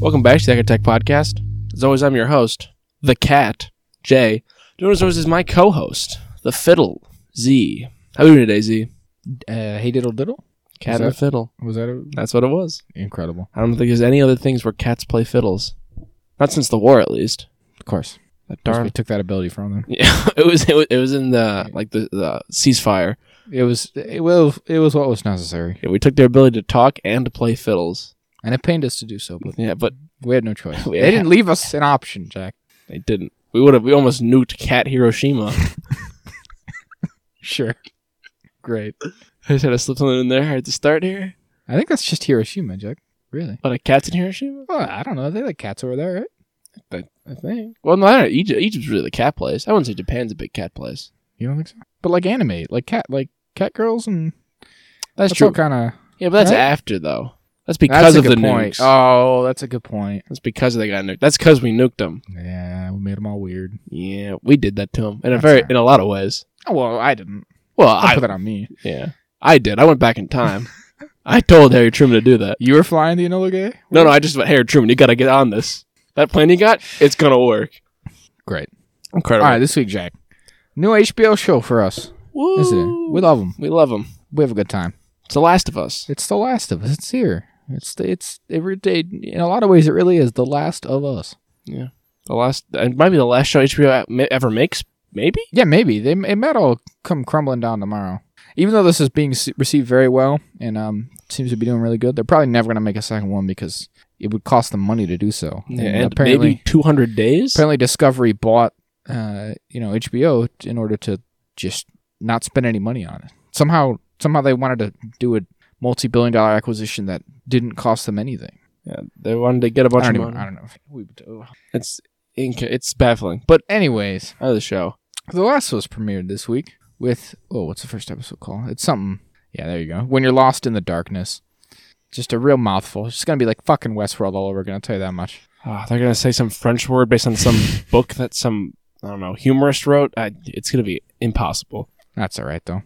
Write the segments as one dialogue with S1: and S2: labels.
S1: Welcome back to the Tech Podcast. As always, I'm your host, the Cat Jay. Doing as always is my co-host, the Fiddle Z. How are you doing today, Z?
S2: Uh, hey diddle diddle.
S1: Cat and the
S2: that-
S1: fiddle.
S2: Was that a,
S1: That's what it was.
S2: incredible?
S1: I don't think there's any other things where cats play fiddles. Not since the war, at least.
S2: Of course. That
S1: darn-
S2: We took that ability from them.
S1: Yeah, it was. It was, it was in the like the, the ceasefire.
S2: It was it was it was what was necessary,
S1: Yeah, we took their ability to talk and to play fiddles.
S2: and it pained us to do so, but
S1: Yeah, but
S2: we had no choice.
S1: We
S2: they
S1: had-
S2: didn't leave us an option, Jack.
S1: they didn't. We would have. We almost nuked Cat Hiroshima.
S2: Sure. Great.
S1: I just had to slip something in there at the start here.
S2: I think that's just Hiroshima, Jack. Really?
S1: But a cat's in Hiroshima.
S2: Well, I don't know. They like cats over there, right? I think.
S1: Well, no, I don't know. Egypt, Egypt's really the cat place. I wouldn't say Japan's a big cat place.
S2: You don't think so? But like anime, like cat, like cat girls, and
S1: That's,
S2: that's
S1: true.
S2: all kind of
S1: Yeah, but that's
S2: Right?
S1: after though. That's because of the
S2: point.
S1: nukes.
S2: Oh, that's a good point.
S1: That's because they got nuked. That's because we nuked them.
S2: Yeah, we made them all weird.
S1: Yeah, we did that to them in a
S2: That's
S1: very,
S2: right.
S1: in a lot of ways.
S2: Oh, well, I didn't.
S1: Well,
S2: Don't
S1: I
S2: put that on me.
S1: yeah, I did. I went back in time. I told Harry Truman to do that.
S2: You were flying the Enola Gay?
S1: No, no, I just went, Harry Truman, you got to get on this. That plan you got, it's gonna work.
S2: Great.
S1: Incredible.
S2: All right, this week, Jack. New HBO show for us,
S1: Woo.
S2: isn't it? We love them.
S1: we love them.
S2: We have a good time.
S1: It's The Last of Us.
S2: It's The Last of Us. It's here. It's the, it's every day. In a lot of ways, it really is The Last of Us.
S1: The last, it might be the last show HBO ma- ever makes. Maybe.
S2: Yeah, maybe they it might all come crumbling down tomorrow. Even though this is being s- received very well and um seems to be doing really good, they're probably never going to make a second one because it would cost them money to do so.
S1: Yeah, and maybe 200 days.
S2: Mm, apparently Discovery bought uh, you know HBO in order to just not spend any money on it. Somehow somehow they wanted to do a multi-billion dollar acquisition that didn't cost them anything.
S1: Yeah, they wanted to get a bunch
S2: I
S1: of
S2: don't,
S1: money.
S2: even, I don't know. if we would- oh.
S1: It's inc- it's baffling. But
S2: Anyways,
S1: out of the show,
S2: The Last of Us premiered this week with oh, what's the first episode called? It's something. Yeah, there you go. When you're lost in the darkness. Just a real mouthful. It's just gonna be like fucking Westworld all over again. I'll tell you that much.
S1: Ah, they're gonna say some French word based on some book that some I don't know humorist wrote. I, it's gonna be impossible.
S2: That's all right though.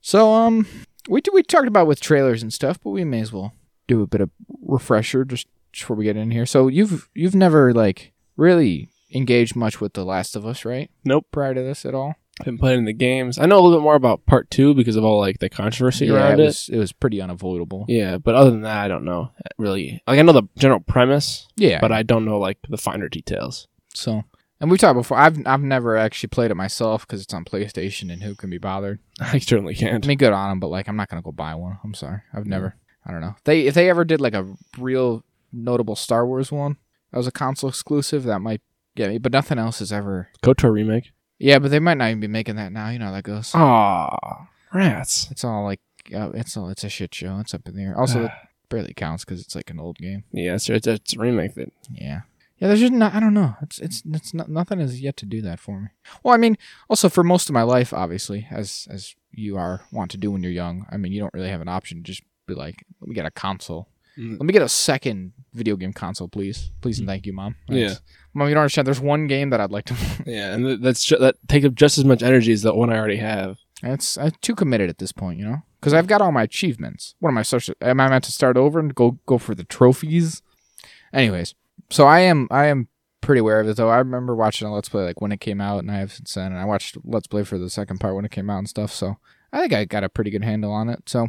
S2: So um, we we talked about with trailers and stuff, but we may as well do a bit of refresher just before we get in here. So you've you've never like really engaged much with The Last of Us, right?
S1: Nope.
S2: Prior to this at all?
S1: Been playing the games. I know a little bit more about part two because of all like the controversy around
S2: it
S1: it.
S2: was it was pretty unavoidable.
S1: Yeah, but other than that, I don't know really. Like I know the general premise,
S2: Yeah,
S1: but I don't know like the finer details.
S2: so and we talked before. I've I've never actually played it myself because it's on PlayStation and who can be bothered?
S1: I certainly
S2: I
S1: can't.
S2: mean, good on them, but like I'm not gonna go buy one. I'm sorry, I've never. I don't know. They if they ever did like a real notable Star Wars one that was a console exclusive, that might get me. But nothing else is ever.
S1: KOTOR remake.
S2: Yeah, but they might not even be making that now. You know how that goes.
S1: Ah, rats.
S2: It's all like uh, it's all it's a shit show. It's up in the air. Also, it barely counts because it's like an old game.
S1: Yeah, it's, it's, it's a remake that
S2: Yeah. Yeah, there's just not, I don't know. It's it's it's not, nothing has yet to do that for me. Well, I mean, also for most of my life, obviously, as as you are want to do when you're young. I mean, you don't really have an option. to Just be like, let me get a console.
S1: Mm.
S2: Let me get a second video game console, please, please and thank you, mom.
S1: Yeah.
S2: mom, you don't understand. There's one game that I'd like to.
S1: Yeah, and th- that's ju- that takes up just as much energy as the one I already have.
S2: It's I'm too committed at this point, you know, because I've got all my achievements. What am I supposed? to- Am I meant to start over and go go for the trophies? Anyways, so I am I am pretty aware of it though. I remember watching a Let's Play like when it came out, and I have since then, and I watched Let's Play for the second part when it came out and stuff. So I think I got a pretty good handle on it. So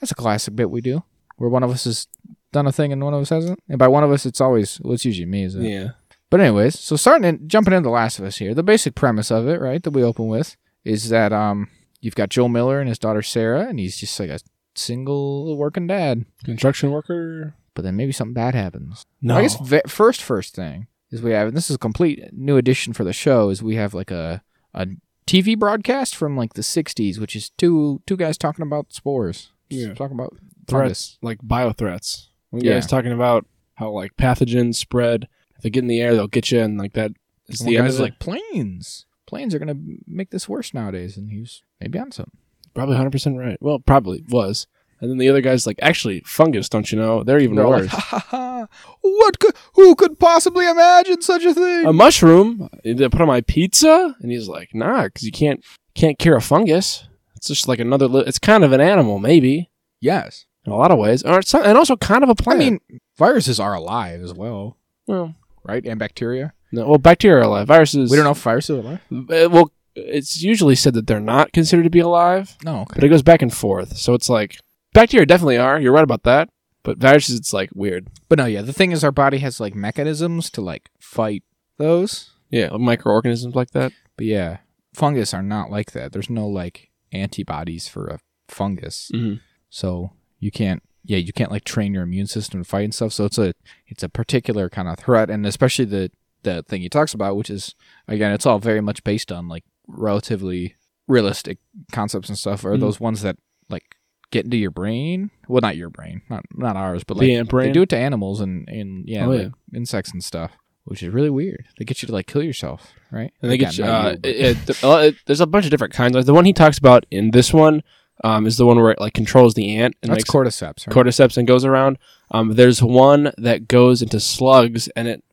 S2: that's a classic bit we do, where one of us has done a thing and one of us hasn't. And by one of us, it's always well, it's usually me. Is it?
S1: Yeah,
S2: But anyways, so starting in, jumping into The Last of Us here, the basic premise of it, right, that we open with is that um you've got Joel Miller and his daughter Sarah, and he's just like a single working dad.
S1: construction worker.
S2: But then maybe something bad happens.
S1: No,
S2: I guess ve- first first thing is we have, and this is a complete new addition for the show, is we have like a a TV broadcast from like the '60s, which is two two guys talking about spores, Just
S1: Yeah.
S2: talking about
S1: threats
S2: fungus.
S1: like bio threats. One
S2: Yeah.
S1: guy's talking about how like pathogens spread. If they get in the air, they'll get you, and like that is
S2: And one
S1: the end.
S2: guy's
S1: Of like
S2: like planes. Planes are gonna make this worse nowadays, and he was maybe on something.
S1: probably hundred percent right. Well, probably was. And then the other guy's like, actually, fungus. Don't you know? They're even
S2: They're all like,
S1: worse.
S2: "Ha, ha, ha. What could, who could possibly imagine such a thing?
S1: a mushroom? Did I put on my pizza? And he's like, nah, because you can't can't cure a fungus. It's just like another. Li- it's kind of an animal, maybe
S2: yes.
S1: in a lot of ways, or it's, and also kind of a
S2: I
S1: plant.
S2: mean, Viruses are alive as well,
S1: Well,
S2: right? And bacteria.
S1: no, well, bacteria are alive. Viruses.
S2: We don't know if viruses are alive.
S1: Uh, Well, it's usually said that they're not considered to be alive,
S2: No. Okay.
S1: but it goes back and forth. So it's like bacteria definitely are. You're right about that. But viruses, it's like weird.
S2: But no, yeah. The thing is, our body has like mechanisms to like fight those.
S1: Yeah, microorganisms like that.
S2: But yeah, fungus are not like that. There's no like antibodies for a fungus,
S1: Mhm.
S2: so you can't. Yeah, you can't like train your immune system to fight and stuff. So it's a it's a particular kind of threat, and especially the the thing he talks about, which is again, it's all very much based on like relatively realistic concepts and stuff, are
S1: Mhm.
S2: those ones that like get into your brain. Well, not your brain, not not ours, but like
S1: the ant brain.
S2: they do it to animals and and yeah,
S1: Oh,
S2: like
S1: yeah.
S2: insects and stuff, which is really weird. They get you to like kill yourself, right?
S1: And they get
S2: Again,
S1: you,
S2: not
S1: uh,
S2: you, but-
S1: it- it- th- uh, it- there's a bunch of different kinds. Like the one he talks about in this one um, is the one where it like controls the ant and
S2: that's
S1: makes
S2: cordyceps. Right?
S1: cordyceps and goes around. Um, there's one that goes into slugs and it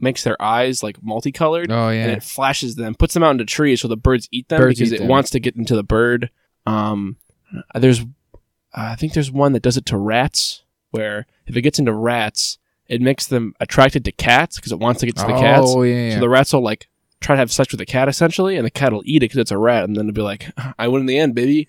S1: makes their eyes like multicolored
S2: oh
S1: and
S2: yeah,
S1: it flashes them, puts them out into trees so the birds eat them
S2: Birds
S1: because
S2: eat
S1: it
S2: them.
S1: wants to get into the bird. Um, uh, there's, uh, I think there's one that does it to rats where if it gets into rats, it makes them attracted to cats because it wants to get to the cats.
S2: Oh yeah, yeah.
S1: So the rats will like try to have sex with the cat essentially, and the cat will eat it because it's a rat, and then it'll be like, "I win in the end, baby."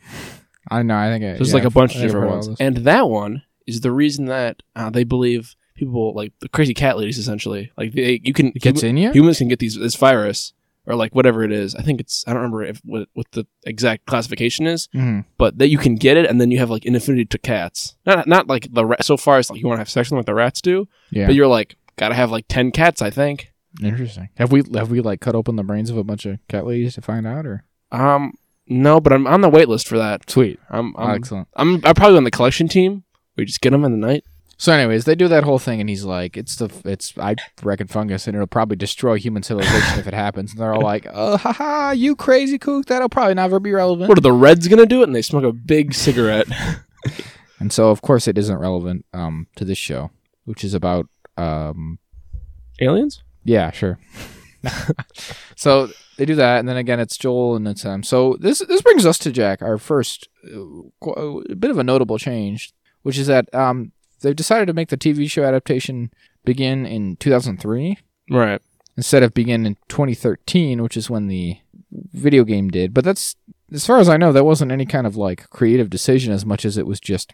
S2: I know. I think I,
S1: So there's
S2: yeah,
S1: like a
S2: I've-
S1: bunch of
S2: I've heard
S1: different
S2: all
S1: ones,
S2: this.
S1: and that one is the reason that uh, they believe people like the crazy cat ladies essentially like they you can
S2: It gets
S1: hum-
S2: in you.
S1: humans can get these this virus or like whatever it is. I think it's I don't remember if what, what the exact classification is,
S2: Mhm.
S1: but that you can get it, and then you have like an affinity to cats. Not not like the rat so far as like you want to have sex with them like the rats do,
S2: Yeah,
S1: but you're like gotta have like ten cats, I think.
S2: interesting. Have we have we like cut open the brains of a bunch of cat ladies to find out or
S1: Um, no, but I'm on the wait list for that.
S2: sweet?
S1: I'm
S2: Oh,
S1: I'm,
S2: excellent.
S1: I'm I'm probably on the collection team. We just get them in the night.
S2: So, anyways, they do that whole thing, and he's like, "It's the it's I reckon fungus, and it'll probably destroy human civilization if it happens." And they're all like, "Oh, ha ha, you crazy kook! That'll probably never be relevant."
S1: What are the Reds gonna do it? And they smoke a big cigarette.
S2: And so, of course, it isn't relevant um, to this show, which is about. Um,
S1: Aliens?
S2: yeah, sure. so they do that, and then again, it's Joel and it's him. So this this brings us to Jack, our first uh, qu- a bit of a notable change, which is that um, they've decided to make the TV show adaptation begin in 2003
S1: Right.
S2: instead of begin in 2013, which is when the video game did. But that's as far as I know, that wasn't any kind of like creative decision as much as it was just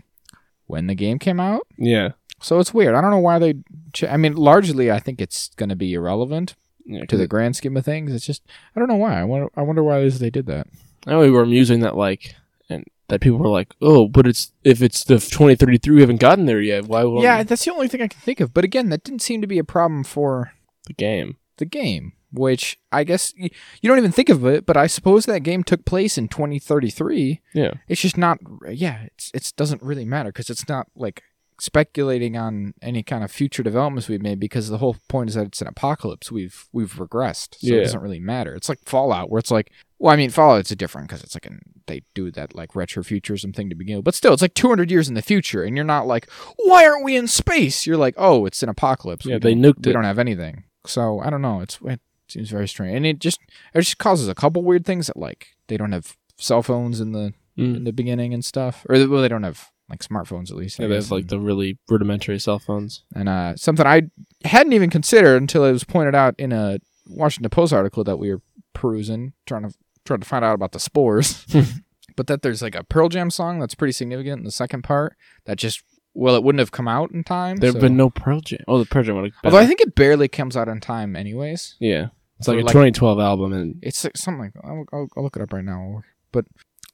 S2: when the game came out.
S1: Yeah.
S2: So it's weird. I don't know why they. Ch- I mean, largely, I think it's going to be irrelevant
S1: Yeah.
S2: to
S1: Cause
S2: the grand scheme of things. It's just I don't know why. I wonder. I wonder why it is they did that.
S1: I know we were musing that like, and that people were like, "Oh, but it's if it's the 2033, we haven't gotten there yet. Why won't
S2: yeah, that's the only thing I can think of. But again, that didn't seem to be a problem for
S1: the game?
S2: the game, which I guess y- you don't even think of it. But I suppose that game took place in 2033.
S1: Yeah.
S2: It's just not. Yeah, it's it doesn't really matter because it's not like speculating on any kind of future developments we've made because the whole point is that it's an apocalypse we've we've regressed so it
S1: Yeah.
S2: doesn't really matter it's like fallout where it's like well i mean fallout's a different because it's like an, they do that like retro futurism thing to begin with but still it's like 200 years in the future and you're not like why aren't we in space you're like oh it's an apocalypse
S1: Yeah,
S2: we
S1: they
S2: don't-
S1: nuked
S2: we
S1: it.
S2: don't have anything so i don't know it's it seems very strange and it just it just causes a couple weird things that like they don't have cell phones in the
S1: Mm.
S2: in the beginning and stuff or well they don't have like smartphones at least I
S1: Yeah, they
S2: guess,
S1: have like
S2: and-
S1: the really rudimentary cell phones.
S2: and uh, something I hadn't even considered until it was pointed out in a Washington Post article that we were perusing, trying to trying to find out about the spores.
S1: Hmm.
S2: but that there's like a Pearl Jam song that's pretty significant in the second part that just well, it wouldn't have come out in time.
S1: There have
S2: so-
S1: been no Pearl Jam. Oh, the Pearl Jam would have.
S2: although I think it barely comes out in time, anyways.
S1: yeah, it's
S2: So,
S1: like a
S2: like-
S1: 2012 album, and
S2: It's like something like I'll, I'll, I'll look it up right now. But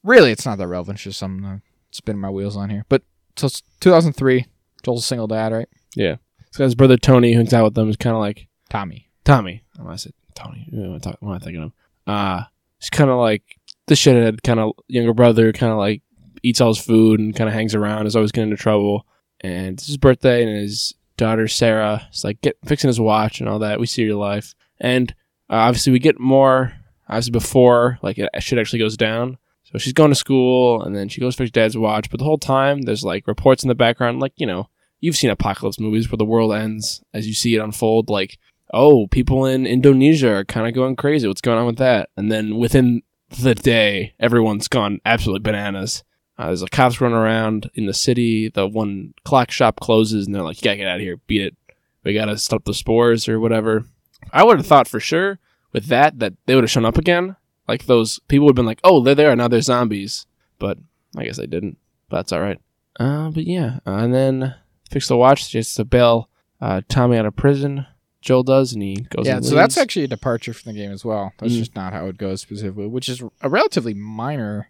S2: really, it's not that relevant. It's just something to spin my wheels on here. But so it's 2003, Joel's a single dad, right?
S1: so his brother Tony, who hangs out with them, is kind of like
S2: Tommy.
S1: Tommy. Oh, I said Tony. Who am I, talk- who am I thinking of? Uh, he's kind of like the shithead, kind of younger brother, kind of like eats all his food and kind of hangs around, is always getting into trouble. And it's his birthday, and his daughter Sarah is like get, fixing his watch and all that. We see your life. And uh, obviously, we get more, obviously, before like it, shit actually goes down. So she's going to school, and then she goes fix dad's watch. But the whole time, there's like reports in the background, like, you know, you've seen apocalypse movies where the world ends as you see it unfold. Like, oh, people in Indonesia are kind of going crazy. What's going on with that? And then within the day, everyone's gone absolutely bananas. Uh, there's like cops running around in the city. The one clock shop closes, and they're like, "You gotta get out of here, beat it. We gotta stop the spores or whatever." I would have thought for sure with that that they would have shown up again. Like those people would have been like, "Oh, they're there now. They're zombies." But I guess they didn't. But that's all right. Uh, but yeah, uh, and then fix the watch. Just to bail uh, Tommy out of prison. Joel does, and he goes.
S2: yeah,
S1: and
S2: so that's
S1: leaves.
S2: actually a departure from the game as well. That's
S1: Mm.
S2: just not how it goes specifically, which is a relatively minor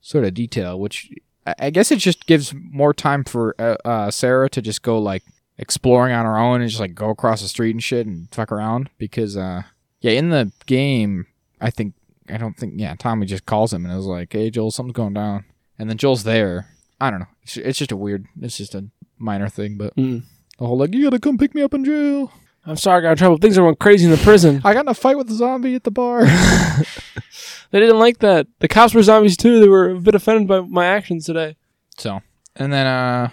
S2: sort of detail. Which I- I guess it just gives more time for uh, uh, Sarah to just go like exploring on her own and just like go across the street and shit and fuck around. Because uh, yeah, in the game, I think I don't think yeah, Tommy just calls him and is like, "Hey, Joel, something's going down," and then Joel's there. I don't know. It's, it's just a weird. It's just a minor thing, but
S1: Mm.
S2: the whole like, "You gotta come pick me up in jail."
S1: I'm sorry, I got in trouble. Things are going crazy in the prison.
S2: I got in a fight with a zombie at the bar.
S1: They didn't like that. The cops were zombies too. They were a bit offended by my actions today.
S2: so, and then, uh,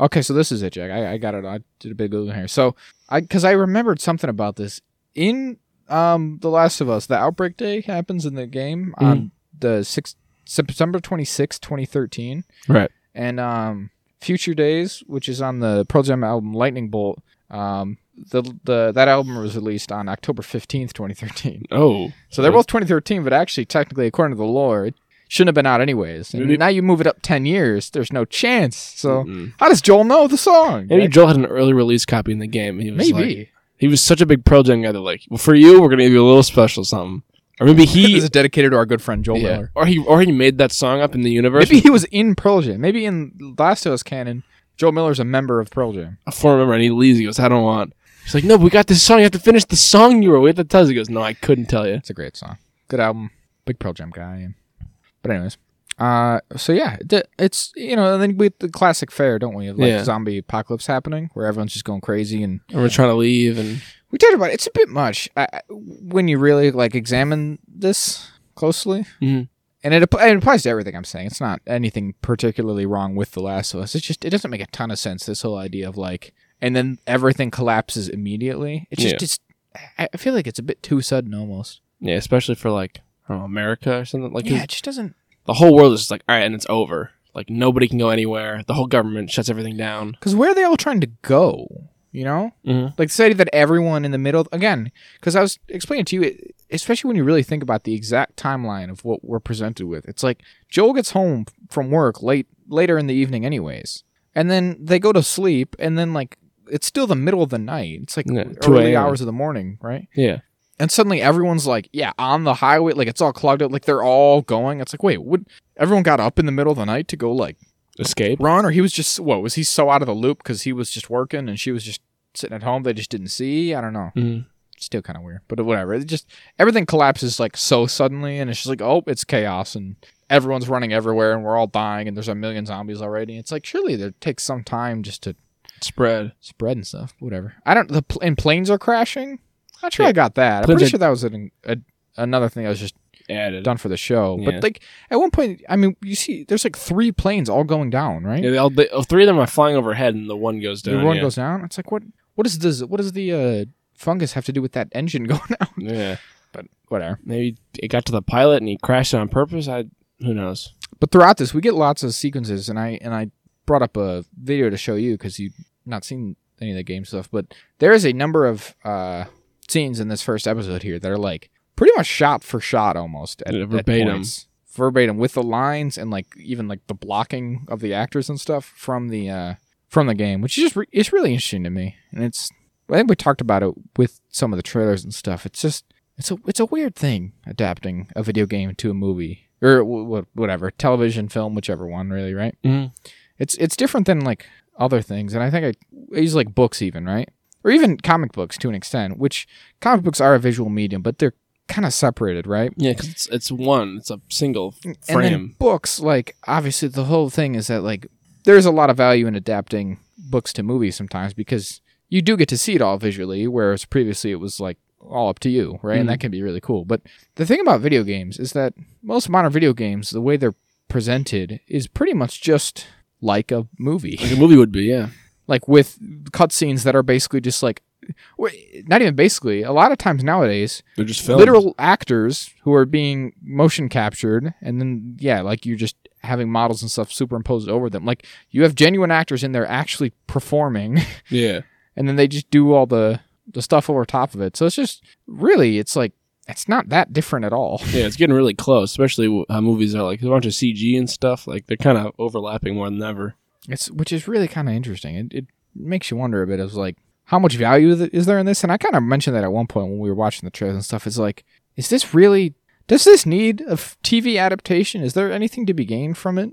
S2: okay, so this is it, Jack. I, I got it. I did a big Google here. So, I, cause I remembered something about this in, um, The Last of Us, the outbreak day happens in the game on the 6th, September twenty sixth, 2013.
S1: Right.
S2: And, um, Future Days, which is on the Pro Jam album Lightning Bolt, um, the, the, that album was released on October 15th, 2013.
S1: Oh,
S2: So they're both 2013, but actually, technically, according to the lore, it shouldn't have been out anyways. And
S1: Maybe-
S2: now you move it up 10 years, there's no chance. So how does Joel know the song?
S1: Maybe
S2: Like,
S1: Joel had an early release copy in the game. He was
S2: maybe.
S1: like- he was such a big Pearl Jam guy that like, well, for you, we're gonna give you a little special something, or maybe he,
S2: this is dedicated to our good friend Joel
S1: yeah,
S2: Miller.
S1: or he, or he made that song up in the universe.
S2: Maybe he was in Pearl Jam. Maybe in Last of Us canon, Joel Miller's a member of Pearl Jam.
S1: a former member, and he leaves. He goes, I don't want. He's like, no, we got this song. You have to finish the song you were with. That tells. He goes, no, I couldn't tell you.
S2: It's a great song. Good album. Big Pearl Jam guy. I am. But anyways, uh, so yeah, d- it's you know, and then we the classic fare, don't we? Of like
S1: Yeah.
S2: zombie apocalypse happening, where everyone's just going crazy and
S1: And we're trying to leave, and
S2: We talked about it. it's a bit much I, I- when you really like examine this closely,
S1: Mhm.
S2: and it, app- it applies to everything I'm saying. It's not anything particularly wrong with The Last of Us. It's just it doesn't make a ton of sense. This whole idea of like, and then everything collapses immediately. It's just
S1: Yeah.
S2: it's. I I feel like it's a bit too sudden almost.
S1: yeah, especially for like I don't know, America or something like. 'cause
S2: yeah, it just doesn't.
S1: the whole world is just like, all right, and it's over. Like nobody can go anywhere. The whole government shuts everything down.
S2: Because where are they all trying to go? You know,
S1: Mm-hmm.
S2: like the idea that everyone in the middle again. Because I was explaining to you, it, especially when you really think about the exact timeline of what we're presented with, it's like Joel gets home from work late later in the evening, anyways, and then they go to sleep, and then like it's still the middle of the night. It's like
S1: Yeah, 2
S2: early
S1: a.m..
S2: hours of the morning, right?
S1: Yeah,
S2: And suddenly everyone's like, yeah, on the highway, like it's all clogged up, like they're all going. It's like, wait, what? Everyone got up in the middle of the night to go like
S1: escape.
S2: Ron, or he was just what was he so out of the loop because he was just working and she was just sitting at home. They just didn't see. I don't know.
S1: Mhm.
S2: Still kind of weird, but whatever. It just everything collapses like so suddenly, and it's just like oh, it's chaos and everyone's running everywhere and we're all dying and there's a million zombies already. It's like surely there takes some time just to
S1: Spread.
S2: spread and stuff. Whatever. I don't. The pl- and planes are crashing. Not sure
S1: Yeah.
S2: I got
S1: Planes
S2: that. I'm
S1: are-
S2: pretty sure that was an, a, another thing that was just
S1: Added.
S2: done for the show.
S1: Yeah.
S2: But like at one point, I mean, you see, there's like three planes all going down, right?
S1: Yeah, they all, they, oh, three of them are flying overhead, and the one goes down.
S2: the one
S1: yeah.
S2: goes down. It's like what? What does this? What does the uh, fungus have to do with that engine going out?
S1: Yeah,
S2: But whatever.
S1: maybe it got to the pilot, and he crashed it on purpose. I who knows.
S2: But throughout this, we get lots of sequences, and I and I brought up a video to show you because you've not seen any of the game stuff. But there is a number of uh, scenes in this first episode here that are like pretty much shot for shot almost at,
S1: Yeah,
S2: at
S1: verbatim.
S2: points. verbatim with the lines and like even like the blocking of the actors and stuff from the uh, from the game, which is just re- it's really interesting to me, and it's I think we talked about it with some of the trailers and stuff. It's just it's a it's a weird thing adapting a video game to a movie or w- whatever television film, whichever one really, right?
S1: Mhm.
S2: It's it's different than like other things, and I think I, I use like books even, right? Or even comic books to an extent, which comic books are a visual medium, but they're kind of separated, right?
S1: Yeah, because it's it's one. It's a single
S2: and then
S1: frame.
S2: books like obviously the whole thing is that like there's a lot of value in adapting books to movies sometimes because you do get to see it all visually whereas previously it was like all up to you right and that can be really cool but the thing about video games is that most modern video games the way they're presented is pretty much just like a movie
S1: like a movie would be. Yeah,
S2: like with cutscenes that are basically just like w- not even basically a lot of times nowadays
S1: they're just filmed.
S2: literal actors who are being motion captured and then yeah like you just having models and stuff superimposed over them. Like you have genuine actors in there actually performing,
S1: Yeah.
S2: and then they just do all the the stuff over top of it. So it's just really, it's like it's not that different at all.
S1: Yeah, it's getting really close, especially how movies are like a bunch of CG and stuff. Like they're kind of overlapping more than ever.
S2: It's which is really kind of interesting. It, it makes you wonder a bit of like how much value th- is there in this? And I kind of mentioned that at one point when we were watching the trailers and stuff. It's like, is this really? Does this need a f- TV adaptation? Is there anything to be gained from it?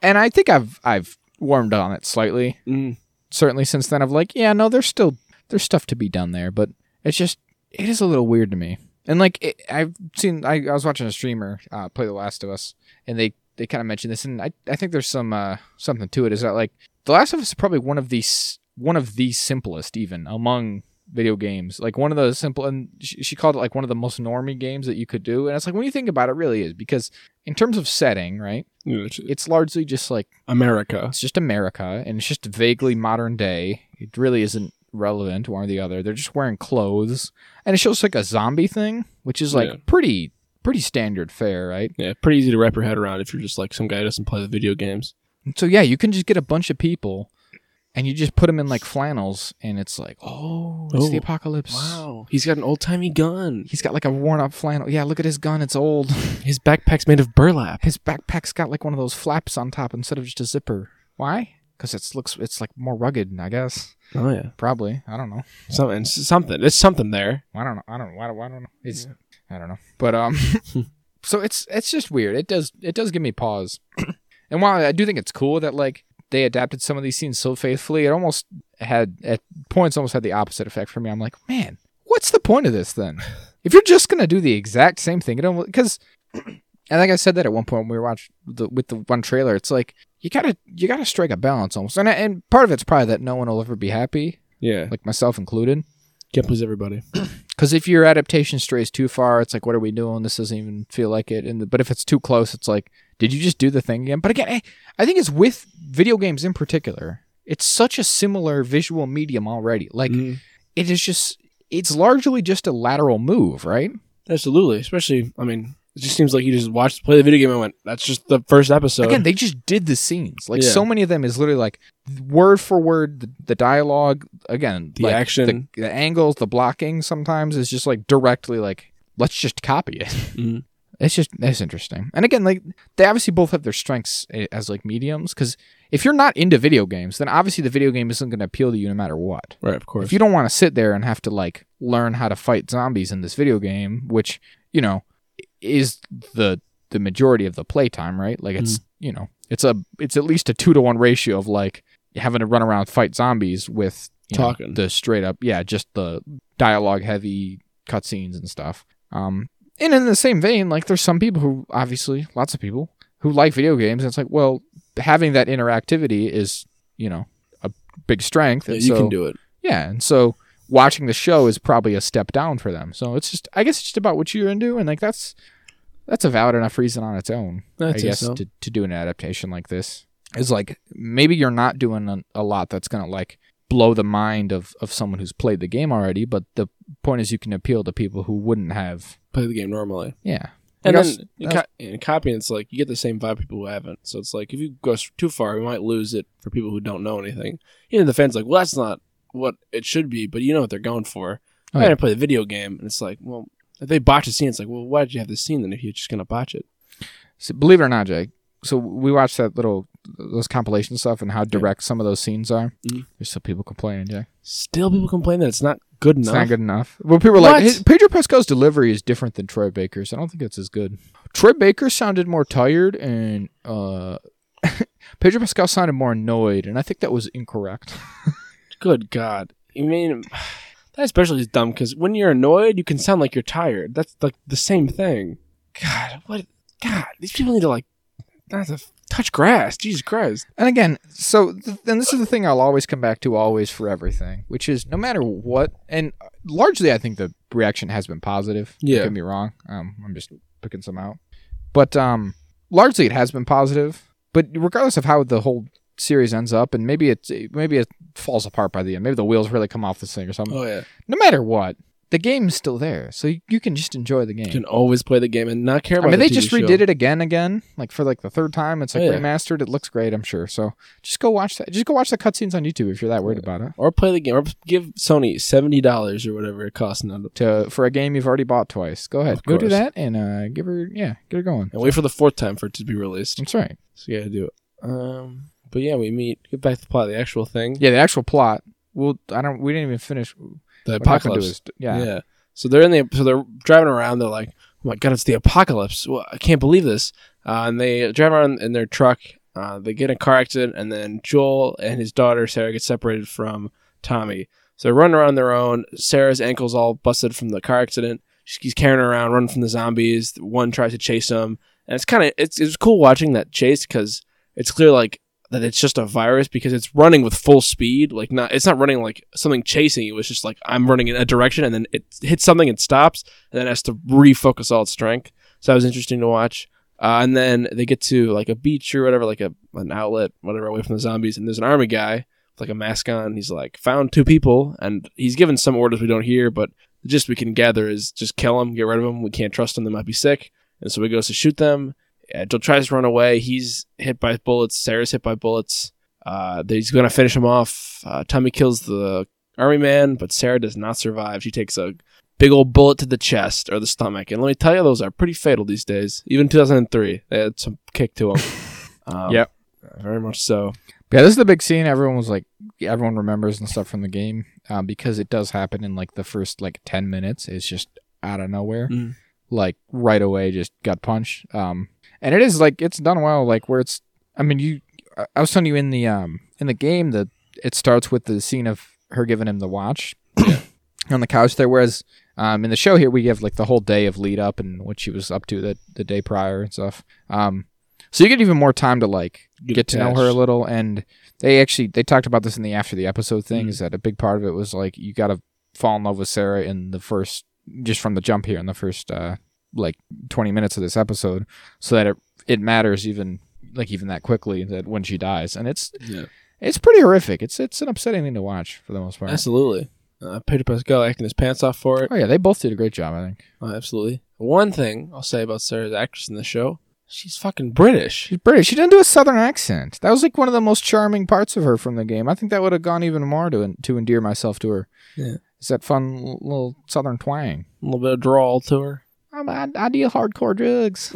S2: And I think I've I've warmed on it slightly.
S1: Mm.
S2: Certainly since then, I've like, yeah, no, there's still there's stuff to be done there, but it's just it is a little weird to me. And like it, I've seen, I, I was watching a streamer uh, play The Last of Us, and they they kind of mentioned this, and I, I think there's some uh, something to it. Is that like The Last of Us is probably one of these one of the simplest even among video games, like one of the simple, and she, she called it like one of the most normie games that you could do. And it's like when you think about it, it really is because in terms of setting, right?
S1: You know, it's
S2: It's largely just like
S1: America.
S2: it's just America, and it's just vaguely modern day. It really isn't relevant one or the other. They're just wearing clothes, and it shows like a zombie thing, which is like
S1: Yeah.
S2: pretty pretty standard fare, right?
S1: Yeah, pretty easy to wrap your head around if you're just like some guy who doesn't play the video games.
S2: And so yeah, you can just get a bunch of people, and you just put them in like flannels, and it's like, oh, it's the
S1: Oh,
S2: apocalypse.
S1: he's got an old timey gun.
S2: He's got like a worn out flannel. Yeah, look at his gun. It's old.
S1: His backpack's made of burlap.
S2: His backpack's got like one of those flaps on top instead of just a zipper. Why? Because it looks it's like more rugged, I guess.
S1: Oh yeah,
S2: Probably. I don't know.
S1: something, something. There's something there.
S2: I don't know. I don't know. I don't, I don't know. It's I don't know. But um, so it's it's just weird. It does it does give me pause. and while I do think it's cool that like they adapted some of these scenes so faithfully, it almost had at points almost had the opposite effect for me. I'm like, man, what's the point of this then? If you're just gonna do the exact same thing, it don't because. I think I said that at one point when we were watching the, with the one trailer. It's like you gotta you gotta strike a balance almost, and I- and part of it's probably that no one will ever be happy,
S1: Yeah,
S2: like myself included.
S1: can't please everybody.
S2: Because if your adaptation strays too far, it's like, what are we doing? This doesn't even feel like it. And but if it's too close, it's like, did you just do the thing again? But again, I, I think it's with video games in particular. It's such a similar visual medium already. Like
S1: Mm.
S2: it is just, it's largely just a lateral move, right?
S1: Absolutely, especially. I mean, it just seems like you just watched play the video game and went, "That's just the first episode."
S2: Again, they just did the scenes. Like
S1: Yeah.
S2: so many of them is literally like word for word, the, the dialogue. Again,
S1: The
S2: like,
S1: action.
S2: the, the angles, the blocking. Sometimes is just like directly like, let's just copy it.
S1: Mm.
S2: It's just that's interesting. And again, like they obviously both have their strengths eh, as like mediums. Because if you're not into video games, then obviously the video game isn't going to appeal to you no matter what.
S1: Right, of course.
S2: If you don't want to sit there and have to like learn how to fight zombies in this video game, which you know is the the majority of the playtime, right? Like it's
S1: Mm.
S2: you know it's a it's at least a two to one ratio of like having to run around fight zombies with you know,
S1: Talking.
S2: the straight up yeah just the dialogue heavy cutscenes and stuff. Um, and in the same vein, like there's some people who obviously lots of people who like video games. And it's like well having that interactivity is you know a big strength.
S1: Yeah,
S2: and
S1: you
S2: so-
S1: can do it.
S2: yeah, and so watching the show is probably a step down for them. So it's just, I guess, it's just about what you're into, and like that's that's a valid enough reason on its own,
S1: I'd
S2: I
S1: say
S2: guess,
S1: so.
S2: to to do an adaptation like this. Is like maybe you're not doing a, a lot that's gonna like blow the mind of of someone who's played the game already, but the point is you can appeal to people who wouldn't have.
S1: play the game normally.
S2: Yeah,
S1: And
S2: Like, I was-
S1: then in, co- in copying, it's like you get the same vibe people who haven't. So it's like if you go s- too far, we might lose it for people who don't know anything. Even the fans like, well, that's not what it should be, but you know what they're going for.
S2: Oh,
S1: I
S2: yeah.
S1: didn't play the video game, and it's like, well, if they botch a scene, it's like, well, why did you have this scene then if you're just gonna botch it?
S2: So, believe it or not, Jake. So we watched that little those compilation stuff and how direct some of those scenes are.
S1: Mhm.
S2: There's still people complaining, Jake.
S1: Still, people complain that it's not good
S2: It's
S1: enough.
S2: not good enough. Well, people were
S1: What?
S2: like, "Hey, Pedro Pascal's delivery is different than Troy Baker's. I don't think it's as good. Troy Baker sounded more tired, and uh, Pedro Pascal sounded more annoyed, and I think that was incorrect.
S1: Good God, I mean, that especially is dumb because when you're annoyed, you can sound like you're tired. That's like the same thing. God, what? God, these people need to like not to f- touch grass. Jesus Christ.
S2: And again, so th- and this is the thing I'll always come back to, always for everything, which is no matter what, and largely I think the reaction has been positive. Don't
S1: Yeah.
S2: get me wrong. Um, I'm just picking some out, but um, largely it has been positive. But regardless of how the whole series ends up, and
S1: Oh.
S2: Oh, maybe it's maybe it falls apart by the end, maybe the wheels really come off this thing or something.
S1: yeah.
S2: No matter what, the game's still there, so you, you can just enjoy the game.
S1: You can always play the game and not care
S2: I
S1: about.
S2: mean,
S1: the
S2: they
S1: TV
S2: just
S1: show.
S2: redid it again, again, like for like the third time. It's like
S1: Oh, yeah.
S2: remastered. It looks great, I'm sure. So just go watch that. Just go watch the cutscenes on YouTube if you're that worried about it.
S1: or play the game, or give Sony seventy dollars or whatever it costs now, to-
S2: To for a game you've already bought twice. Go ahead,
S1: Of
S2: go do
S1: course.
S2: that, and uh, give her, yeah, get her going.
S1: and wait for the fourth time for it to be released.
S2: That's right.
S1: So you gotta do it. Um, but yeah, we meet. Get back to the plot, of the actual thing.
S2: Yeah, the actual plot. Well, I don't. We didn't even finish.
S1: the
S2: what happened to
S1: apocalypse.
S2: his- yeah.
S1: So they're in the. So they're driving around. They're like, "Oh my god, it's the apocalypse! Well, I can't believe this!" Uh, and they drive around in their truck. Uh, they get in a car accident, and then Joel and his daughter Sarah get separated from Tommy. So they're running around their own. Sarah's ankle's all busted from the car accident. She's carrying her around, running from the zombies. One tries to chase them, and it's kind of it's it's cool watching that chase because it's clear like that it's just a virus because it's running with full speed. Like not, it's not running like something chasing you. It's just like I'm running in a direction and then it hits something and stops and then has to refocus all its strength. So that was interesting to watch. Uh, and then they get to like a beach or whatever, like a an outlet, whatever, away from the zombies. And there's an army guy with like a mask on. He's like found two people and he's given some orders we don't hear, but just we can gather is just kill them, get rid of them. We can't trust them; they might be sick. And so he goes to shoot them. Uh, Joel tries to run away. He's hit by bullets. Sarah's hit by bullets. Uh, he's going to finish him off. Uh, Tommy kills the army man, but Sarah does not survive. She takes a big old bullet to the chest or the stomach. And let me tell you, those are pretty fatal these days. Even 2003, they had some kick to them. um,
S2: Yep.
S1: Very much so.
S2: Yeah, this is the big scene. Everyone was like, everyone remembers and stuff from the game um, because it does happen in like the first like ten minutes. It's just out of nowhere,
S1: Mm.
S2: like right away, just gut punch. Um, and it is like it's done well, like where it's. I mean, you. I- I was telling you in the um in the game that it starts with the scene of her giving him the watch on the couch there, whereas um in the show here we have like the whole day of lead up and what she was up to the the day prior and stuff. Um, so you get even more time to like
S1: Get
S2: get to know her a
S1: attached.
S2: little and they actually they talked about this in the after the episode
S1: Mm.
S2: thing is that a big part of it was like you gotta fall in love with sarah in the first just from the jump here in the first uh like 20 minutes of this episode so that it it matters even like even that quickly that when she dies and it's
S1: Yeah.
S2: it's pretty horrific it's it's an upsetting thing to watch for the most part
S1: Absolutely. Uh, Peter Pascal acting his pants off for it.
S2: oh yeah they both did a great job i think
S1: Uh, absolutely. One thing I'll say about Sarah, the actress in the show, she's fucking British.
S2: she's british she didn't do a southern accent that was like one of the most charming parts of her from the game i think that would have gone even more to en- to endear myself to her
S1: Yeah.
S2: it's that fun l- little southern twang
S1: A little bit of drawl to her.
S2: I'm, I, I deal hardcore drugs.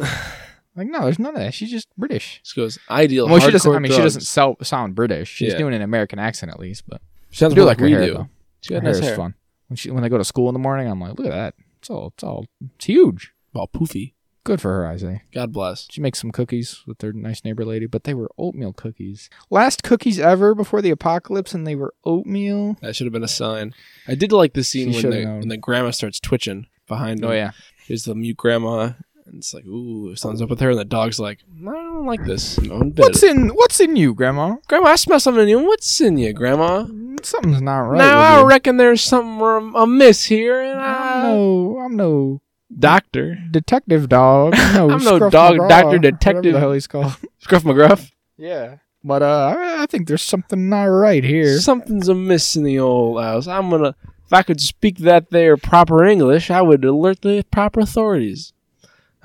S2: like, no, there's none of that. She's just British.
S1: She goes, ideal.
S2: Well, she doesn't.
S1: hardcore
S2: I mean, she
S1: drugs."
S2: doesn't sell, sound British. She's
S1: Yeah.
S2: doing an American accent at least, but
S1: She sounds
S2: I do
S1: more
S2: like
S1: like
S2: her
S1: we
S2: hair.
S1: do.
S2: Though.
S1: She
S2: Her
S1: got
S2: hair
S1: nice
S2: is
S1: hair.
S2: fun. When she when I go to school in the morning, I'm like, look at that. It's all it's all it's huge.
S1: Well, poofy.
S2: Good for her, I say.
S1: God bless.
S2: She makes some cookies with their nice neighbor lady, but they were oatmeal cookies. Last cookies ever before the apocalypse, and they were oatmeal.
S1: That should have been a sign. I did like the scene
S2: She
S1: when
S2: should have
S1: the,
S2: known.
S1: when the grandma starts twitching behind
S2: Oh
S1: him.
S2: yeah,
S1: There's the mute grandma. And it's like, ooh, something's up with her. And the dog's like, I don't like this. No one bit.
S2: what's in what's in you, Grandma?
S1: grandma, I smell something in you. What's in you, grandma?
S2: Something's not right.
S1: now
S2: with
S1: I
S2: you.
S1: reckon there's something wrong- amiss here. And
S2: I'm
S1: I,
S2: no, I'm no
S1: doctor.
S2: detective dog. No,
S1: I'm no
S2: Scruff
S1: dog
S2: McGraw,
S1: doctor
S2: whatever
S1: detective.
S2: the hell he's called.
S1: Scruff McGruff.
S2: yeah, but uh, I- I think there's something not right here.
S1: Something's amiss in the old house. I'm gonna. If I could speak that there proper English, I would alert the proper authorities.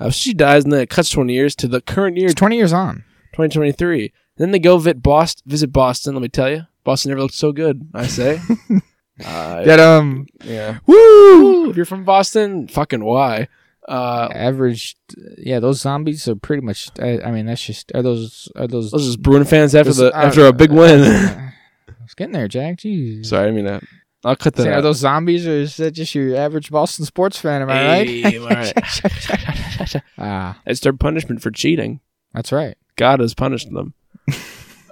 S1: Uh, if she dies, and then it cuts 20 years to the current year,
S2: It's 20 years on.
S1: 2023. Then they go vit Boston, visit Boston. Let me tell you, Boston never looked so good. I say. uh,
S2: That um,
S1: yeah.
S2: woo.
S1: If you're from Boston, fucking why? Uh,
S2: Average, yeah. Those zombies are pretty much. I, I mean, that's just are those are those.
S1: those just Bruin fans after
S2: those-
S1: the
S2: I-
S1: after a big win.
S2: I was getting there, Jack. Jeez.
S1: Sorry, I mean that. I'll cut that.
S2: Saying,
S1: out.
S2: are those zombies or is that just your average Boston sports fan? Am I right?
S1: Hey, am I right?
S2: Ah,
S1: it's their punishment for cheating.
S2: that's right.
S1: God has punished them.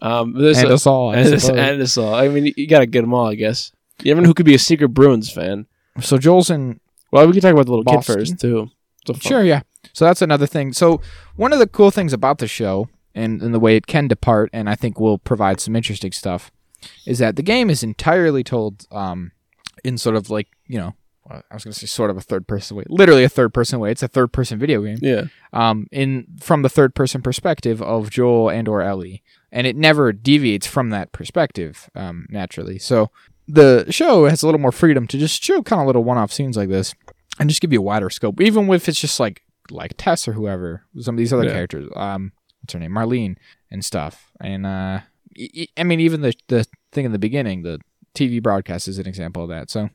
S1: Um, there's
S2: and
S1: a,
S2: us all. I
S1: and, us,
S2: suppose.
S1: and us all. I mean, you, you gotta get them all, I guess. You never know who could be a secret Bruins fan.
S2: so Joel's in
S1: Well, we can talk about the little
S2: Boston?
S1: kid first too. It's a fun-
S2: Sure, yeah. So that's another thing. So one of the cool things about the show and, and the way it can depart, and I think will provide some interesting stuff, is that the game is entirely told um, in sort of like, you know, I was going to say sort of a third person way, literally a third person way. It's a third person video game
S1: Yeah.
S2: um, in from the third person perspective of Joel and or Ellie, and it never deviates from that perspective um, naturally. So the show has a little more freedom to just show kind of little one-off scenes like this and just give you a wider scope even if it's just like like tess or whoever some of these other
S1: Yeah.
S2: characters um what's her name marlene and stuff and uh y- y- i mean even the the thing in the beginning the tv broadcast is an example of that so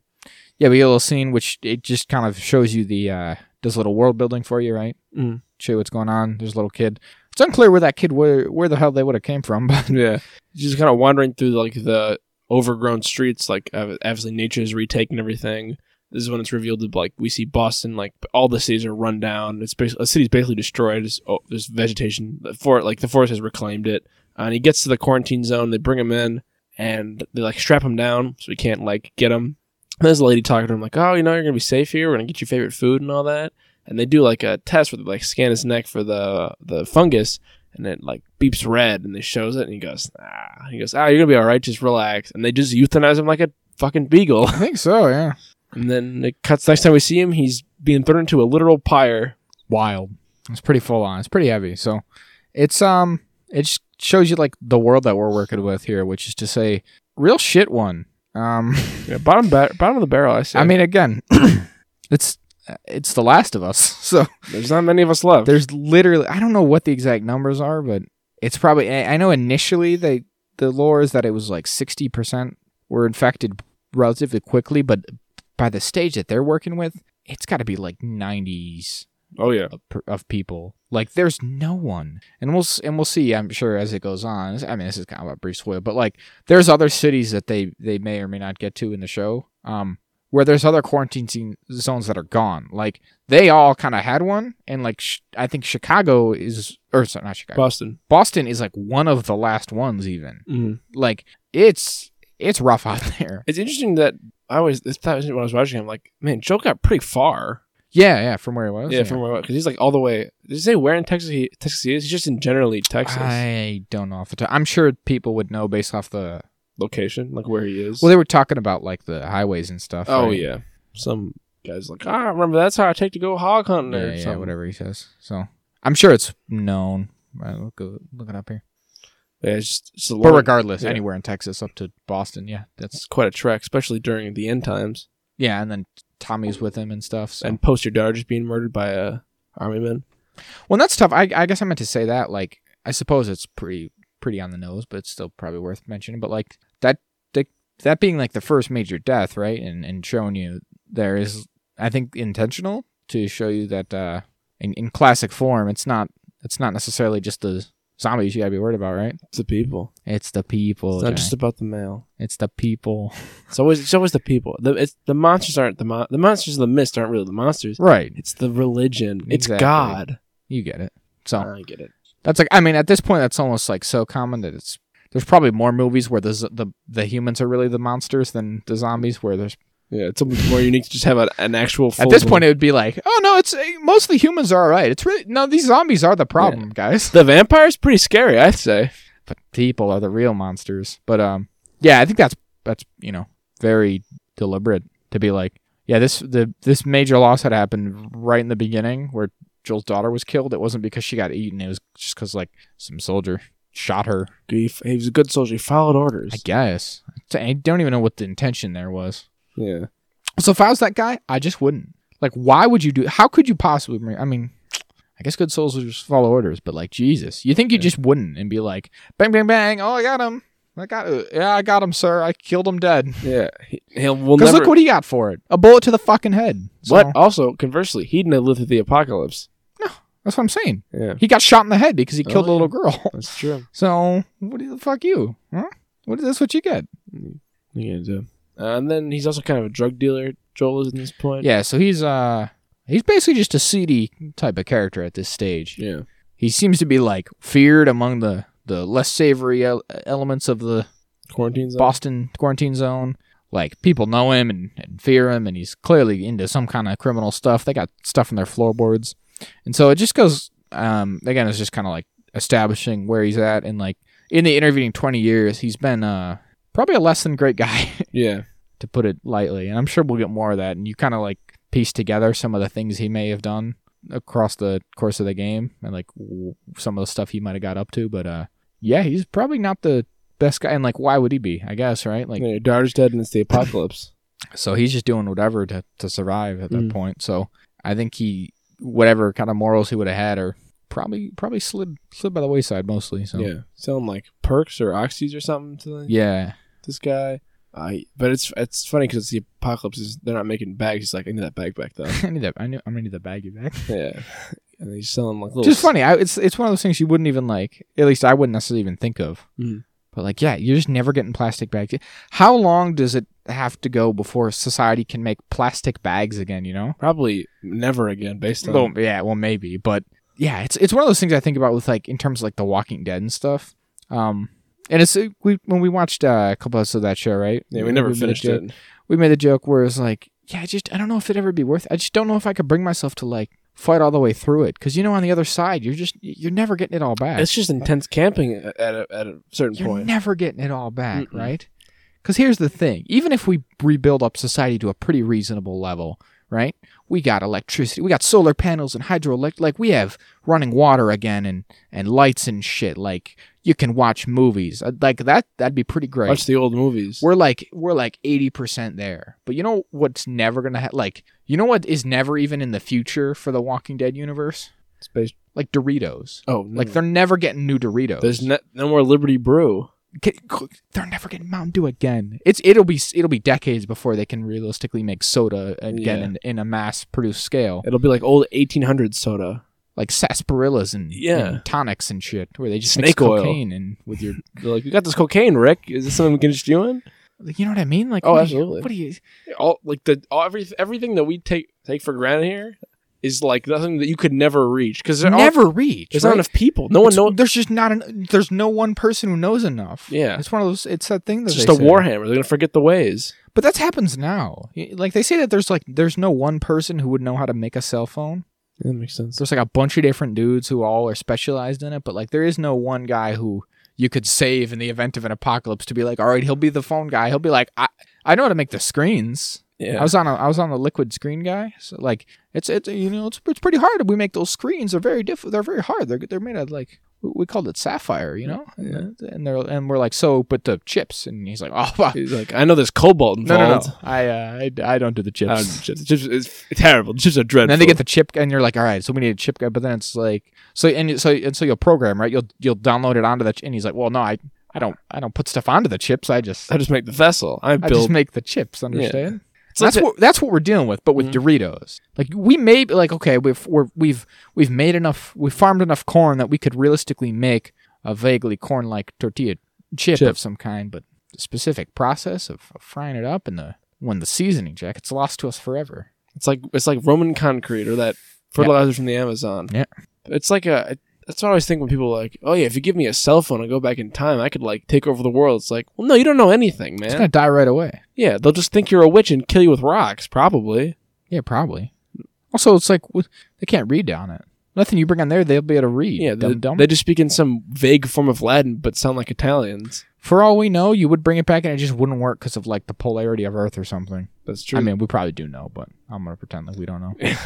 S2: yeah we get a little scene which it just kind of shows you the uh does a little world building for you right
S1: Mm.
S2: show you what's going on there's a little kid it's unclear where that kid where where the hell they would have came from but
S1: Yeah, just kind of wandering through like the overgrown streets. Like ob- obviously, nature is retaking everything. This is when it's revealed that like we see Boston, like all the cities are run down. It's basically a city's basically destroyed. There's, oh, there's vegetation. The for like the forest has reclaimed it. Uh, and he gets to the quarantine zone. They bring him in and they like strap him down so he can't like get him. And there's a lady talking to him like, "Oh, you know, you're gonna be safe here. We're gonna get your favorite food and all that." And they do like a test where they like scan his neck for the the fungus, and it like beeps red and they shows it and he goes ah he goes ah you're gonna be all right just relax and they just euthanize him like a fucking beagle
S2: i think so yeah
S1: and then it cuts next time we see him he's being thrown into a literal pyre
S2: wild. It's pretty full on. It's pretty heavy. So it's um it just shows you like the world that we're working with here, which is to say real shit one. Um
S1: yeah, bottom ba- bottom of the barrel I say
S2: I mean again, it's it's the last of us. So
S1: there's not many of us left
S2: there's literally I don't know what the exact numbers are, but it's probably I I know initially they the lore is that it was like 60% were infected relatively quickly, but by the stage that they're working with, it's got to be like 90s
S1: oh yeah
S2: of per- of people. Like there's no one, and we'll s- and we'll see. I'm sure as it goes on. I mean, this is kind of a brief spoil, but like there's other cities that they they may or may not get to in the show. Um, where there's other quarantine scene- zones that are gone. Like they all kind of had one, and like sh- I think Chicago is or sorry, not Chicago.
S1: Boston
S2: Boston is like one of the last ones. Even
S1: mm-hmm.
S2: like it's it's rough out there.
S1: it's interesting that I always this time when I was watching him like man Joe got pretty far
S2: Yeah, yeah, from where it was.
S1: yeah from where because he's like all the way did he say where in Texas he Texas he is he's just in generally Texas
S2: I don't know off the top. I'm sure people would know based off the
S1: location like where he is
S2: Well, they were talking about like the highways and stuff.
S1: Oh
S2: right?
S1: yeah, some guys like ah, remember that's how I take to go hog hunting
S2: yeah,
S1: or
S2: yeah,
S1: something.
S2: whatever he says. So I'm sure it's known. Right, look, go- look it up here.
S1: Yeah, it's just it's, a
S2: But
S1: long-
S2: regardless,
S1: yeah.
S2: anywhere in Texas up to Boston, yeah, that's
S1: it's quite a trek, especially during the end times
S2: yeah. And then Tommy's with him and stuff. So.
S1: and post your daughter just being murdered by a army man.
S2: well, that's tough. I, I guess I meant to say that. Like, I suppose it's pretty pretty on the nose, but it's still probably worth mentioning. But like that that that being like the first major death, right? And and showing you there is, I think, intentional to show you that uh, in in classic form, it's not it's not necessarily just the zombies you gotta be worried about, right?
S1: It's the people.
S2: It's the people.
S1: It's not just about the male.
S2: it's the people.
S1: It's always it's always the people. The it's, the monsters aren't the mon- the monsters of the mist aren't really the monsters.
S2: Right.
S1: It's the religion. It's
S2: Exactly.
S1: God.
S2: You get it. So
S1: I get it.
S2: That's like I mean at this point that's almost like so common that it's there's probably more movies where the z- the the humans are really the monsters than the zombies where there's
S1: Yeah, it's something more unique to just have a, an actual.
S2: at this point it would be like oh no it's eh, mostly humans are all right it's really no these zombies are the problem guys
S1: the vampire's pretty scary, I'd say.
S2: but people are the real monsters but um yeah I think that's that's you know very deliberate to be like yeah this the this major loss had happened right in the beginning where Joel's daughter was killed it wasn't because she got eaten it was just because like some soldier shot her
S1: He, he was a good soldier. He followed orders.
S2: I guess. I don't even know what the intention there was.
S1: yeah.
S2: So if I was that guy, I just wouldn't. Like, why would you do? How could you possibly? I mean, I guess good souls would just follow orders, but like Jesus, you think you
S1: Yeah.
S2: just wouldn't and be like, bang, bang, bang. Oh, I got him. I got. Yeah, I got him, sir. I killed him dead.
S1: Yeah, he, he'll will
S2: Because
S1: never.
S2: look what he got for it. A bullet to the fucking head. So,
S1: what? Also, conversely, he'd never lived through the apocalypse.
S2: That's what I'm saying.
S1: Yeah,
S2: He got shot in the head because he
S1: Oh,
S2: killed a
S1: yeah.
S2: little girl.
S1: that's true.
S2: So what do the fuck you? Huh? What is this? What you get?
S1: Yeah, do. Uh, and then he's also kind of a drug dealer. Joel is at this point.
S2: Yeah. So he's uh he's basically just a seedy type of character at this stage.
S1: yeah.
S2: he seems to be like feared among the the less savory el- elements of the
S1: Quarantine's on.
S2: Boston quarantine zone. Like people know him and, and fear him, and he's clearly into some kind of criminal stuff. They got stuff in their floorboards, and so it just goes. Um, again, it's just kind of like establishing where he's at, and like in the intervening twenty years, he's been uh probably a less than great guy,
S1: Yeah,
S2: to put it lightly. And I'm sure we'll get more of that, and you kind of like piece together some of the things he may have done across the course of the game and like w- some of the stuff he might have got up to but uh yeah he's probably not the best guy, and like, why would he be? I guess, right? Like,
S1: Yeah, your daughter's dead and it's the apocalypse.
S2: so he's just doing whatever to, to survive at that
S1: Mm.
S2: point. So I think he, whatever kind of morals he would have had, are probably probably slid slid by the wayside mostly. So
S1: Yeah, selling like perks or oxys or something to the,
S2: yeah,
S1: this guy. I but it's it's funny because the apocalypse is they're not making bags. He's like I need that bag back though.
S2: I need that. I knew I'm gonna need the baggy bag.
S1: yeah, and he's selling like little
S2: Just funny. I, it's it's one of those things you wouldn't even like. At least I wouldn't necessarily even think of.
S1: Mhm.
S2: But like, yeah, you're just never getting plastic bags. How long does it have to go before society can make plastic bags again? You know.
S1: Probably never again based on
S2: Well, yeah, well, maybe, but yeah, it's it's one of those things I think about with like in terms of like The Walking Dead and stuff. Um, and it's uh, we when we watched uh, a couple episodes of that show, right?
S1: Yeah, we never
S2: made a
S1: finished
S2: joke-
S1: it.
S2: We made a joke where it's like, yeah, I just I don't know if it'd ever be worth. I just don't know if I could bring myself to like fight all the way through it because you know on the other side you're just you're never getting it all back.
S1: It's just intense camping at a, at a certain
S2: you're
S1: point.
S2: never getting it all back,
S1: Mm-mm.
S2: right? Because here's the thing: even if we rebuild up society to a pretty reasonable level, right? We got electricity, we got solar panels and hydroelectric, like we have running water again, and and lights and shit. Like you can watch movies, Uh, like that. That'd be pretty great.
S1: Watch the old movies.
S2: We're like we're like eighty percent there, but you know what's never gonna ha- like you know what is never even in the future for the Walking Dead universe?
S1: Space.
S2: Like Doritos.
S1: Oh, no.
S2: Like they're never getting new Doritos.
S1: there's no, no more Liberty Brew.
S2: Get- they're never getting Mountain Dew again. It's it'll be it'll be decades before they can realistically make soda again
S1: Yeah.
S2: in, in a mass-produced scale,
S1: It'll be like old 1800 soda.
S2: like sarsaparillas and,
S1: Yeah.
S2: and tonics and shit, where they just mix
S1: Snake oil.
S2: cocaine and with your,
S1: They're like, we got this cocaine, Rick. Is this something against you in?
S2: like, you know what I mean? Like,
S1: Oh,
S2: what
S1: absolutely.
S2: Do you, what
S1: All like the all, every, everything that we take take for granted here is like nothing that you could never reach because
S2: do you never reach?
S1: there's
S2: right?
S1: not enough people. No one
S2: It's-
S1: knows.
S2: There's just not an. There's no one person who knows enough.
S1: Yeah.
S2: it's one of those. It's that thing that
S1: It's just
S2: they
S1: a
S2: say.
S1: warhammer. They're gonna forget the ways.
S2: But that happens now. Like they say that there's like there's no one person who would know how to make a cell phone.
S1: That makes sense.
S2: there's like a bunch of different dudes who all are specialized in it, but like there is no one guy who you could save in the event of an apocalypse to be like, all right, he'll be the phone guy. He'll be like, I, I know how to make the screens.
S1: Yeah,
S2: I was on a, I was on the liquid screen guy. So like it's it's you know it's, it's pretty hard. We make those screens. They're very diff. They're very hard. They're they're made of like we we called it sapphire. You know,
S1: Yeah.
S2: and they're and we're like so, but the chips. And he's like, oh, wow.
S1: He's like, I know there's cobalt
S2: no,
S1: involved. Uh,
S2: no, no. I, uh, I I don't do the chips.
S1: I don't- chips, chips is terrible. Chips are dreadful.
S2: And then they get the chip, and you're like, all right, so we need a chip guy. But then it's like, so and you- so and so you'll program right. You'll you'll download it onto the. Ch- and he's like, well, no, I I don't I don't put stuff onto the chips. I just
S1: I just make the vessel. I
S2: I
S1: build.
S2: just make the chips. Understand?
S1: It's
S2: That's
S1: like
S2: what that's what we're dealing with. But with Doritos, like we made like okay, we've we're, we've we've made enough. We've farmed enough corn that we could realistically make a vaguely corn-like tortilla chip,
S1: Chip.
S2: of some kind. But the specific process of, of frying it up and the when the seasoning jack, it's lost to us forever.
S1: It's like it's like Roman concrete or that fertilizer from the Amazon.
S2: Yeah.
S1: It's like a that's what I always think when people are like, oh yeah, if you give me a cell phone and go back in time, I could like take over the world. It's like, well, no, you don't know anything, man.
S2: It's gonna die right away.
S1: yeah, they'll just think you're a witch and kill you with rocks, probably.
S2: Yeah, probably. Also, it's like wh- they can't read on it. Nothing you bring on there, they'll be able to read.
S1: Yeah,
S2: Dumb
S1: they,
S2: dumb.
S1: they just speak in some vague form of Latin but sound like Italians.
S2: For all we know, you would bring it back and it just wouldn't work because of like the polarity of Earth or something.
S1: That's true.
S2: I mean, we probably do know, but I'm gonna pretend like we don't know. it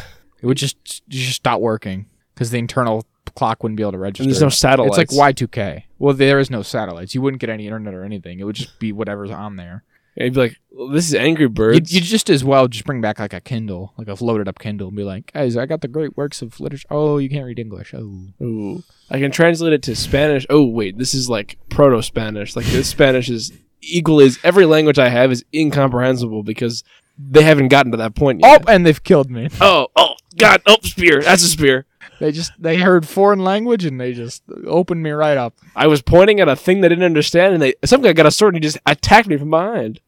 S2: would just just stop working because the internal clock wouldn't be able to register.
S1: and there's no satellites.
S2: it's like Y2K. Well, there is no satellites. You wouldn't get any internet or anything. It would just be whatever's on there.
S1: Yeah, you'd be like, well, this is Angry
S2: You'd,
S1: Birds.
S2: you'd just as well just bring back like a Kindle, like a loaded up Kindle, and be like, "Guys, I got the great works of literature." Oh, you can't read English. Oh.
S1: Ooh. I can translate it to Spanish. Oh wait, this is like proto Spanish. Like this Spanish is equally as every language I have is incomprehensible because they haven't gotten to that point
S2: Oh,
S1: yet.
S2: and they've killed me.
S1: Oh, oh, God! Oh, spear! That's a spear.
S2: They just they heard foreign language and they just opened me right up.
S1: I was pointing at a thing they didn't understand, and they some guy got a sword and he just attacked me from behind.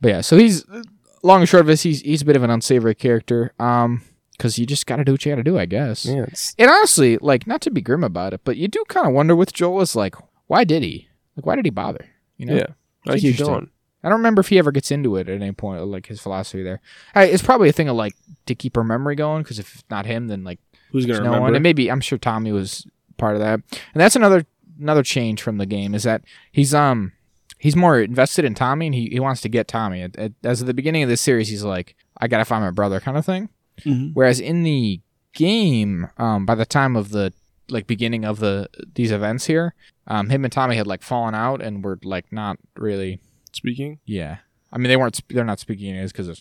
S2: But yeah, so he's
S1: Uh,
S2: long and short of this, he's he's a bit of an unsavory character. Um, because you just got to do what you got to do, I guess.
S1: Yeah, it's,
S2: And honestly, like not to be grim about it, but you do kind of wonder with Joel is like, why did he? Like, why did he bother? You know.
S1: Yeah. I keep
S2: interesting.
S1: going.
S2: I don't remember if he ever gets into it at any point, like his philosophy there. I, it's probably a thing of like to keep her memory going, because if not him, then like.
S1: Who's gonna
S2: There's no
S1: remember?
S2: one. And maybe I'm sure Tommy was part of that. And that's another another change from the game is that he's um he's more invested in Tommy and he, he wants to get Tommy. At, at, as of the beginning of this series, he's like, I gotta find my brother kind of thing.
S1: Mhm.
S2: Whereas in the game, um, by the time of the like beginning of the these events here, Um, him and Tommy had like fallen out and were like not really.
S1: Speaking.
S2: Yeah, I mean they weren't. sp- They're not speaking English because of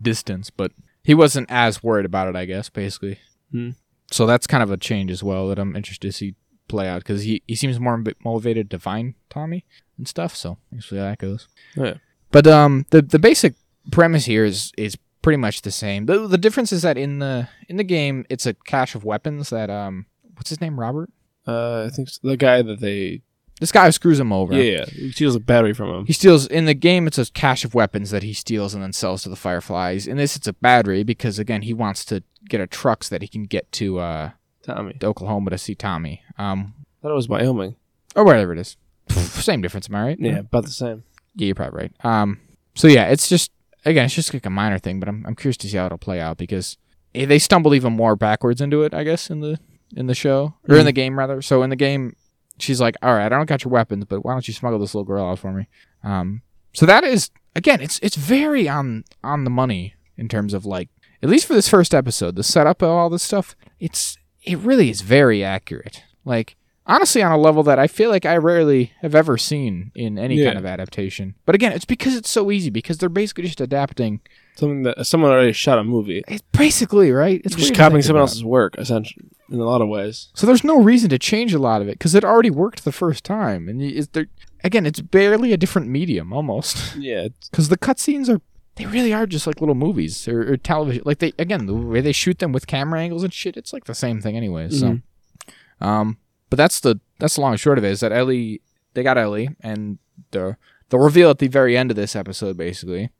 S2: distance, but he wasn't as worried about it, I guess. Basically,
S1: Hmm.
S2: so that's kind of a change as well that I'm interested to see play out because he he seems more motiv- motivated to find Tommy and stuff. So we'll see how that goes.
S1: Oh, Yeah.
S2: But um, the the basic premise here is is pretty much the same. The, the difference is that in the in the game, it's a cache of weapons that um, what's his name, Robert?
S1: Uh, I think s the guy that they.
S2: This guy who screws him over.
S1: Yeah, yeah. He steals a battery from him.
S2: He steals in the game. It's a cache of weapons that he steals and then sells to the Fireflies. In this, it's a battery because again, he wants to get a truck so that he can get to uh,
S1: Tommy.
S2: to Oklahoma to see Tommy. Um,
S1: Thought it was Wyoming.
S2: or whatever it is. Pff, Same difference, am I right?
S1: Yeah, about the same.
S2: Yeah, you're probably right. Um, so yeah, it's just again, it's just like a minor thing, but I'm I'm curious to see how it'll play out because eh, they stumbled even more backwards into it, I guess, in the in the show or in
S1: Mhm.
S2: the game rather. So in the game, she's like, "All right, I don't got your weapons, but why don't you smuggle this little girl out for me?" Um, so that is again, it's it's very on on the money in terms of like at least for this first episode, the setup of all this stuff, it's it really is very accurate. Like honestly, on a level that I feel like I rarely have ever seen in any
S1: Yeah.
S2: kind of adaptation. But again, it's because it's so easy because they're basically just adapting.
S1: Something that someone already shot a movie.
S2: It's basically right. It's
S1: It's just
S2: weird to
S1: copying
S2: think
S1: someone
S2: about.
S1: else's work, essentially, in a lot of ways.
S2: So there's no reason to change a lot of it because it already worked the first time, and is there again? It's barely a different medium almost
S1: Yeah, it's-
S2: because the cutscenes are they really are just like little movies or, or television. Like they again the way they shoot them with camera angles and shit, it's like the same thing anyway. So, um, but that's the that's the long and short of it is that Ellie they got Ellie and the the reveal at the very end of this episode basically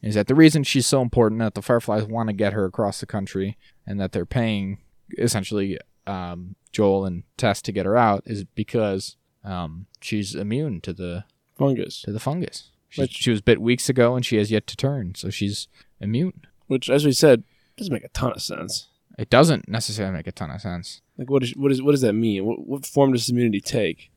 S2: is that the reason she's so important that the Fireflies want to get her across the country and that they're paying essentially um, Joel and Tess to get her out is because um, she's immune to the
S1: fungus.
S2: to the fungus. She,
S1: Which-
S2: she was bit weeks ago and she has yet to turn, so she's immune.
S1: Which, as we said, doesn't make a ton of sense.
S2: It doesn't necessarily make a ton of sense.
S1: Like, what is what is what does that mean? What, what form does immunity take?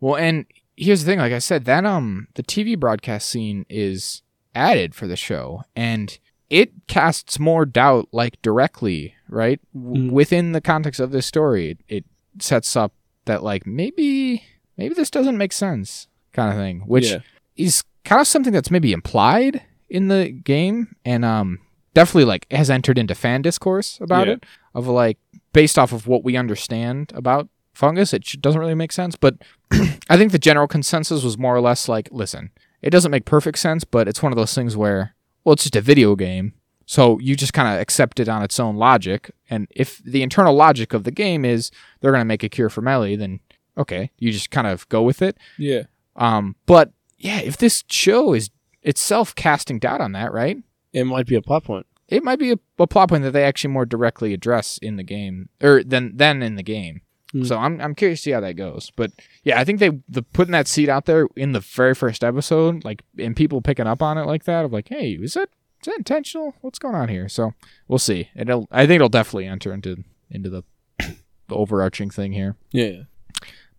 S2: Well, and here's the thing, like I said, that um the TV broadcast scene is added for the show and it casts more doubt like directly, right? W-
S1: Mm.
S2: Within the context of this story, it, it sets up that like maybe maybe this doesn't make sense kind of thing, which
S1: Yeah.
S2: is kind of something that's maybe implied in the game and um definitely like has entered into fan discourse about
S1: Yeah.
S2: it of like based off of what we understand about fungus it sh- doesn't really make sense but i think the general consensus was more or less like listen it doesn't make perfect sense but it's one of those things where well it's just a video game so you just kind of accept it on its own logic and if the internal logic of the game is they're going to make a cure for melly then okay you just kind of go with it
S1: yeah,
S2: um, but yeah, if this show is itself casting doubt on that, right?
S1: it might be a plot point.
S2: It might be a, a plot point that they actually more directly address in the game, or than than in the game.
S1: Hmm.
S2: So I'm I'm curious to see how that goes. But yeah, I think they the putting that seed out there in the very first episode, like and people picking up on it like that, of like, hey, is that is that intentional? What's going on here? So we'll see. It'll I think it'll definitely enter into into the the overarching thing here.
S1: Yeah,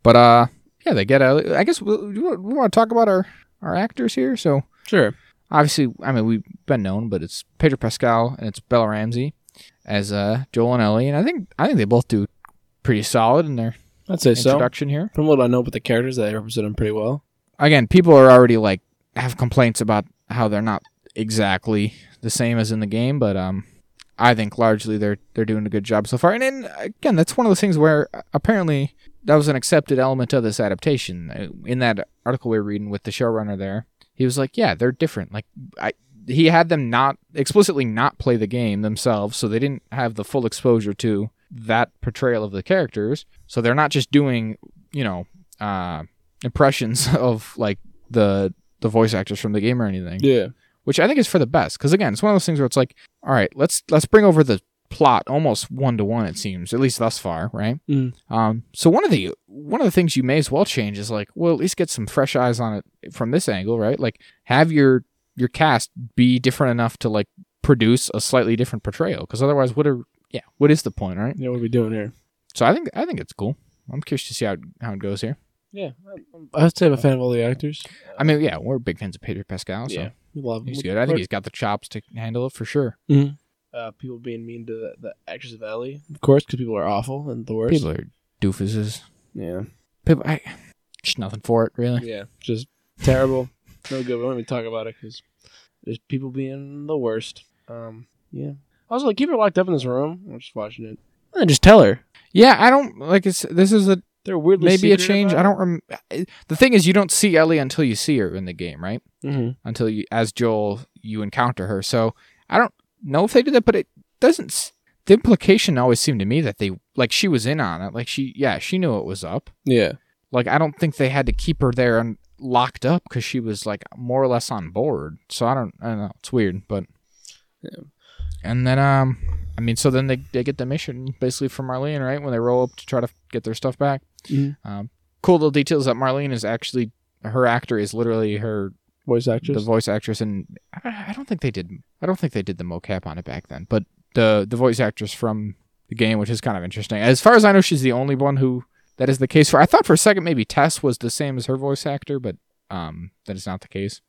S2: But uh, yeah, they get a. I guess we, we want to talk about our our actors here. So
S1: sure.
S2: obviously, I mean, we've been known, but it's Pedro Pascal and it's Bella Ramsey as uh Joel and Ellie, and I think I think they both do pretty solid in their
S1: I'd say so.
S2: introduction here.
S1: From what I know about the characters, they represent them pretty well.
S2: Again, people are already like have complaints about how they're not exactly the same as in the game, but um. I think largely they're they're doing a good job so far, and, and again, that's one of those things where uh, apparently that was an accepted element of this adaptation. Uh, In that article we were reading with the showrunner there, he was like, "Yeah, they're different." Like, I he had them not explicitly not play the game themselves, so they didn't have the full exposure to that portrayal of the characters. So they're not just doing you know uh, impressions of like the the voice actors from the game or anything
S1: Yeah,
S2: which I think is for the best. Because again, it's one of those things where it's like, all right, let's let's bring over the plot almost one to one. It seems at least thus far, right?
S1: Mm.
S2: Um, so one of the one of the things you may as well change is like, well, at least get some fresh eyes on it from this angle, right? Like have your your cast be different enough to like produce a slightly different portrayal. Because otherwise, what are yeah, what is the point, right?
S1: yeah. What are we doing here?
S2: So I think I think it's cool. I'm curious to see how it, how it goes here.
S1: Yeah, I'd say I'm a fan of all the actors.
S2: I mean, yeah, we're big fans of Pedro Pascal, so
S1: Yeah, we love him.
S2: he's good. I think he's got the chops to handle it for sure.
S1: uh, people being mean to the, the actress of Ellie, of course, because people are awful and the worst.
S2: People are doofuses.
S1: Yeah,
S2: People, I just nothing for it really.
S1: Yeah, just terrible. No good. We won't even talk about it because there's people being the worst. Um, yeah. Also, like, keep her locked up in this room. I'm just watching it. And then just tell her.
S2: Yeah, I don't like. It's this is a
S1: They're weirdly
S2: maybe a
S1: secretive
S2: change.
S1: about
S2: I don't. Rem- I- the thing is, you don't see Ellie until you see her in the game, right?
S1: it. Mhm.
S2: Until you, as Joel, you encounter her. So I don't know if they did that, but it doesn't. s- The implication always seemed to me that they like she was in on it. Like she, yeah, she knew it was up.
S1: Yeah.
S2: Like I don't think they had to keep her there and locked up because she was like more or less on board. So I don't, I don't know. It's weird, but.
S1: Yeah.
S2: And then, um, I mean, so then they, they get the mission basically from Marlene, right? When they roll up to try to get their stuff back.
S1: Mhm.
S2: Um, cool little details that Marlene is actually her actor is literally her
S1: Voice actress.
S2: the voice actress, and I I don't think they did I don't think they did the mocap on it back then, but the the voice actress from the game, which is kind of interesting. As far as I know, she's the only one who that is the case for. I thought for a second maybe Tess was the same as her voice actor, but um, that is not the case.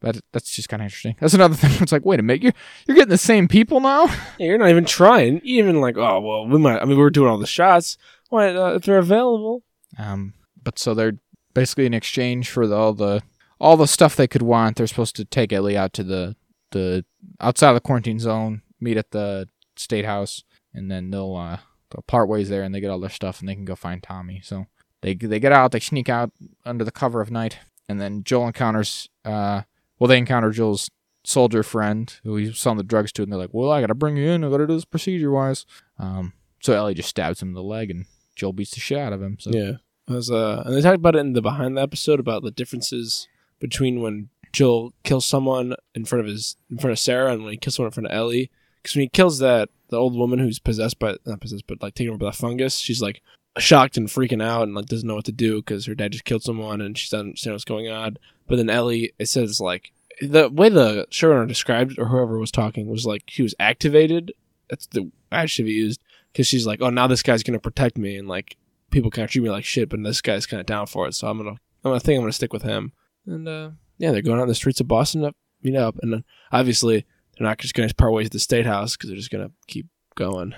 S2: But that's just kind of interesting. That's another thing. It's like, wait a minute, you're you're getting the same people now.
S1: Yeah, you're not even trying. Even like, oh well, we might. I mean, we're doing all the shots. Why, uh, if they're available?
S2: Um, but so they're basically in exchange for the, all the all the stuff they could want. They're supposed to take Ellie out to the the outside of the quarantine zone, meet at the state house, and then they'll uh, they'll part ways there, and they get all their stuff, and they can go find Tommy. So they they get out, they sneak out under the cover of night, and then Joel encounters uh, well, they encounter Joel's soldier friend who he's selling the drugs to, and they're like, well, I gotta bring you in, I gotta do this procedure wise. Um, so Ellie just stabs him in the leg, and Joel beats the shit out of him. So
S1: Yeah. As, uh, and they talked about it in the behind the episode about the differences between when Joel kills someone in front of his in front of Sarah and when he kills someone in front of Ellie. Because when he kills that the old woman who's possessed by not possessed but like taken over by the fungus, she's like shocked and freaking out and like doesn't know what to do because her dad just killed someone and she doesn't understand what's going on. But then Ellie, it says like the way the showrunner described or whoever was talking was like she was activated. That's the adjective he used because she's like, oh, now this guy's gonna protect me and like people kind of treat me like shit, but this guy's kind of down for it. So I'm gonna, I'm gonna think I'm gonna stick with him. And uh, yeah, they're going out in the streets of Boston up, meet up, and then obviously they're not just gonna part ways at the state house because they're just gonna keep going.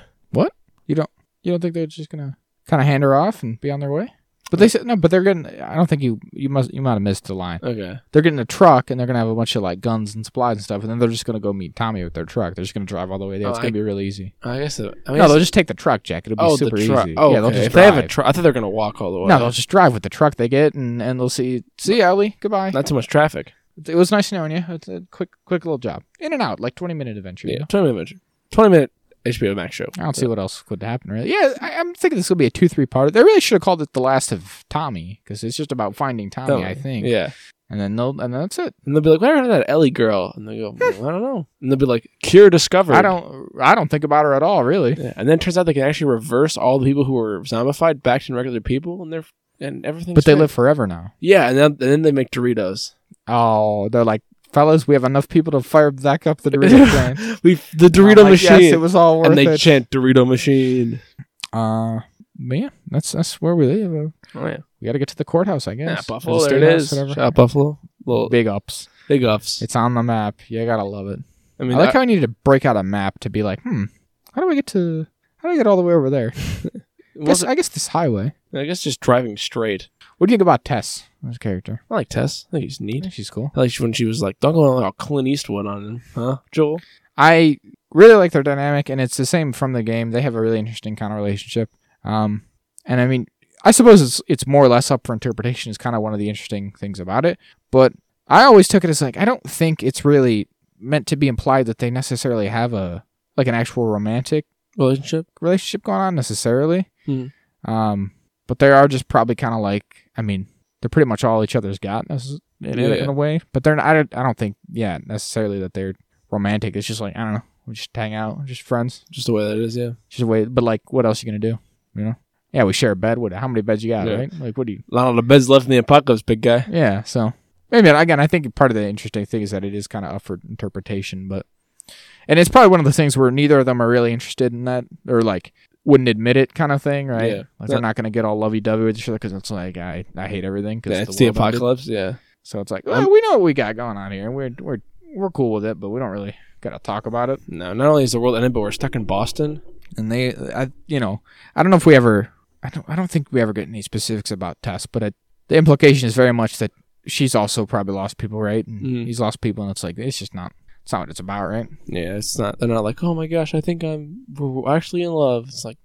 S2: You don't think they're just gonna kind of hand her off and be on their way? But they said no. But they're getting. I don't think you you must you might have missed the line.
S1: Okay,
S2: They're getting a truck and they're gonna have a bunch of like guns and supplies and stuff, and then they're just gonna go meet Tommy with their truck. They're just gonna drive all the way there.
S1: Oh,
S2: it's
S1: I-
S2: gonna be really easy.
S1: I guess. The, I
S2: no,
S1: guess-
S2: they'll just take the truck, Jack. It'll be
S1: oh,
S2: super
S1: the truck.
S2: easy.
S1: Oh,
S2: yeah, they'll
S1: okay.
S2: just
S1: if they have a
S2: drive.
S1: truck, I thought they're gonna walk all the way.
S2: No, they'll just drive with the truck they get, and and they'll see see you, Ellie. Goodbye.
S1: not too much traffic.
S2: it was nice knowing you. It's a quick quick little job, in and out, like twenty minute adventure. you know?
S1: twenty minute, twenty minute HBO Max show.
S2: I don't see what else could happen, really. Yeah, I, I'm thinking this will be a two, three part. They really should have called it the last of Tommy because it's just about finding Tommy,
S1: Don't-
S2: I think.
S1: Yeah,
S2: And then they'll, and that's it.
S1: and they'll be like, "What happened to that Ellie girl?" And they go, "Well, "I don't know." And they'll be like, "Cure discovered."
S2: I don't, I don't think about her at all, really.
S1: Yeah, and then it turns out they can actually reverse all the people who were zombified back to regular people, and they're and everything.
S2: But they live forever now.
S1: Yeah, and then and then they make Doritos.
S2: Oh, they're like, fellas, we have enough people to fire back up the Dorito plane.
S1: We the Dorito
S2: I'm like,
S1: machine,
S2: Yes, it was all worth
S1: and they
S2: it.
S1: chant Dorito machine.
S2: uh, but yeah, that's that's where we live. Uh,
S1: Oh yeah,
S2: We got to get to the courthouse, I guess.
S1: yeah Ah,
S2: Or
S1: Buffalo.
S2: the
S1: there
S2: state
S1: it
S2: house,
S1: is.
S2: whatever.
S1: Shout out Buffalo. Little big,
S2: Big ups.
S1: big ups.
S2: It's on the map. You gotta love it.
S1: I
S2: I,
S1: mean,
S2: like
S1: that-
S2: how I need to break out a map to be like, hmm, how do I get to? How do I get all the way over there?
S1: it
S2: Guess,
S1: wasn't-
S2: I guess this highway.
S1: I guess just driving straight.
S2: What do you think about Tess as a character?
S1: I like Tess. I think he's
S2: I
S1: neat.
S2: think she's cool.
S1: I like when she was like, "Don't go on like Clint Eastwood on him, huh, Joel?"
S2: I really like their dynamic, and it's the same from the game. They have a really interesting kind of relationship. Um, and I mean, I suppose it's it's more or less up for interpretation. Is kind of one of the interesting things about it. But I always took it as like I don't think it's really meant to be implied that they necessarily have a like an actual romantic
S1: Relationship.
S2: relationship going on necessarily.
S1: Hmm.
S2: Um, but they are just probably kind of like, I mean, they're pretty much all each other's got necess- in, in,
S1: Yeah.
S2: a way. But they're not, I, don't, I don't think, yeah, necessarily that they're romantic. It's just like, I don't know, we just hang out, we're just friends,
S1: Just the way that is. Yeah.
S2: just wait. But like, what else you gonna do? You know? Yeah, we share a bed. What? How many beds you got?
S1: Yeah.
S2: Right? Like, what do you?
S1: Not all the beds left in the apocalypse, big guy.
S2: Yeah. So maybe again, I think part of the interesting thing is that it is kind of up for interpretation, but and it's probably one of the things where neither of them are really interested in that or like wouldn't admit it kind of thing, right?
S1: Yeah.
S2: Like they're not going to get all lovey dovey with each other because it's like I I hate everything. 'cause
S1: That's the
S2: world ended.
S1: apocalypse. Yeah.
S2: So it's like
S1: I'm-
S2: well, we know what we got going on here. We're we're we're cool with it, but we don't really got to talk about it.
S1: No, not only is the world ended, but we're stuck in Boston.
S2: And they, I you know, I don't know if we ever. I don't I don't think we ever get any specifics about Tess, but it, the implication is very much that she's also probably lost people, right? And
S1: Mhm.
S2: He's lost people, and it's like it's just not it's not what it's about, right?
S1: Yeah, it's not. They're not like, oh my gosh, I think I'm we're actually in love. It's like,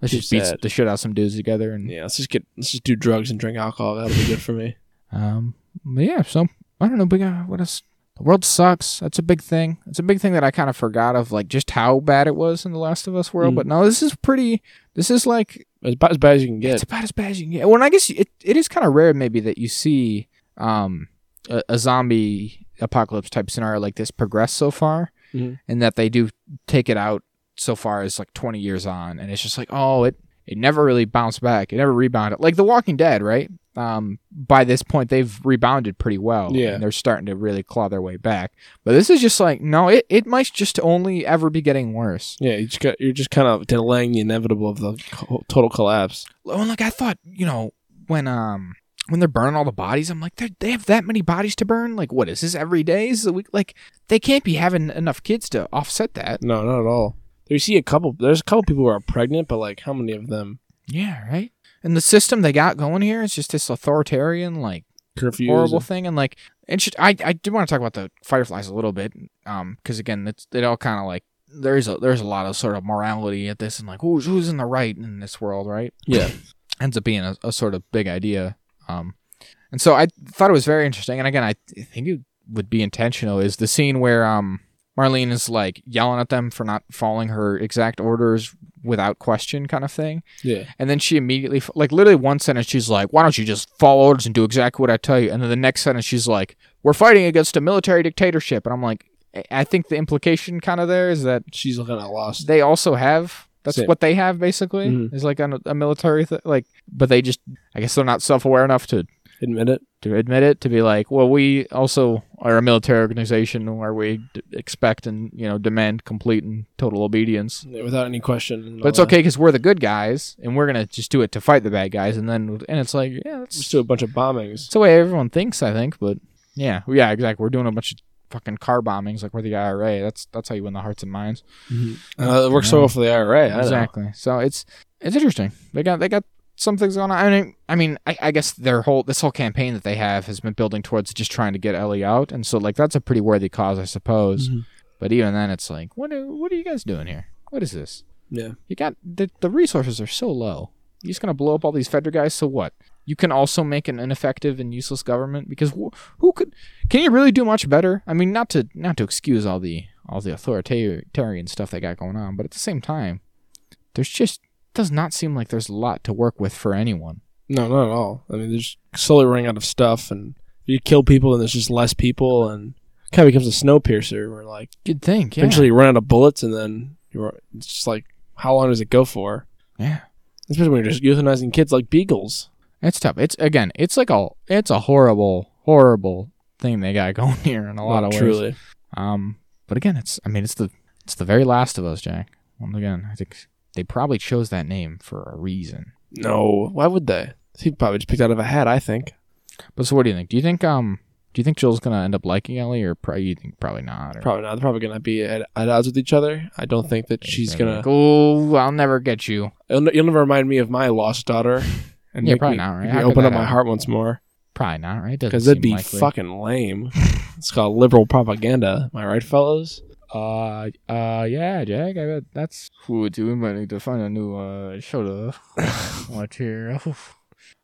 S2: Let's
S1: Too
S2: just beat
S1: sad.
S2: the shit out of some dudes together, and
S1: yeah, let's just get let's just do drugs and drink alcohol. That'll be good for me.
S2: um, but yeah. So I don't know, but uh, what else? The world sucks. That's a big thing. It's a big thing that I kind of forgot of, like just how bad it was in the Last of Us world.
S1: Mm.
S2: But no, this is pretty. This is like
S1: It's about as bad as you can get.
S2: It's about as bad as you can get. Well, and I guess it, it is kind of rare maybe that you see um, a, a zombie apocalypse type scenario like this progress so far,
S1: Mhm.
S2: and that they do take it out so far as like 20 years on, and it's just like oh, it it never really bounced back, it never rebounded. Like The Walking Dead, right? Um, by this point, they've rebounded pretty well.
S1: Yeah.
S2: and they're starting to really claw their way back. But this is just like no, it it might just only ever be getting worse.
S1: Yeah, you just got you're just kind of delaying the inevitable of the co- total collapse.
S2: Oh, and like I thought, you know, when um when they're burning all the bodies, I'm like, they they have that many bodies to burn. Like, what is this every day? Is the week like they can't be having enough kids to offset that?
S1: No, not at all. You see a couple. There's a couple people who are pregnant, but like, how many of them
S2: Yeah, right. And the system they got going here is just this authoritarian, like
S1: curfews?
S2: horrible thing. And like, and should, I I do want to talk about the fireflies a little bit, um, because again, it's, it all kind of like there's a there's a lot of sort of morality at this, and like who's who's in the right in this world, right?
S1: Yeah,
S2: ends up being a, a sort of big idea. Um, and so I thought it was very interesting. And again, I th- think it would be intentional. Is the scene where um, Marlene is like yelling at them for not following her exact orders without question, kind of thing.
S1: yeah.
S2: And then she immediately, f- like literally one sentence, she's like, "Why don't you just follow orders and do exactly what I tell you?" And then the next sentence, she's like, "We're fighting against a military dictatorship." And I'm like, I- I think the implication kind of there is that
S1: She's looking at lost.
S2: they also have that's
S1: Same.
S2: what they have basically
S1: Mhm.
S2: is like a, a military th- like but they just i guess they're not self-aware enough to
S1: Admit it.
S2: to admit it to be like well we also are a military organization where we d- expect and you know demand complete and total obedience
S1: Yeah, without any question. and all
S2: but it's
S1: that.
S2: okay because we're the good guys and we're gonna just do it to fight the bad guys and then and it's like yeah
S1: Just
S2: that's,
S1: do a bunch of bombings.
S2: that's the way everyone thinks i think but yeah yeah exactly we're doing a bunch of fucking car bombings like we're the ira that's that's how you win the hearts and minds
S1: Uh, it works so well for the IRA. I know.
S2: Mm-hmm. exactly. So it's it's interesting. They got they got some things going on. I mean, I mean, I, I guess their whole this whole campaign that they have has been building towards just trying to get Ellie out, and so like that's a pretty worthy cause, I suppose.
S1: Mhm.
S2: But even then, it's like, what are, what are you guys doing here? What is this?
S1: Yeah.
S2: You got the the resources are so low. You're just gonna blow up all these federal guys. So what? You can also make an ineffective and useless government because wh- who could? Can you really do much better? I mean, not to not to excuse all the all the authoritarian stuff they got going on, but at the same time, there's just does not seem like there's a lot to work with for anyone.
S1: No, not at all. I mean, there's slowly running out of stuff, and you kill people, and there's just less people, and it kind of becomes a snow piercer. Where like
S2: You'd think, yeah,
S1: eventually you run out of bullets, and then you're it's just like, how long does it go for?
S2: yeah.
S1: Especially when you're just euthanizing kids like beagles.
S2: It's tough. It's again, it's like a it's a horrible, horrible thing they got going here in a lot
S1: Oh,
S2: of ways.
S1: truly.
S2: Um, but again, it's I mean it's the it's the very last of us, Jack. Once again, I think they probably chose that name for a reason.
S1: No, why would they? He probably just picked out of a hat. I think.
S2: But so, what do you think? Do you think um do you think Joel's gonna end up liking Ellie, or probably you think probably not? Or
S1: Probably not. They're probably gonna be at, at odds with each other. I don't think that
S2: He's
S1: she's
S2: be
S1: gonna.
S2: like, oh, I'll never get you.
S1: You'll, ne- you'll never remind me of my lost daughter. And
S2: Yeah,
S1: make
S2: probably
S1: me-
S2: not, right?
S1: make
S2: How
S1: me
S2: could
S1: open
S2: that
S1: up my
S2: happen?
S1: heart once more
S2: Probably not, right? Doesn't
S1: because that'd
S2: seem
S1: be
S2: likely.
S1: fucking lame. it's called liberal propaganda. Am I right, fellas?
S2: Uh, uh, yeah, Jack. I bet that's. Ooh, dude, we might need to find a new uh show to watch here.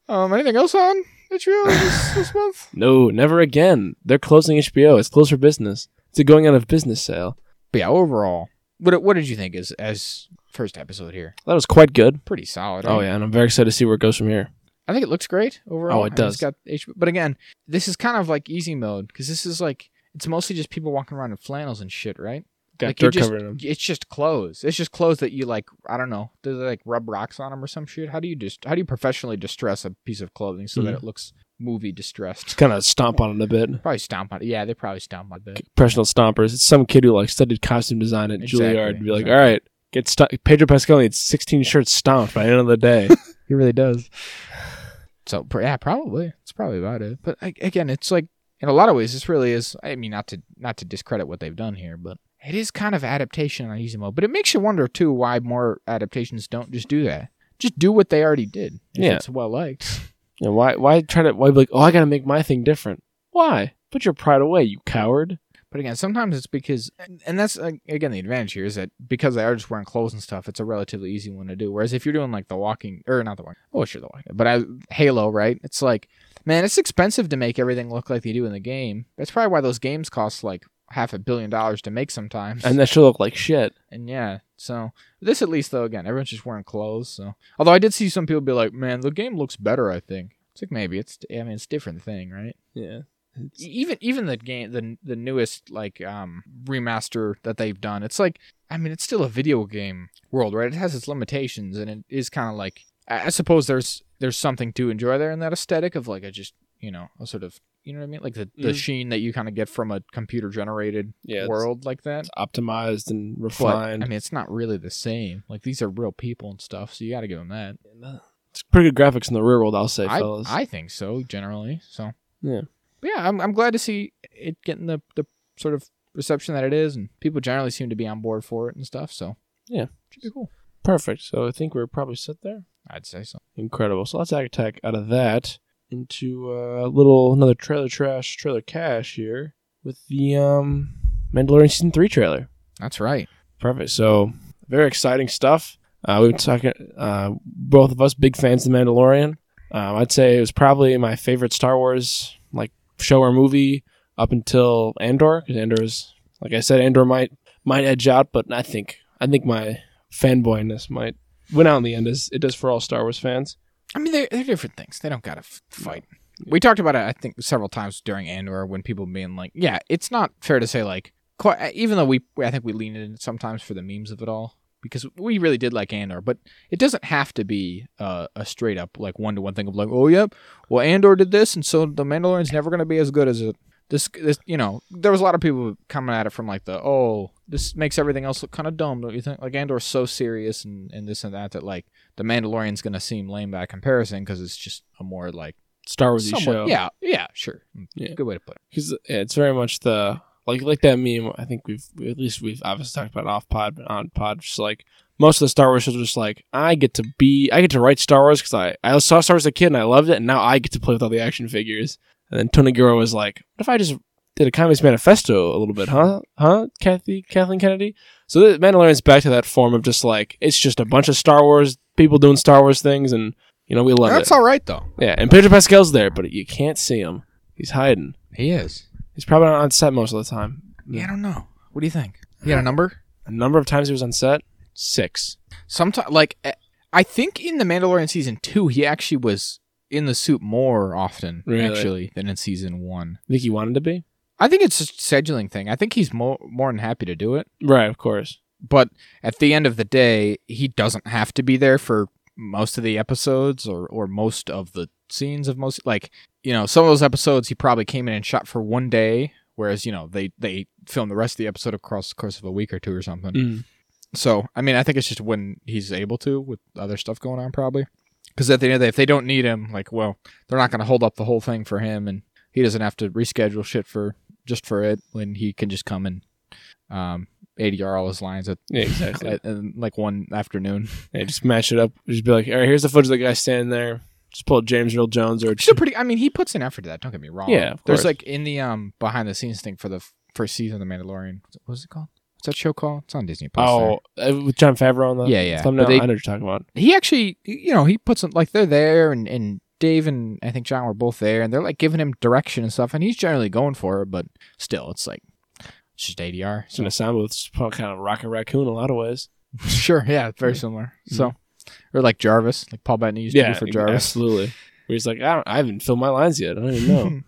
S2: um, anything else on HBO this, this month?
S1: No, never again. They're closing HBO. It's closed for business. It's a going out of business sale.
S2: But yeah, overall, what what did you think as as first episode here?
S1: That was quite good.
S2: Pretty solid.
S1: Oh
S2: right?
S1: yeah, and I'm very excited to see where it goes from here.
S2: I think it looks great overall.
S1: Oh, it
S2: I mean,
S1: does.
S2: It's got H- but again, this is kind of like easy mode because this is like it's mostly just people walking around in flannels and shit, right?
S1: Got
S2: Like, you
S1: dirt
S2: just-
S1: covering them.
S2: It's just clothes. It's just clothes that you like. I don't know. Do they like rub rocks on them or some shit? How do you just how do you professionally distress a piece of clothing so that
S1: Mhm.
S2: it looks movie distressed?
S1: Kind of stomp on it a bit.
S2: Probably stomp on. Yeah, they probably stomp on that.
S1: professional stompers. It's some kid who like studied costume design at
S2: Exactly,
S1: Juilliard and be like,
S2: exactly.
S1: all right, get st- Pedro Pascal needs 16 shirts stomped by the end of the day.
S2: He really does. So pr- yeah, probably it's probably about it. But a- again, it's like in a lot of ways, this really is. I mean, not to not to discredit what they've done here, but it is kind of adaptation on easy mode. But it makes you wonder too why more adaptations don't just do that. Just do what they already did. If
S1: Yeah.
S2: it's well liked.
S1: You know, why why try to why be like, oh I gotta make my thing different? Why? Put your pride away, you coward.
S2: But again, sometimes it's because, and that's uh, again the advantage here is that because they are just wearing clothes and stuff, it's a relatively easy one to do. Whereas if you're doing like the walking, or not the walking, oh sure the walking, but I, Halo, right? It's like, man, it's expensive to make everything look like they do in the game. That's probably why those games cost like half a billion dollars to make sometimes.
S1: And that should look like shit.
S2: And yeah, so this at least though, again, everyone's just wearing clothes. So although I did see some people be like, "Man, the game looks better," I think it's like maybe it's I mean it's a different thing, right?
S1: Yeah.
S2: E- Even even the game the the newest like um remaster that they've done, it's like I mean it's still a video game world, right? It has its limitations, and it is kind of like I I suppose there's there's something to enjoy there in that aesthetic of like a just you know a sort of you know what I mean like the, the
S1: Mm.
S2: sheen that you kind of get from a computer generated
S1: Yeah. it's-
S2: world like that.
S1: It's optimized and
S2: But,
S1: refined.
S2: I mean, it's not really the same. Like these are real people and stuff, so you got to give them that.
S1: it's pretty good graphics in the real world, I'll say,
S2: I,
S1: fellas.
S2: I think so generally. So
S1: Yeah.
S2: But yeah. I'm I'm glad to see it getting the the sort of reception that it is, and people generally seem to be on board for it and stuff. So
S1: Yeah.
S2: should be cool.
S1: Perfect. So I think we're probably set there.
S2: I'd say so.
S1: Incredible. So let's attack attack out of that into a little another trailer trash trailer cash here with the um Mandalorian season three trailer.
S2: That's right.
S1: Perfect. So very exciting stuff. Uh, we've been talking. Uh, both of us big fans of the Mandalorian. Um, I'd say it was probably my favorite Star Wars like show or movie up until Andor because Andor is like I said Andor might might edge out, but I think I think my fanboyness might win out in the end as it does for all Star Wars fans.
S2: I mean, they're, they're different things. They don't gotta f- fight. We talked about it, I think, several times during Andor when people being like, "Yeah, it's not fair to say like." Quite, uh, even though we, I think we lean in sometimes for the memes of it all because we really did like Andor, but it doesn't have to be uh, a straight up like one to one thing of like, "Oh, yep, well Andor did this, and so the Mandalorian's never gonna be as good as it." This, this, you know, there was a lot of people coming at it from like the, "Oh, this makes everything else look kind of dumb," don't you think? Like Andor's so serious and and this and that that like the Mandalorian's gonna seem lame by comparison because it's just a more like
S1: Star Wars
S2: somewhat-
S1: show.
S2: Yeah, yeah, sure.
S1: Yeah.
S2: Good way to put it.
S1: because it's very much the like like that meme. I think we've at least we've obviously talked about it off pod, but on pod, just like most of the Star Wars shows are just like I get to be I get to write Star Wars because I I saw Star Wars as a kid and I loved it, and now I get to play with all the action figures. And then Tony Giro was like, "What if I just did a Communist Manifesto a little bit, huh? Huh? Kathy Kathleen Kennedy." So the Mandalorian's back to that form of just like it's just a bunch of Star Wars people doing Star Wars things, and you know we love
S2: That's
S1: it.
S2: all right though.
S1: yeah, and Pedro Pascal's there, but you can't see him. He's hiding.
S2: He is.
S1: He's probably not on set most of the time.
S2: Yeah, I don't know. What do you think? You got a number?
S1: A number of times he was on set, six.
S2: Sometimes, like, eh, I think in the Mandalorian season two, he actually was in the suit more often
S1: Really?
S2: actually than in season one.
S1: I think he wanted to be.
S2: I think it's a scheduling thing. I think he's more more than happy to do it.
S1: Right, of course.
S2: but at the end of the day, he doesn't have to be there for most of the episodes or or most of the scenes of most like you know some of those episodes he probably came in and shot for one day whereas you know they they filmed the rest of the episode across the course of a week or two or something
S1: Mm.
S2: so i mean i think it's just when he's able to with other stuff going on probably because at the end of the day if they don't need him like well they're not going to hold up the whole thing for him and he doesn't have to reschedule shit for just for it when he can just come and um adr all his lines at
S1: Yeah, exactly.
S2: at- in, like one afternoon.
S1: yeah, just match it up. Just be like, all right, herear's the footage of the guy standing there. Just pull James Earl Jones or
S2: Still pretty. I mean, he puts in effort to that. Don't get me wrong.
S1: Yeah, of course.
S2: there's like in the um behind the scenes thing for the f- first season of The Mandalorian. What was it called? What's that show called? It's on Disney Plus.
S1: oh uh, with John Favreau on the
S2: Yeah, yeah.
S1: thumbnail.
S2: But they-
S1: I know what you're talking about.
S2: there. he actually, you know, he puts in like they're there and and Dave and I think John were both there and they're like giving him direction and stuff and he's generally going for it, but still, it's like it's just ADR.
S1: It's an ensemble with kind of Rocket Raccoon in a lot of ways.
S2: sure, yeah, very similar.
S1: Mm-hmm.
S2: So. Or like Jarvis, like Paul Bettany used to do for Jarvis.
S1: absolutely. Where he's like, I, don't, I haven't filled my lines yet. I don't even know.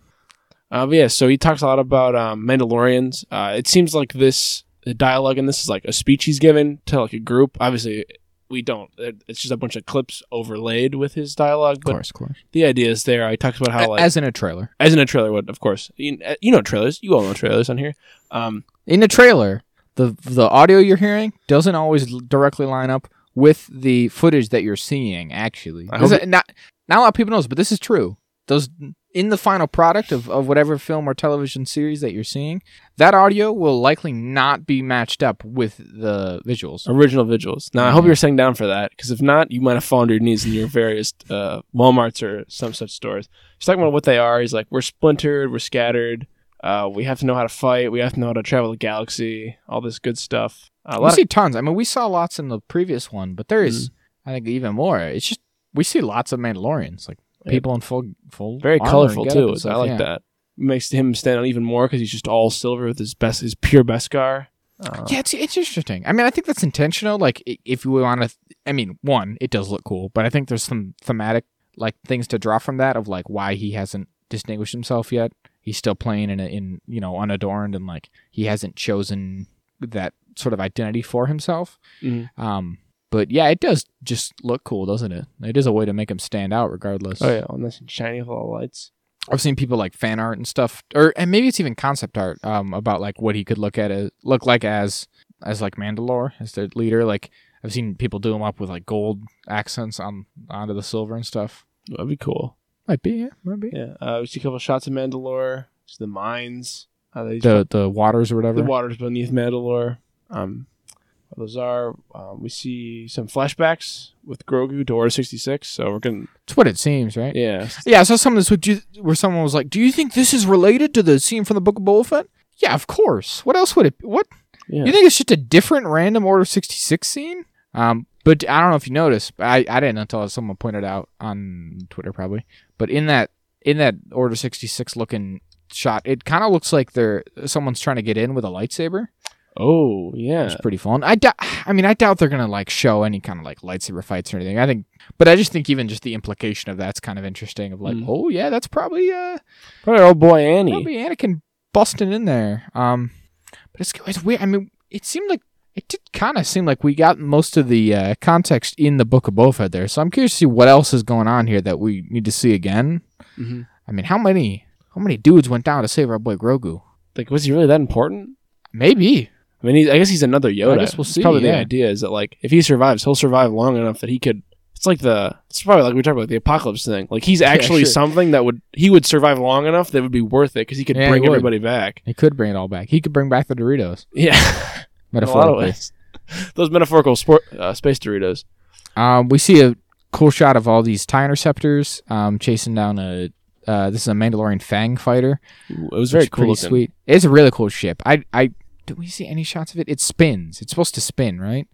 S1: Uh, but yeah, so he talks a lot about um, Mandalorians. Uh, it seems like this the dialogue in this is like a speech he's given to like a group. Obviously, we don't. it- It's just a bunch of clips overlaid with his dialogue.
S2: of
S1: But
S2: course, of course.
S1: the idea is there. He talks about how like as,
S2: As in a trailer.
S1: in a trailer would, of course. You, uh, you know trailers. You all know trailers on here. Um,
S2: in the trailer, the the audio you're hearing doesn't always l- directly line up with the footage that you're seeing. Actually,
S1: I
S2: This
S1: hope
S2: is- not not a lot of people knows, but this is true. those in the final product of, of whatever film or television series that you're seeing, that audio will likely not be matched up with the visuals.
S1: Original vigils. Now I hope
S2: Mhm.
S1: you're staying down for that, because if not, you might have fallen to your knees in your various uh, WalMarts or some such stores. He's talking about what they are. He's like, we're splintered, we're scattered, uh, we have to know how to fight, we have to know how to travel the galaxy, all this good stuff. Uh, a
S2: We
S1: lot
S2: see tons. I mean, we saw lots in the previous one, but there is,
S1: Mm-hmm.
S2: I think, even more. It's just we see lots of Mandalorians, like
S1: Yeah.
S2: people in full, full,
S1: of, very
S2: armor and
S1: colorful
S2: getup and
S1: too. So I
S2: stuff,
S1: like
S2: yeah.
S1: that. Makes him stand out even more because he's just all silver with his best, his pure Beskar. Uh,
S2: Yeah, it's it's interesting. I mean, I think that's intentional. Like, i- if we want to, I mean, one, it does look cool, but I think there's some thematic like things to draw from that of like why he hasn't distinguished himself yet. He's still playing in a, in you know unadorned and like he hasn't chosen that sort of identity for himself.
S1: mhm.
S2: Um, but yeah, it does just look cool, doesn't it? It is a way to make him stand out, regardless.
S1: Oh yeah, and that's shiny with all the lights.
S2: I've seen people like fan art and stuff, or and maybe it's even concept art um, about like what he could look at as, look like as as like Mandalore as their leader. Like I've seen people do him up with like gold accents on onto the silver and stuff.
S1: That'd be cool.
S2: Might be, yeah, might be.
S1: Yeah, uh, we see a couple shots of Mandalore, just the mines, how they
S2: The the waters or whatever.
S1: the waters beneath Mandalore. Um, what those are. Um, we see some flashbacks with Grogu to Order sixty six. So we're gonna
S2: it's what it seems, right?
S1: yeah.
S2: Yeah, I saw some of this with you, where someone was like, "Do you think this is related to the scene from the Book of Boba Fett?" Yeah, of course. What else would it? What
S1: Yeah.
S2: you think it's just a different random Order sixty six scene? Um, but I don't know if you noticed. but I I didn't until someone pointed out on Twitter probably. But in that in that Order sixty six looking shot, it kind of looks like they're someone's trying to get in with a lightsaber.
S1: Oh yeah.
S2: It's pretty fun. I doubt. I mean, I doubt they're gonna like show any kind of like lightsaber fights or anything. I think, but I just think even just the implication of that's kind of interesting. Of like,
S1: Mm.
S2: oh yeah, that's probably uh
S1: Probably our old boy Annie.
S2: probably Anakin busting in there. Um, but it's it's weird. I mean, it seemed like it did kind of seem like we got most of the uh, context in the Book of Boba Fett there. So I'm curious to see what else is going on here that we need to see again.
S1: Mhm.
S2: I mean, how many how many dudes went down to save our boy Grogu?
S1: Like, was he really that important?
S2: Maybe.
S1: I mean, he's, I guess he's another Yoda.
S2: guess we'll
S1: It's
S2: see,
S1: Probably
S2: yeah.
S1: the idea is that like, if he survives, he'll survive long enough that he could. It's like the. It's probably like we talked about the apocalypse thing. Like he's actually
S2: sure.
S1: something that would he would survive long enough that would be worth it because he could
S2: Yeah, he
S1: bring
S2: would.
S1: everybody back.
S2: He could bring it all back. He could bring back the Doritos,
S1: Yeah. In a lot of
S2: metaphorically.
S1: ways. Those metaphorical sport, uh, space Doritos.
S2: Um, we see a cool shot of all these tie interceptors um, chasing down a. Uh, this is a Mandalorian Fang fighter.
S1: Ooh, it was
S2: which
S1: very
S2: is
S1: cool.
S2: pretty
S1: looking.
S2: sweet. It's a really cool ship. I, I, do we see any shots of it? It spins. It's supposed to spin, right?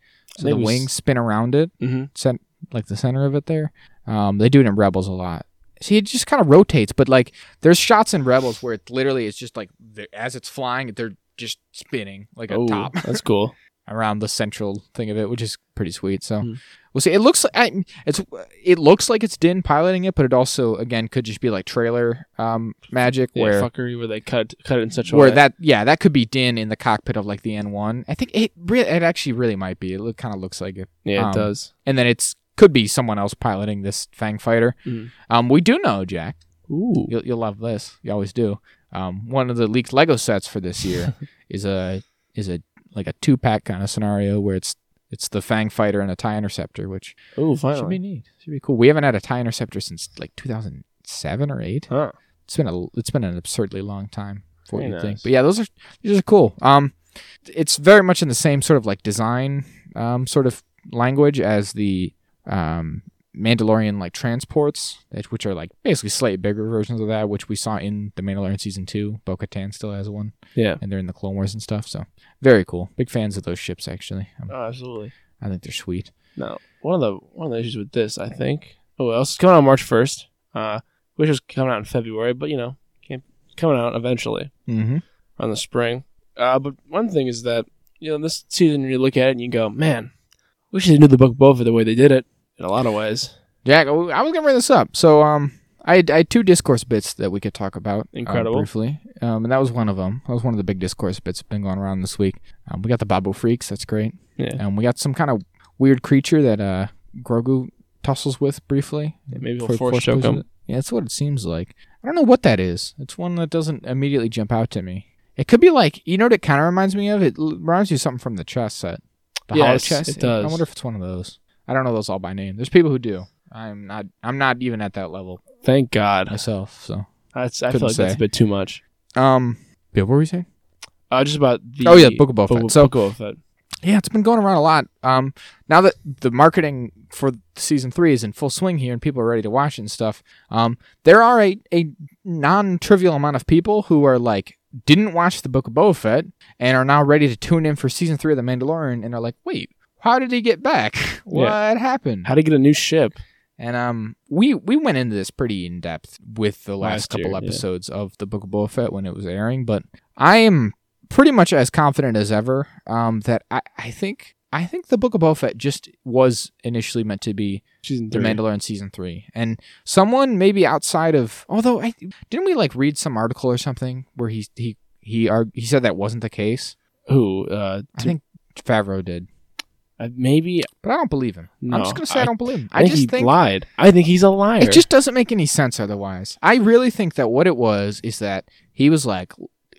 S1: I think
S2: So the
S1: it was-
S2: wings spin around it,
S1: Mhm.
S2: cent- like the center of it there. Um, they do it in Rebels a lot. See, it just kind of rotates, but like there's shots in Rebels where it literally is just like the- as it's flying, they're just spinning like a
S1: Oh,
S2: top
S1: that's cool.
S2: around the central thing of it, which is pretty sweet. So
S1: Hmm.
S2: we'll see. It looks like I, it's it looks like it's Din piloting it, but it also again could just be like trailer um, magic
S1: Yeah,
S2: where
S1: fuckery where they cut cut it in such a
S2: where
S1: way.
S2: that yeah that could be Din in the cockpit of like the N one. I think it re- it actually really might be. It look, kind of looks like it,
S1: yeah, it
S2: um,
S1: does.
S2: and then it's could be someone else piloting this Fang fighter.
S1: Mhm.
S2: Um, we do know Jack.
S1: Ooh,
S2: You'll, you'll love this. You always do. Um, one of the leaked Lego sets for this year is a is a like a two pack kind of scenario where it's it's the Fang Fighter and a Tie Interceptor, which
S1: ooh,
S2: should be
S1: finally.
S2: neat. Should be cool. We haven't had a Tie Interceptor since like 2007 or eight.
S1: Huh.
S2: It's been a it's been an absurdly long time for
S1: Very
S2: you think.
S1: nice.
S2: But yeah, those are these are cool. Um, it's very much in the same sort of like design um sort of language as the um Mandalorian like transports, that- which are like basically slightly bigger versions of that, which we saw in the Mandalorian season two. Bo Katan still has one,
S1: Yeah.
S2: and they're in the Clone Wars and stuff. So very cool. Big fans of those ships actually. Um,
S1: Oh, absolutely.
S2: I think they're sweet.
S1: Now, one of the one of the issues with this, I think. Oh, well, it's coming out March first. Uh, which is coming out in February, but you know, can't, coming out eventually.
S2: Mm-hmm.
S1: on the spring. Uh, but one thing is that you know this season you look at it and you go, man, wish they knew the book Boba the way they did it in a lot of ways.
S2: Jack, I was going to bring this up. So, um, I had, I had two discourse bits that we could talk about um,
S1: Incredible.
S2: briefly, um, and that was one of them. That was one of the big discourse bits that's been going around this week. Um, we got the Babu freaks. That's great.
S1: Yeah.
S2: And we got some kind of weird creature that uh, Grogu tussles with briefly.
S1: Maybe
S2: for
S1: they'll force
S2: force
S1: choke
S2: push.
S1: him.
S2: Yeah, that's what it seems like. I don't know what that is. It's one that doesn't immediately jump out to me. It could be like you know what it kind of reminds me of. It l- reminds you of something from the chess set, the hollow
S1: Yes,
S2: chess.
S1: it does.
S2: I wonder if it's one of those. I don't know those all by name. There's people who do. I'm not. I'm not even at that level
S1: Thank God.
S2: myself. So,
S1: That's, I
S2: Couldn't
S1: feel like that's
S2: say.
S1: a bit too much.
S2: um, yeah. What were you saying?
S1: Uh, just about the
S2: oh yeah, Book of Boba
S1: Boba-
S2: Fett. So
S1: Book of Boba Fett.
S2: yeah, it's been going around a lot. Um, now that the marketing for season three is in full swing here, and people are ready to watch it and stuff, um, there are a a non trivial amount of people who are like didn't watch the Book of Boba Fett and are now ready to tune in for season three of The Mandalorian and are like, wait, how did he get back? What happened?
S1: How to get a new ship?
S2: And um, we we went into this pretty in depth with the last,
S1: Last
S2: couple
S1: year, yeah.
S2: episodes of the Book of Boba Fett when it was airing, but I am pretty much as confident as ever um, that I, I think I think the Book of Boba Fett just was initially meant to be
S1: Season
S2: the
S1: three.
S2: Mandalorian season three, and someone maybe outside of although I didn't we like read some article or something where he he he arg- he said that wasn't the case.
S1: Who? Uh,
S2: I
S1: t-
S2: think Favreau did,
S1: uh, maybe.
S2: but I don't believe him.
S1: No,
S2: I'm just gonna say I, don't believe him.
S1: I,
S2: I
S1: think
S2: just
S1: he
S2: think
S1: lied. I think he's a liar.
S2: It just doesn't make any sense otherwise. I really think that what it was is that he was like,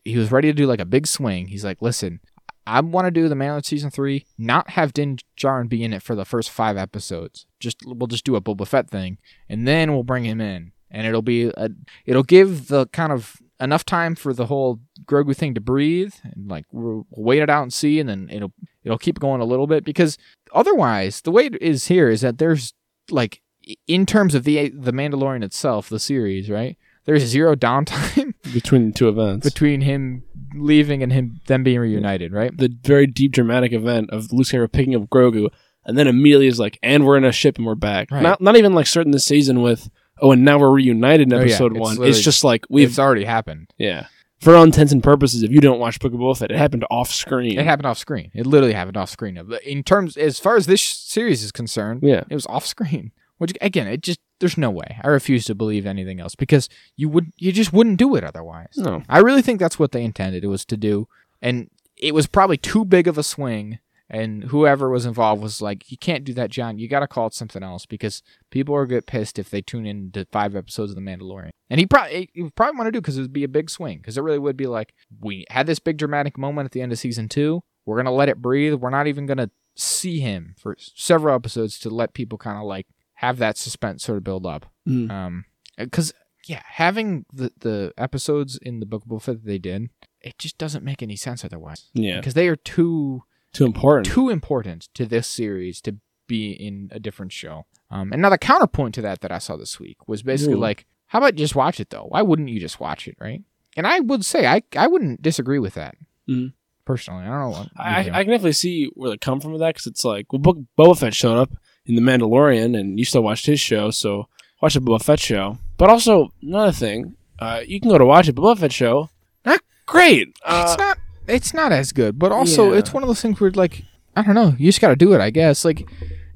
S2: he was ready to do like a big swing. He's like, listen, I want to do the Mandalorian season three, not have Din Djarin be in it for the first five episodes. Just we'll just do a Boba Fett thing, and then we'll bring him in, and it'll be a, it'll give the kind of enough time for the whole Grogu thing to breathe, and like we'll wait it out and see, and then it'll it'll keep going a little bit because otherwise the way it is here is that there's like in terms of the the Mandalorian itself, the series, right? There's zero downtime
S1: between the two events.
S2: between him leaving and him them being reunited, right?
S1: the very deep dramatic event of Luke Skywalker picking up Grogu, and then immediately is like, "And we're in a ship, and we're back."
S2: Right.
S1: Not not even like starting the season with, "Oh, and now we're reunited in
S2: Oh, yeah.
S1: episode
S2: It's
S1: one." It's
S2: literally-
S1: just like we've
S2: it's already happened.
S1: yeah. For all intents and purposes, if you don't watch Book of Boba Fett, it happened off screen.
S2: It happened off screen. It literally happened off screen. In terms, as far as this series is concerned,
S1: Yeah,
S2: it was off screen. Which again, it just there's no way. I refuse to believe anything else because you would you just wouldn't do it otherwise.
S1: no,
S2: I really think that's what they intended it was to do, and it was probably too big of a swing. And whoever was involved was like, "You can't do that, John. You got to call it something else because people are get pissed if they tune in to five episodes of The Mandalorian." And he probably he would probably want to do because it would be a big swing because it really would be like, "We had this big dramatic moment at the end of season two. We're gonna let it breathe. We're not even gonna see him for several episodes to let people kind of like have that suspense sort of build up."
S1: Mm.
S2: Um, because yeah, having the the episodes in the Book of Boba Fett that they did, it just doesn't make any sense otherwise.
S1: yeah,
S2: Because they are too
S1: too important.
S2: too important to this series to be in a different show. Um, and now the counterpoint to that that I saw this week was basically
S1: Ooh.
S2: like, how about just watch it though? Why wouldn't you just watch it, right? And I would say I I wouldn't disagree with that
S1: Mhm.
S2: personally. I don't know. What
S1: I, I
S2: you know.
S1: I can definitely see where they come from with that because it's like, well, Book Boba Fett showed up in The Mandalorian, and you still watched his show, so watch the Boba Fett show. But also another thing, uh, you can go to watch a Boba Fett show. Not great. Uh,
S2: it's not it's not as good, but also
S1: Yeah.
S2: it's one of those things where like I don't know, you just got to do it, I guess. Like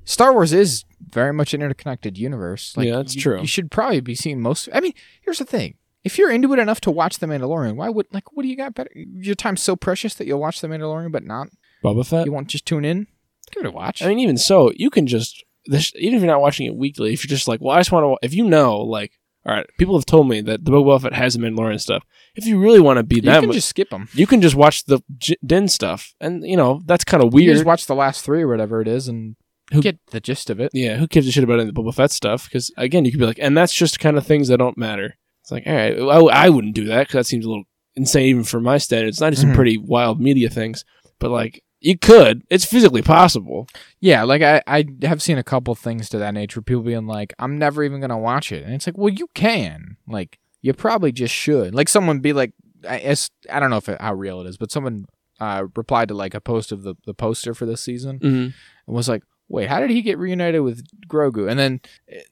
S2: Star Wars is very much an interconnected universe. Like,
S1: Yeah, that's
S2: you-
S1: true.
S2: You should probably be seeing most. I mean, here's the thing: if you're into it enough to watch The Mandalorian, why would like what do you got better? Your time's so precious that you'll watch The Mandalorian, but not
S1: Boba Fett.
S2: you won't just tune in. Give it a watch.
S1: Uh, I mean, even so, you can just this, even if you're not watching it weekly, if you're just like, well, I just want to. If you know, like, all right, people have told me that the Boba Fett has the Mandalorian stuff. If you really want to be
S2: you
S1: that,
S2: can
S1: mu-
S2: just skip them.
S1: you can just watch the J- Din stuff, and you know that's kind of
S2: You
S1: weird.
S2: just watch the last three or whatever it is, and
S1: Who-
S2: get the gist of it.
S1: yeah, who gives a shit about any of the Boba Fett stuff? Because again, you could be like, and that's just kind of things that don't matter. It's like, all right, I, w- I wouldn't do that because that seems a little insane even for my standards. Not just some
S2: Mhm.
S1: pretty wild media things, but like you could. It's physically possible.
S2: Yeah, like I, I have seen a couple things to that nature. People being like, I'm never even going to watch it. And it's like, well, you can. Like, you probably just should. Like, someone be like, I, it's- I don't know if it, how real it is, but someone uh, replied to like a post of the, the poster for this season
S1: Mm-hmm.
S2: and was like, wait, how did he get reunited with Grogu? And then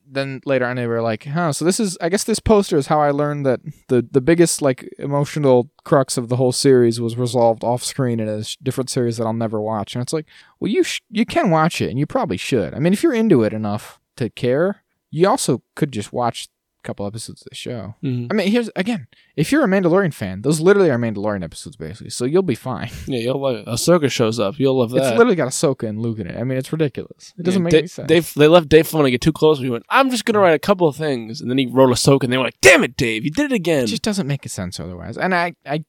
S2: then later on, they were like, huh, so this is, I guess this poster is how I learned that the, the biggest like emotional crux of the whole series was resolved off screen in a s- different series that I'll never watch. And it's like, well, you, sh- you can watch it and you probably should. I mean, if you're into it enough to care, you also could just watch a couple episodes of the show.
S1: Mm-hmm.
S2: I mean, here's again, if you're a Mandalorian fan, those literally are Mandalorian episodes, basically, so you'll be fine.
S1: Yeah, you'll love it. Ahsoka shows up. You'll love that.
S2: It's literally got Ahsoka and Luke in it. I mean, it's ridiculous. It doesn't
S1: Yeah,
S2: make
S1: Da-
S2: any sense. Mm.
S1: Dave, they left Dave Filoni to get too close. He went, "I'm just gonna write a couple of things," and then he wrote a soak, and they were like, "Damn it, Dave, you did it again."
S2: It just doesn't make sense otherwise. And I, I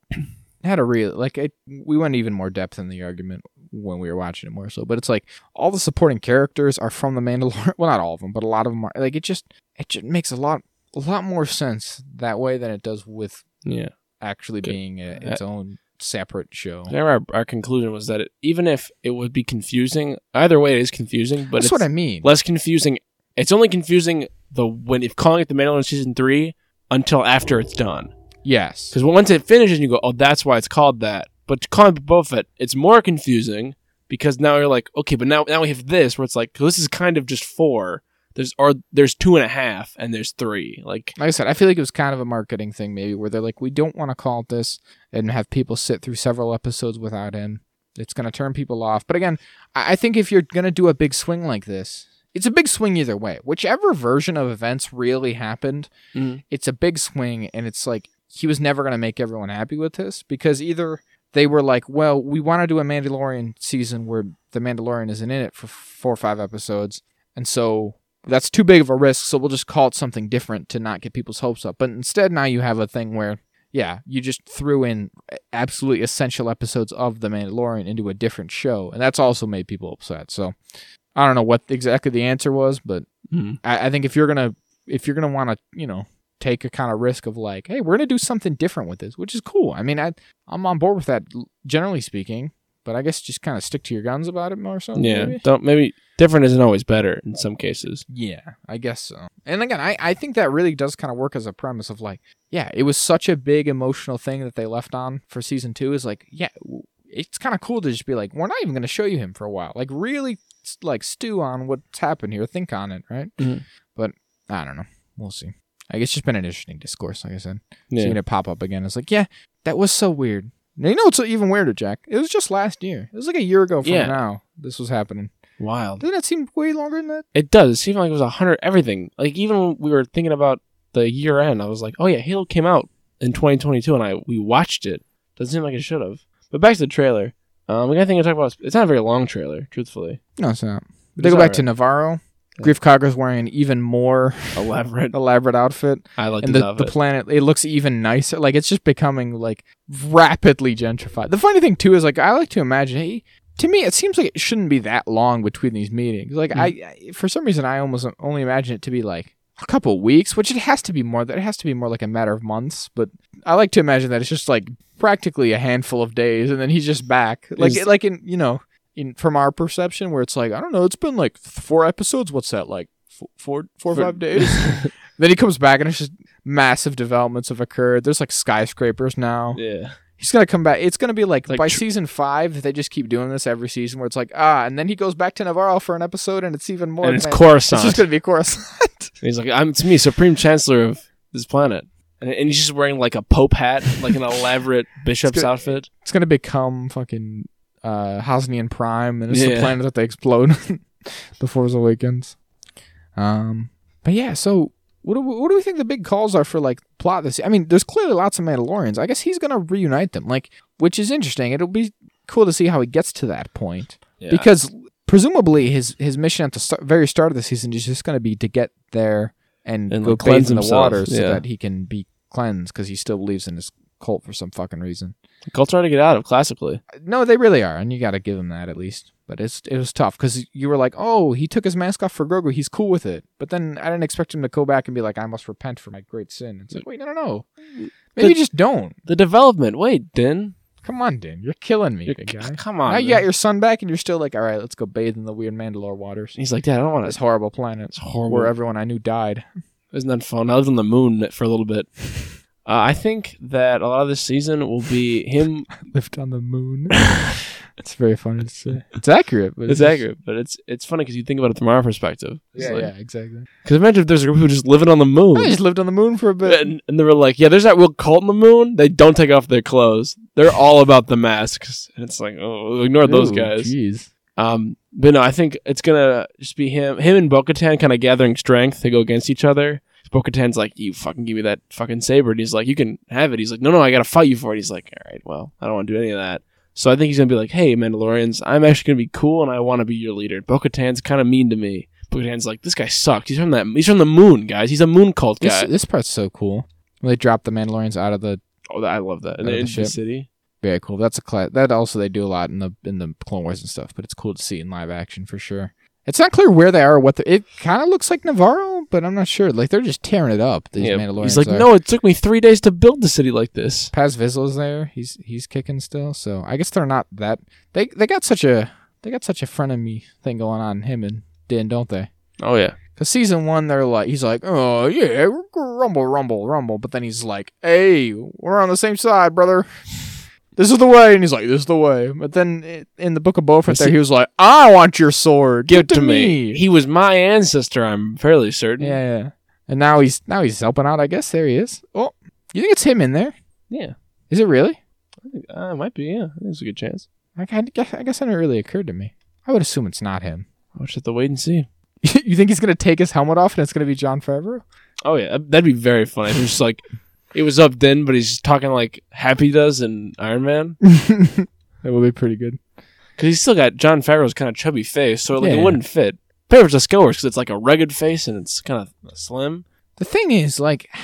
S2: had a real like it, we went even more depth in the argument when we were watching it more so. But it's like all the supporting characters are from the Mandalorian. Well, not all of them, but a lot of them are. Like it just it just makes a lot a lot more sense that way than it does with
S1: Yeah.
S2: actually
S1: Good. Uh,
S2: being a, its own separate show.
S1: I remember our, our conclusion was that it, even if it would be confusing, either way it is confusing, but
S2: That's
S1: it's
S2: what I mean.
S1: less confusing. It's only confusing the when if calling it the Mandalorian season three until after it's done.
S2: Yes.
S1: Because once it finishes, you go, oh, that's why it's called that. But to call it Boba Fett, it's more confusing because now you're like, okay, but now now we have this where it's like, this is kind of just four. There's or there's two and a half and there's three. Like
S2: Like I said, I feel like it was kind of a marketing thing, maybe, where they're like, we don't want to call it this and have people sit through several episodes without him. It's going to turn people off. But again, I I think if you're going to do a big swing like this, it's a big swing either way. Whichever version of events really happened,
S1: Mhm.
S2: it's a big swing. And it's like, he was never going to make everyone happy with this because either they were like, well, we want to do a Mandalorian season where the Mandalorian isn't in it for four or five episodes. And so that's too big of a risk, so we'll just call it something different to not get people's hopes up. But instead, now you have a thing where, yeah, you just threw in absolutely essential episodes of The Mandalorian into a different show, and that's also made people upset. So I don't know what exactly the answer was, but
S1: Mhm.
S2: I, I think if you're gonna if you're gonna want to, you know, take a kind of risk of like, hey, we're gonna do something different with this, which is cool. I mean, I I'm on board with that, l- generally speaking. But I guess just kind of stick to your guns about it more so.
S1: yeah,
S2: maybe?
S1: don't maybe different isn't always better in some cases.
S2: Yeah, I guess so. And again, I, I think that really does kind of work as a premise of like, yeah, it was such a big emotional thing that they left on for season two is like, yeah, w- it's kind of cool to just be like, we're not even going to show you him for a while. Like, really, s- like, stew on what's happened here, think on it, right?
S1: Mhm.
S2: But I don't know. We'll see. I guess it's just been an interesting discourse, like I said.
S1: Yeah,
S2: Seeing it pop up again, it's like, yeah, that was so weird. Now, you know what's even weirder, Jack? It was just last year. It was like a year ago from
S1: Yeah.
S2: now this was happening.
S1: wild.
S2: Doesn't that seem way longer than that?
S1: It does. It seemed like it was a hundred everything. Like even when we were thinking about the year end, I was like, oh yeah, Halo came out in 2022, and I we watched it. Doesn't seem like it should have. But back to the trailer. Um, we got a thing to talk about. is- It's not a very long trailer, truthfully.
S2: No, it's not.
S1: But
S2: they
S1: it's
S2: go back
S1: alright.
S2: to Navarro.
S1: Yeah.
S2: Grief Cogger's wearing an even more
S1: Elaborate.
S2: elaborate outfit,
S1: I like
S2: and
S1: the,
S2: the,
S1: love
S2: the
S1: it.
S2: planet it looks even nicer. Like it's just becoming like rapidly gentrified. The funny thing too is like I like to imagine. Hey, to me, it seems like it shouldn't be that long between these meetings. Like
S1: Hmm.
S2: I, I, for some reason, I almost only imagine it to be like a couple weeks, which it has to be more. That it has to be more like a matter of months. But I like to imagine that it's just like practically a handful of days, and then he's just back. Like
S1: Is-
S2: like in you know in from our perception where it's like I don't know, it's been like four episodes. What's that like? Four, four, four or
S1: Four-
S2: five days. then he comes back and it's just massive developments have occurred. There's like skyscrapers now.
S1: yeah,
S2: He's gonna come back. It's gonna be like,
S1: Like
S2: by
S1: tr-
S2: season five. They just keep doing this every season where it's like ah, and then he goes back to Navarro for an episode and it's even more.
S1: and it's
S2: advanced.
S1: Coruscant.
S2: just gonna be Coruscant.
S1: And he's like, I'm it's me, Supreme Chancellor of this planet, and, and he's just wearing like a Pope hat, like an elaborate bishop's
S2: gonna-
S1: outfit.
S2: it's gonna become fucking uh, Hosnian Prime, and it's the
S1: Yeah.
S2: planet that they explode. the Force Awakens. Um, but yeah, so what do we, what do we think the big calls are for like plot this? I mean, there's clearly lots of Mandalorians. I guess he's gonna reunite them, like which is interesting. It'll be cool to see how he gets to that point
S1: Yeah.
S2: because presumably his his mission at the start, very start of the season is just gonna be to get there and,
S1: And,
S2: go
S1: like,
S2: cleanse
S1: cleanse
S2: in the
S1: himself,
S2: water so
S1: yeah.
S2: that he can be cleansed because he still believes in his cult for some fucking reason.
S1: Cults are hard to get out of classically.
S2: No, they really are, and you got to give them that at least. But it's it was tough because you were like, oh, he took his mask off for Grogu, he's cool with it. But then I didn't expect him to go back and be like, I must repent for my great sin. It's like, wait, no, no, no, maybe
S1: The-
S2: just don't.
S1: The development. Wait, Din.
S2: Come on, Din, you're killing me,
S1: You're-
S2: big guy.
S1: Come
S2: Now
S1: on.
S2: you
S1: man.
S2: got your son back, and you're still like, all right, let's go bathe in the weird Mandalore waters.
S1: He's like, Dad, I don't want
S2: This
S1: to.
S2: horrible planet
S1: It's horrible.
S2: where everyone I knew died.
S1: Isn't that fun? I lived on the moon for a little bit. Uh, I think that a lot of this season will be him.
S2: Lived on the moon. it's very funny to say. It's accurate. But
S1: it's accurate, but it's it's funny because you think about it from our perspective.
S2: Yeah, yeah, exactly.
S1: Because imagine if there's a group who just living on the moon.
S2: I just lived on the moon for a bit.
S1: And, and they were like, yeah, there's that real cult on the moon. They don't take off their clothes. They're all about the masks. And it's like, oh, ignore those
S2: Ooh,
S1: guys.
S2: Jeez.
S1: Um, but no, I think it's gonna just be him, him and Bo-Katan kind of gathering strength to go against each other. Bo-Katan's like, "You fucking give me that fucking saber," and he's like, "You can have it." He's like, "No, no, I gotta fight you for it." He's like, "All right, well, I don't want to do any of that." So I think he's gonna be like, "Hey, Mandalorians, I'm actually gonna be cool and I want to be your leader." Bo-Katan's kind of mean to me. Bo-Katan's like, "This guy sucks. He's from that. He's from the moon, guys. He's a moon cult
S2: This,
S1: guy."
S2: this part's so cool. When they drop the Mandalorians out of the
S1: oh, I love that. And
S2: Out of
S1: they're
S2: the
S1: in
S2: ship.
S1: the city.
S2: Very cool. That's a class that also they do a lot in the in the Clone Wars and stuff, but it's cool to see in live action for sure. It's not clear where they are or what the, it kind of looks like Navarro, but I'm not sure. Like they're just tearing it up. These
S1: Yeah,
S2: Mandalorians.
S1: he's like,
S2: are.
S1: no, it took me three days to build the city like this.
S2: Paz Vizsla's there. He's he's kicking still. So I guess they're not that they they got such a they got such a frenemy thing going on him and Din, don't they?
S1: Oh yeah,
S2: Cause season one, they're like he's like, oh yeah, rumble, rumble, rumble, but then he's like, hey, we're on the same side, brother. This is the way, and he's like, this is the way. But then i- in the book of Boba Fett,
S1: see-
S2: there he was like, I want your sword,
S1: give it to me. He was my ancestor. I'm fairly certain.
S2: Yeah, yeah. And now he's now he's helping out. I guess there he is. Oh, you think it's him in there?
S1: yeah,
S2: Is it really?
S1: uh, it might be. Yeah, there's a good chance.
S2: I kind of guess, I guess that never really occurred to me. I would assume it's not him.
S1: I'll just have to wait and see.
S2: you think he's gonna take his helmet off and it's gonna be John Favreau?
S1: Oh yeah, that'd be very funny. If it's just like it was up then, but he's just talking like Happy does in Iron Man
S2: that would be pretty good.
S1: because he's still got John Favreau's kind of chubby face, so like
S2: Yeah.
S1: it wouldn't fit. Papers just works because it's like a rugged face and it's kind of slim.
S2: The thing is, like, I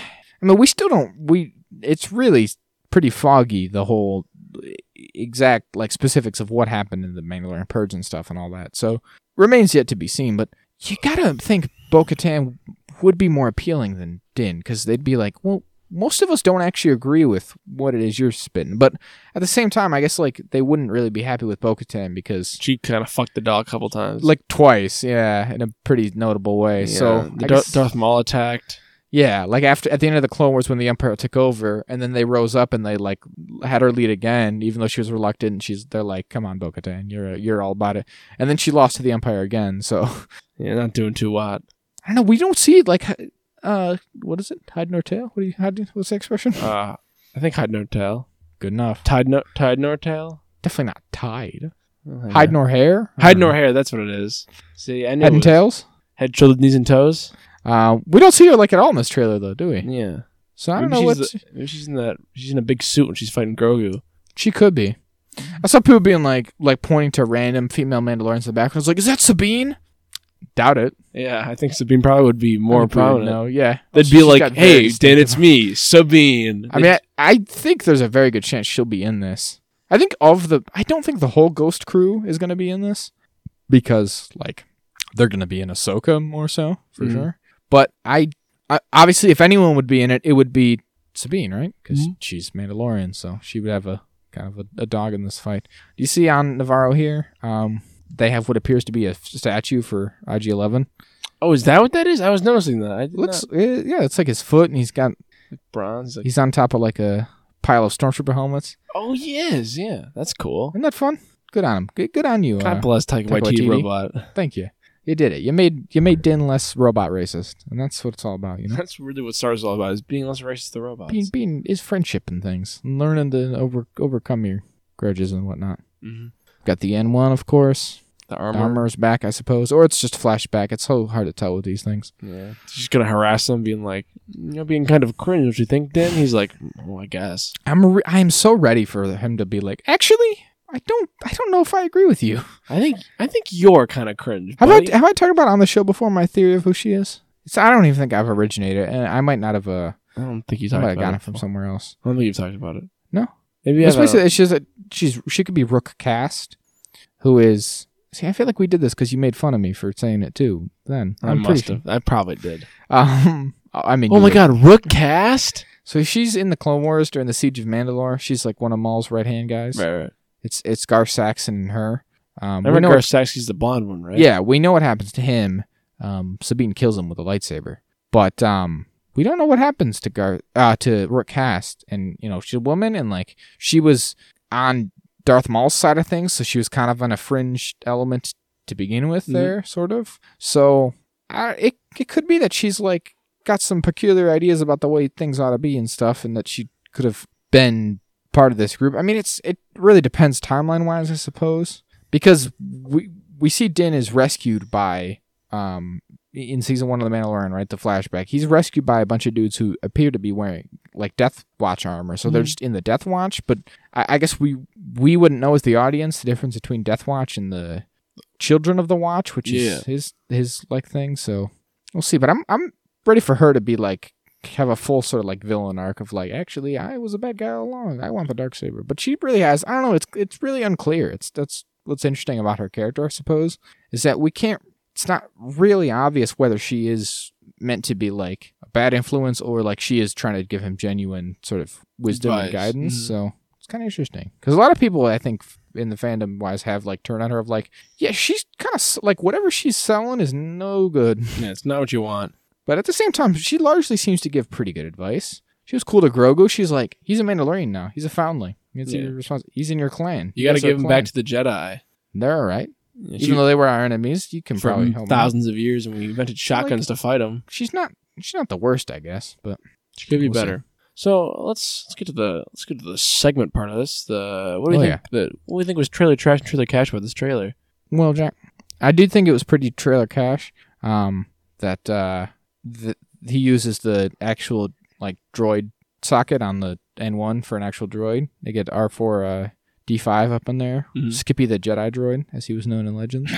S2: mean, we still don't. We it's really pretty foggy the whole exact like specifics of what happened in the Mandalorian purge and stuff and all that. So remains yet to be seen. But you gotta think Bo-Katan would be more appealing than Din because they'd be like, well, most of us don't actually agree with what it is you're spitting. But at the same time, I guess like they wouldn't really be happy with Bo-Katan because.
S1: She kind of fucked the dog a couple times.
S2: Like twice, yeah, in a pretty notable way. so
S1: the
S2: I
S1: Dar-
S2: guess-
S1: Darth Maul attacked.
S2: yeah, like after at the end of the Clone Wars when the Empire took over, and then they rose up and they like had her lead again, even though she was reluctant. And she's they're like, "Come on, Bo-Katan, you're you're all about it." And then she lost to the Empire again. So I
S1: Yeah, not doing too hot.
S2: don't know. We don't see it like, uh, what is it? Hide nor tail? What do you? How do you, what's the expression?
S1: Uh, I think hide no tail.
S2: Good enough.
S1: Tide no tide nor tail.
S2: Definitely not tied.
S1: Hide
S2: Hide nor hair. Uh,
S1: hide nor hair. That's what it is. See, I knew it
S2: Uh-huh. Head and
S1: was-
S2: tails.
S1: Head, shoulders, knees, and toes.
S2: Uh, we don't see her like at all in this trailer though, do we?
S1: Yeah.
S2: So I don't
S1: Maybe
S2: know what
S1: she's the- maybe she's in that. She's in a big suit when she's fighting Grogu.
S2: she could be. I saw people being like like pointing to random female Mandalorians in the background. I was like, "Is that Sabine?" Doubt it.
S1: Yeah, I think Sabine probably would be more prominent.
S2: No, yeah. Oh,
S1: They'd
S2: She's
S1: be
S2: got
S1: like,
S2: very
S1: "Hey, Dan,
S2: distinctive-
S1: it's me, Sabine."
S2: I mean, I, I think there's a very good chance she'll be in this. I think of the. I don't think the whole Ghost crew is going to be in this because, like, they're going to be in Ahsoka more so for
S1: Mhm.
S2: sure. But I, I obviously, if anyone would be in it, it would be Sabine, right? Because
S1: Mhm.
S2: she's Mandalorian, so she would have a kind of a, a dog in this fight. Do you see on Navarro here? Um, they have what appears to be a statue for IG Eleven.
S1: oh, is that what that is? I was noticing that. I did
S2: Looks, eh, yeah, it's like his foot, and he's got
S1: not- bronze. Like,
S2: He's on top of like a pile of stormtrooper helmets.
S1: oh, he is. Yeah, that's cool.
S2: Isn't that fun? Good on him. Good, good on you. uh,
S1: God bless Taika
S2: Taika
S1: Waititi
S2: Waititi.
S1: robot.
S2: thank you. You did it. You made you made Din less robot racist, and that's what it's all about, you know.
S1: That's really what Star is all about: is being less racist to robots.
S2: Being being is friendship and things, and learning to over overcome your grudges and whatnot.
S1: Mhm.
S2: Got the N one, of course.
S1: The armor.
S2: Armor's back, I suppose, or it's just a flashback. It's so hard to tell with these things.
S1: Yeah, she's gonna harass him, being like, you know, being kind of cringe. Don't you think, Dan? He's like, oh, I guess.
S2: I'm re- I am so ready for him to be like, actually, I don't I don't know if I agree with you.
S1: I think I think you're kind of cringe.
S2: Have
S1: buddy.
S2: I have I talked about on the show before my theory of who she is? It's, I don't even think I've originated, it, and I might not have. Uh,
S1: I don't think you
S2: I
S1: talked
S2: might
S1: about
S2: have gotten
S1: it
S2: it from
S1: before.
S2: somewhere else.
S1: I don't think you've talked about it.
S2: No.
S1: Maybe you
S2: It's
S1: have. I don't
S2: basically it's just that she's she could be Rook Cast, who is. See, I feel like we did this because you made fun of me for saying it too. Then
S1: know. I
S2: I'm
S1: must
S2: pretty.
S1: have. I probably did.
S2: Um, I mean,
S1: Oh
S2: you
S1: my
S2: were-
S1: God, Rook cast.
S2: So she's in the Clone Wars during the Siege of Mandalore. She's like one of Maul's right hand guys.
S1: Right, right.
S2: It's it's Gar Saxon and her. Um,
S1: I
S2: we know
S1: remember Saxy's the blonde one, right?
S2: Yeah, we know what happens to him. Um, Sabine kills him with a lightsaber, but um, we don't know what happens to Gar uh, to Rook Cast. And you know, she's a woman, and like she was on Darth Maul's side of things, so she was kind of on a fringe element to begin with,
S1: Mhm.
S2: there, sort of. So I, it it could be that she's like got some peculiar ideas about the way things ought to be and stuff, and that she could have been part of this group. I mean, it's it really depends timeline wise, I suppose, because we we see Din is rescued by um in season one of the Mandalorian, right? The flashback, he's rescued by a bunch of dudes who appear to be wearing like Death Watch armor, so they're
S1: Mhm.
S2: just in the Death Watch. But I, I guess we we wouldn't know as the audience the difference between Death Watch and the Children of the Watch, which
S1: Yeah.
S2: is his his like thing. So we'll see. But I'm I'm ready for her to be like have a full sort of like villain arc of like actually I was a bad guy all along. I want the dark saber, but she really has. I don't know. It's it's really unclear. It's that's what's interesting about her character, I suppose, is that we can't. It's not really obvious whether she is meant to be like a bad influence or like she is trying to give him genuine sort of wisdom and
S1: Advice.
S2: guidance.
S1: Mhm.
S2: So it's kind of interesting because a lot of people I think in the fandom wise have like turned on her of like yeah she's kind of like whatever she's selling is no good.
S1: Yeah, it's not what you want.
S2: But at the same time, she largely seems to give pretty good advice. She was cool to Grogu. She's like, he's a Mandalorian now. He's a foundling. He's,
S1: Yeah.
S2: your respons- he's in your clan.
S1: You got to
S2: He's our
S1: give them back
S2: clan.
S1: to the Jedi.
S2: They're all right.
S1: She-
S2: Even though they were our enemies, you can probably
S1: from
S2: help 'em out.
S1: thousands of years, and we invented shotguns to fight them.
S2: She's not. She's not the worst, I guess. But
S1: She could be
S2: We'll see.
S1: better. So let's let's get to the let's get to the segment part of this. The what do
S2: Oh,
S1: we think? The, what do we think was trailer trash and trailer cash about this trailer?
S2: well, Jack, I do think it was pretty trailer cash. Um, that uh, th- he uses the actual like droid socket on the N1 for an actual droid. They get R4 uh, D5 up in there.
S1: Mhm.
S2: Skippy the Jedi droid, as he was known in Legends.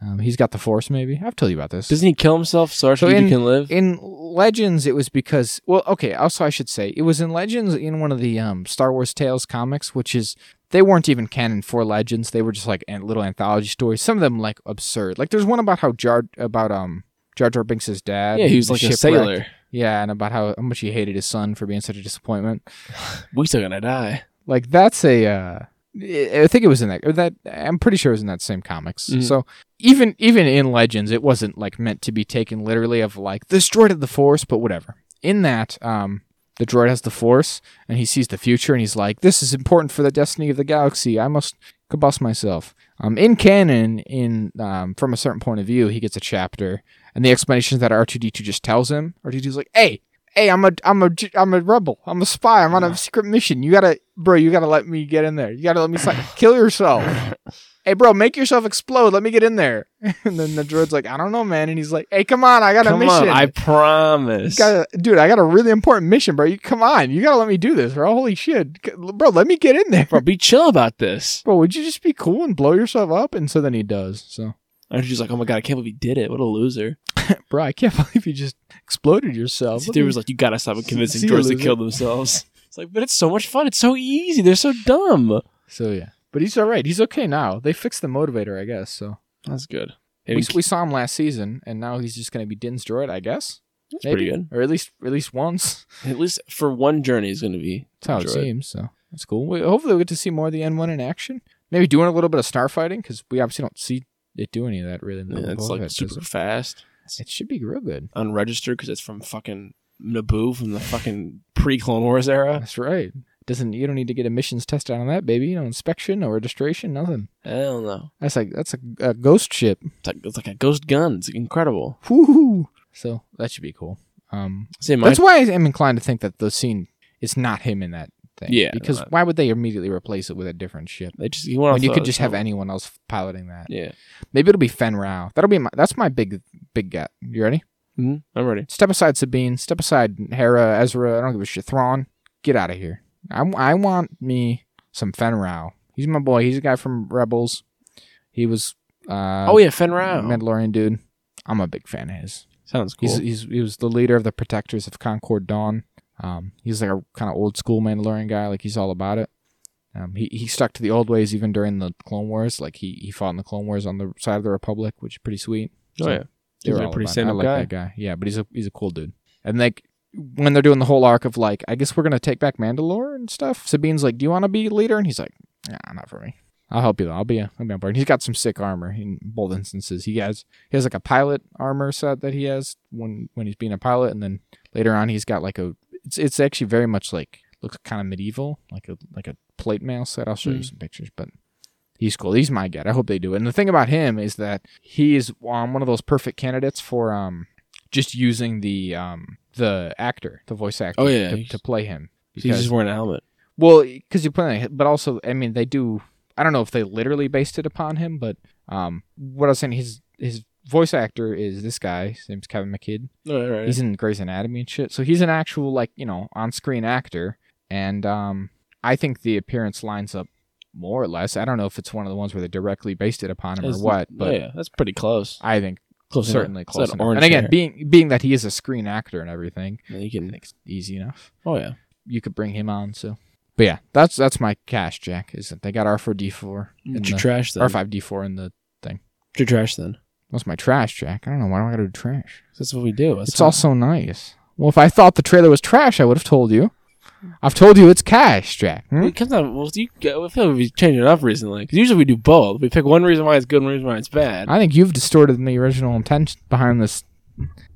S2: Um, he's got the Force, maybe. I've told you about this.
S1: Doesn't he kill himself so R2D2
S2: in-
S1: can live?
S2: in Legends, it was because well, okay. Also, I should say it was in Legends in one of the um, Star Wars Tales comics, which is they weren't even canon for Legends. They were just like an- little anthology stories. Some of them like absurd. Like there's one about how Jar about um Jar Jar Binks' dad.
S1: yeah, he was
S2: uh, the
S1: like a
S2: shipwreck.
S1: sailor.
S2: Yeah, and about how, how much he hated his son for being such a disappointment.
S1: We still gonna die.
S2: Like that's a. Uh, I I think it was in that. Or that I'm pretty sure it was in that same comics.
S1: Mhm.
S2: So even even in Legends, it wasn't like meant to be taken literally of like this droid of the Force, but whatever. In that, um, the droid has the Force and he sees the future and he's like, "This is important for the destiny of the galaxy. I must combust myself." Um, in canon, in um, from a certain point of view, he gets a chapter, and the explanation that R2D2 just tells him, R2D2's like, "Hey, hey, I'm a, I'm a, j- I'm a rebel. I'm a spy. I'm on
S1: Yeah.
S2: a secret mission. You gotta, bro, you gotta let me get in there. You gotta let me sli- kill yourself. Hey, bro, make yourself explode. Let me get in there." and then the droid's like, "I don't know, man," and he's like, "Hey, come on, I got a
S1: Come on,
S2: mission.
S1: I promise.
S2: Gotta, dude, I got a really important mission, bro. You come on, you gotta let me do this, bro. Holy shit, C- bro, let me get in there,
S1: Bro, be chill about this.
S2: bro. Would you just be cool and blow yourself up? And so then he does. So,
S1: And she's like, "Oh my god, I can't believe he did it. What a loser."
S2: bro, I can't believe you just exploded yourself.
S1: There was like, "You gotta stop
S2: Oh, See
S1: convincing
S2: you,
S1: girls to
S2: loser.
S1: kill themselves." It's like, but it's so much fun. It's so easy. They're so dumb.
S2: so yeah, but he's all right. He's okay now. They fixed the motivator, I guess. So
S1: That's good.
S2: we,
S1: Maybe,
S2: we saw him last season, and now he's just gonna be Din's droid, I guess,
S1: that's
S2: maybe.
S1: pretty good.
S2: or at least at least once.
S1: At least for one journey is gonna be
S2: That's how it
S1: Droid.
S2: seems. So that's cool. We, hopefully, we get to see more of the N1 in action. Maybe doing a little bit of starfighting because we obviously don't see it do any of that really. in the
S1: Yeah, it's
S2: Boba
S1: like
S2: Fett, does
S1: super
S2: it?
S1: fast,
S2: It should be real good.
S1: unregistered because it's from fucking Naboo from the fucking pre Clone Wars era.
S2: That's right. Doesn't you don't need to get emissions tested on that baby? No inspection, no registration, nothing.
S1: I don't know.
S2: That's like that's a, a ghost ship.
S1: It's like, it's like a ghost gun. It's incredible.
S2: Woo! So that should be cool. Um,
S1: See, my,
S2: that's why I am inclined to think that the scene is not him in that thing.
S1: Yeah,
S2: because
S1: no.
S2: why would they immediately replace it with a different ship?
S1: they just you want
S2: When you could just have anyone else piloting that.
S1: Yeah,
S2: Maybe it'll be Fen Rao. That'll be my. That's my big big get. You ready?
S1: hmm I'm ready.
S2: Step aside, Sabine. Step aside, Hera, Ezra. I don't give a shit. Thrawn, get out of here. I, I want me some Fen Rao. He's my boy. He's a guy from Rebels. He was. Uh,
S1: oh yeah, Fen Rao.
S2: Mandalorian dude. I'm a big fan of his.
S1: Sounds cool.
S2: He's, he's he was the leader of the Protectors of Concord Dawn. Um, he's like a kind of old school Mandalorian guy. Like he's all about it. Um, he he stuck to the old ways even during the Clone Wars. Like he he fought in the Clone Wars on the side of the Republic, which is pretty sweet.
S1: oh yeah,
S2: They
S1: he's
S2: were
S1: a
S2: all
S1: pretty
S2: about it. I
S1: stand-up
S2: like
S1: guy.
S2: that guy. Yeah, but he's a he's a cool dude. And like when they're doing the whole arc of like, I guess we're gonna take back Mandalore and stuff. Sabine's like, "Do you want to be leader?" And he's like, "Nah, not for me. I'll help you though. I'll be a I'll be on board." He's got some sick armor in both instances. He has he has like a pilot armor set that he has when when he's being a pilot, and then later on he's got like a it's it's actually very much like looks kind of medieval, like a like a plate mail set. I'll show you
S1: Mm.
S2: some pictures, but he's cool. He's my get. I hope they do it. And the thing about him is that he is um, one of those perfect candidates for um just using the um the actor, the voice actor,
S1: Oh, yeah.
S2: to, to play him.
S1: He's just wearing a helmet.
S2: Well, because you play, but also, I mean, they do. I don't know if they literally based it upon him, but um, what I was saying, his his voice actor is this guy. His name's Kevin McKidd.
S1: All right, all right.
S2: He's in Grey's Anatomy and shit, so he's an actual like you know on screen actor. And um, I think the appearance lines up more or less. I don't know if it's one of the ones where they directly based it upon him
S1: That's-
S2: or what,
S1: oh,
S2: but
S1: yeah, that's pretty close.
S2: I think
S1: Close enough.
S2: certainly
S1: It's
S2: close
S1: that
S2: enough.
S1: orange
S2: And again,
S1: hair.
S2: being being that he is a screen actor and everything,
S1: And you
S2: I
S1: can.
S2: think it's easy enough.
S1: Oh yeah.
S2: You could bring him on. So, but yeah, that's that's my cash jack. Is that they got R four D four
S1: Get your trash then.
S2: R five D four in the
S1: Get your trash then.
S2: what's my trash jack? I don't know why do I got to do trash.
S1: That's what we do. That's
S2: it's
S1: how-
S2: all so nice. Well, if I thought the trailer was trash, I would have told you. I've told you it's cash, Jack. Hmm?
S1: It comes out. Well, you, I feel like we've changed it up recently. 'Cause usually we do both. We pick one reason why it's good, and one reason why it's bad.
S2: I think you've distorted the original intention behind this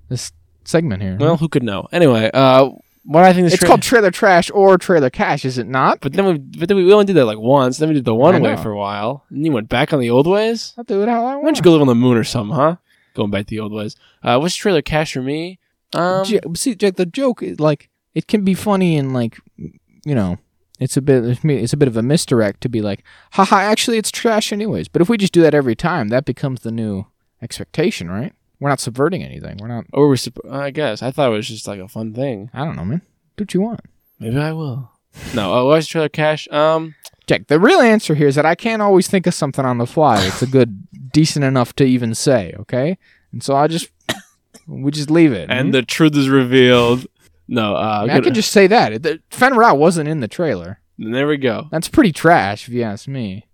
S2: this segment here.
S1: well, who could know? Anyway, uh, what I think this
S2: it's
S1: tra-
S2: called trailer trash or trailer cash, is it not?
S1: But then we, but then we only did that like once. Then we did the
S2: I
S1: one way
S2: know.
S1: for a while, and you went back on the old ways.
S2: I'll do it how I
S1: Why don't
S2: want.
S1: you go live on the moon or something, huh? Going back to the old ways. Uh, what's trailer cash for me? Um,
S2: J- see, Jack, the joke is like it can be funny and like you know, it's a bit it's a bit of a misdirect to be like, haha, actually it's trash anyways. But if we just do that every time, that becomes the new expectation, right? We're not subverting anything. We're not.
S1: or we're supp- I guess I thought it was just like a fun thing.
S2: I don't know, man. Do what you want,
S1: Maybe I will. No, uh, what's trailer cash? Um,
S2: Jack. The real answer here is that I can't always think of something on the fly. It's a good, decent enough to even say, okay? And so I just we just leave it.
S1: and the truth is revealed. No, uh,
S2: I, mean, I
S1: good-
S2: can just say that It- the, Fen Rao wasn't in the trailer.
S1: there we go.
S2: That's pretty trash, if you ask me.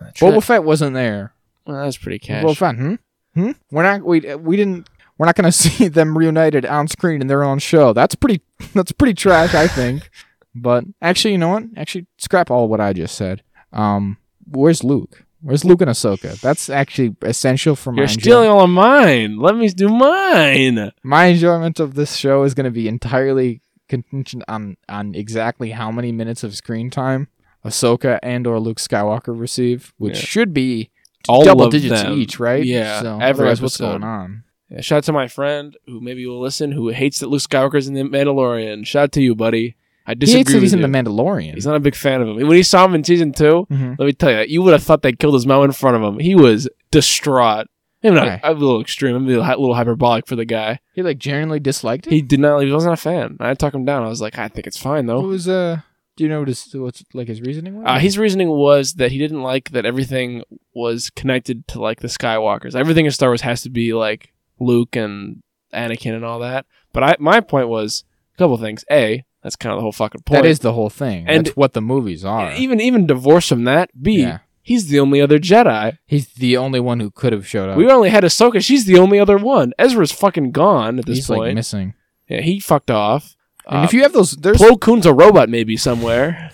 S1: Uh, trailer-
S2: Boba Fett wasn't there.
S1: well, that's pretty cash.
S2: Boba Fett, hmm? Hmm? We're not. We we didn't. We're not going to see them reunited on screen in their own show. That's pretty. That's pretty trash, I think. But actually, you know what? Actually, scrap all what I just said. Um, where's Luke? Where's Luke and Ahsoka? That's actually essential for my
S1: You're
S2: enjoy-
S1: stealing all of mine. Let me do mine.
S2: my enjoyment of this show is going to be entirely contingent on on exactly how many minutes of screen time Ahsoka and or Luke Skywalker receive, which
S1: Yeah.
S2: should be
S1: All
S2: double
S1: of
S2: digits
S1: them.
S2: each, right?
S1: Yeah,
S2: So
S1: every
S2: otherwise, what's
S1: episode.
S2: going on?
S1: Yeah, shout out to my friend who maybe will listen, who hates that Luke Skywalker's in the Mandalorian. Shout out to you, buddy. I
S2: He hates
S1: disagree.
S2: that
S1: with
S2: he's in
S1: you.
S2: the Mandalorian.
S1: He's not a big fan of him. When he saw him in season two,
S2: Mhm.
S1: let me tell you, you would have thought they killed his mom in front of him. He was distraught. Maybe not.
S2: Right.
S1: I'm a little extreme. I'm a little, hy- little hyperbolic for the guy.
S2: He like genuinely disliked it.
S1: He did not. He wasn't a fan. I talked him down. I was like, I think it's fine
S2: What
S1: though.
S2: was uh? Do you know what his what's like his reasoning was?
S1: Uh, his reasoning was that he didn't like that everything was connected to like the Skywalkers. Everything in Star Wars has to be like Luke and Anakin and all that. But I, my point was a couple things. A, that's kind of the whole fucking point.
S2: that is the whole thing.
S1: And-
S2: That's what the movies are.
S1: even even divorced from that. B,
S2: Yeah.
S1: he's the only other Jedi.
S2: He's the only one who could have showed up.
S1: We only had Ahsoka. She's the only other one. Ezra's fucking gone at this
S2: he's like
S1: point.
S2: missing.
S1: yeah, he fucked off.
S2: and
S1: Uh,
S2: if you have those, there's
S1: Plo Koon's a robot, maybe somewhere.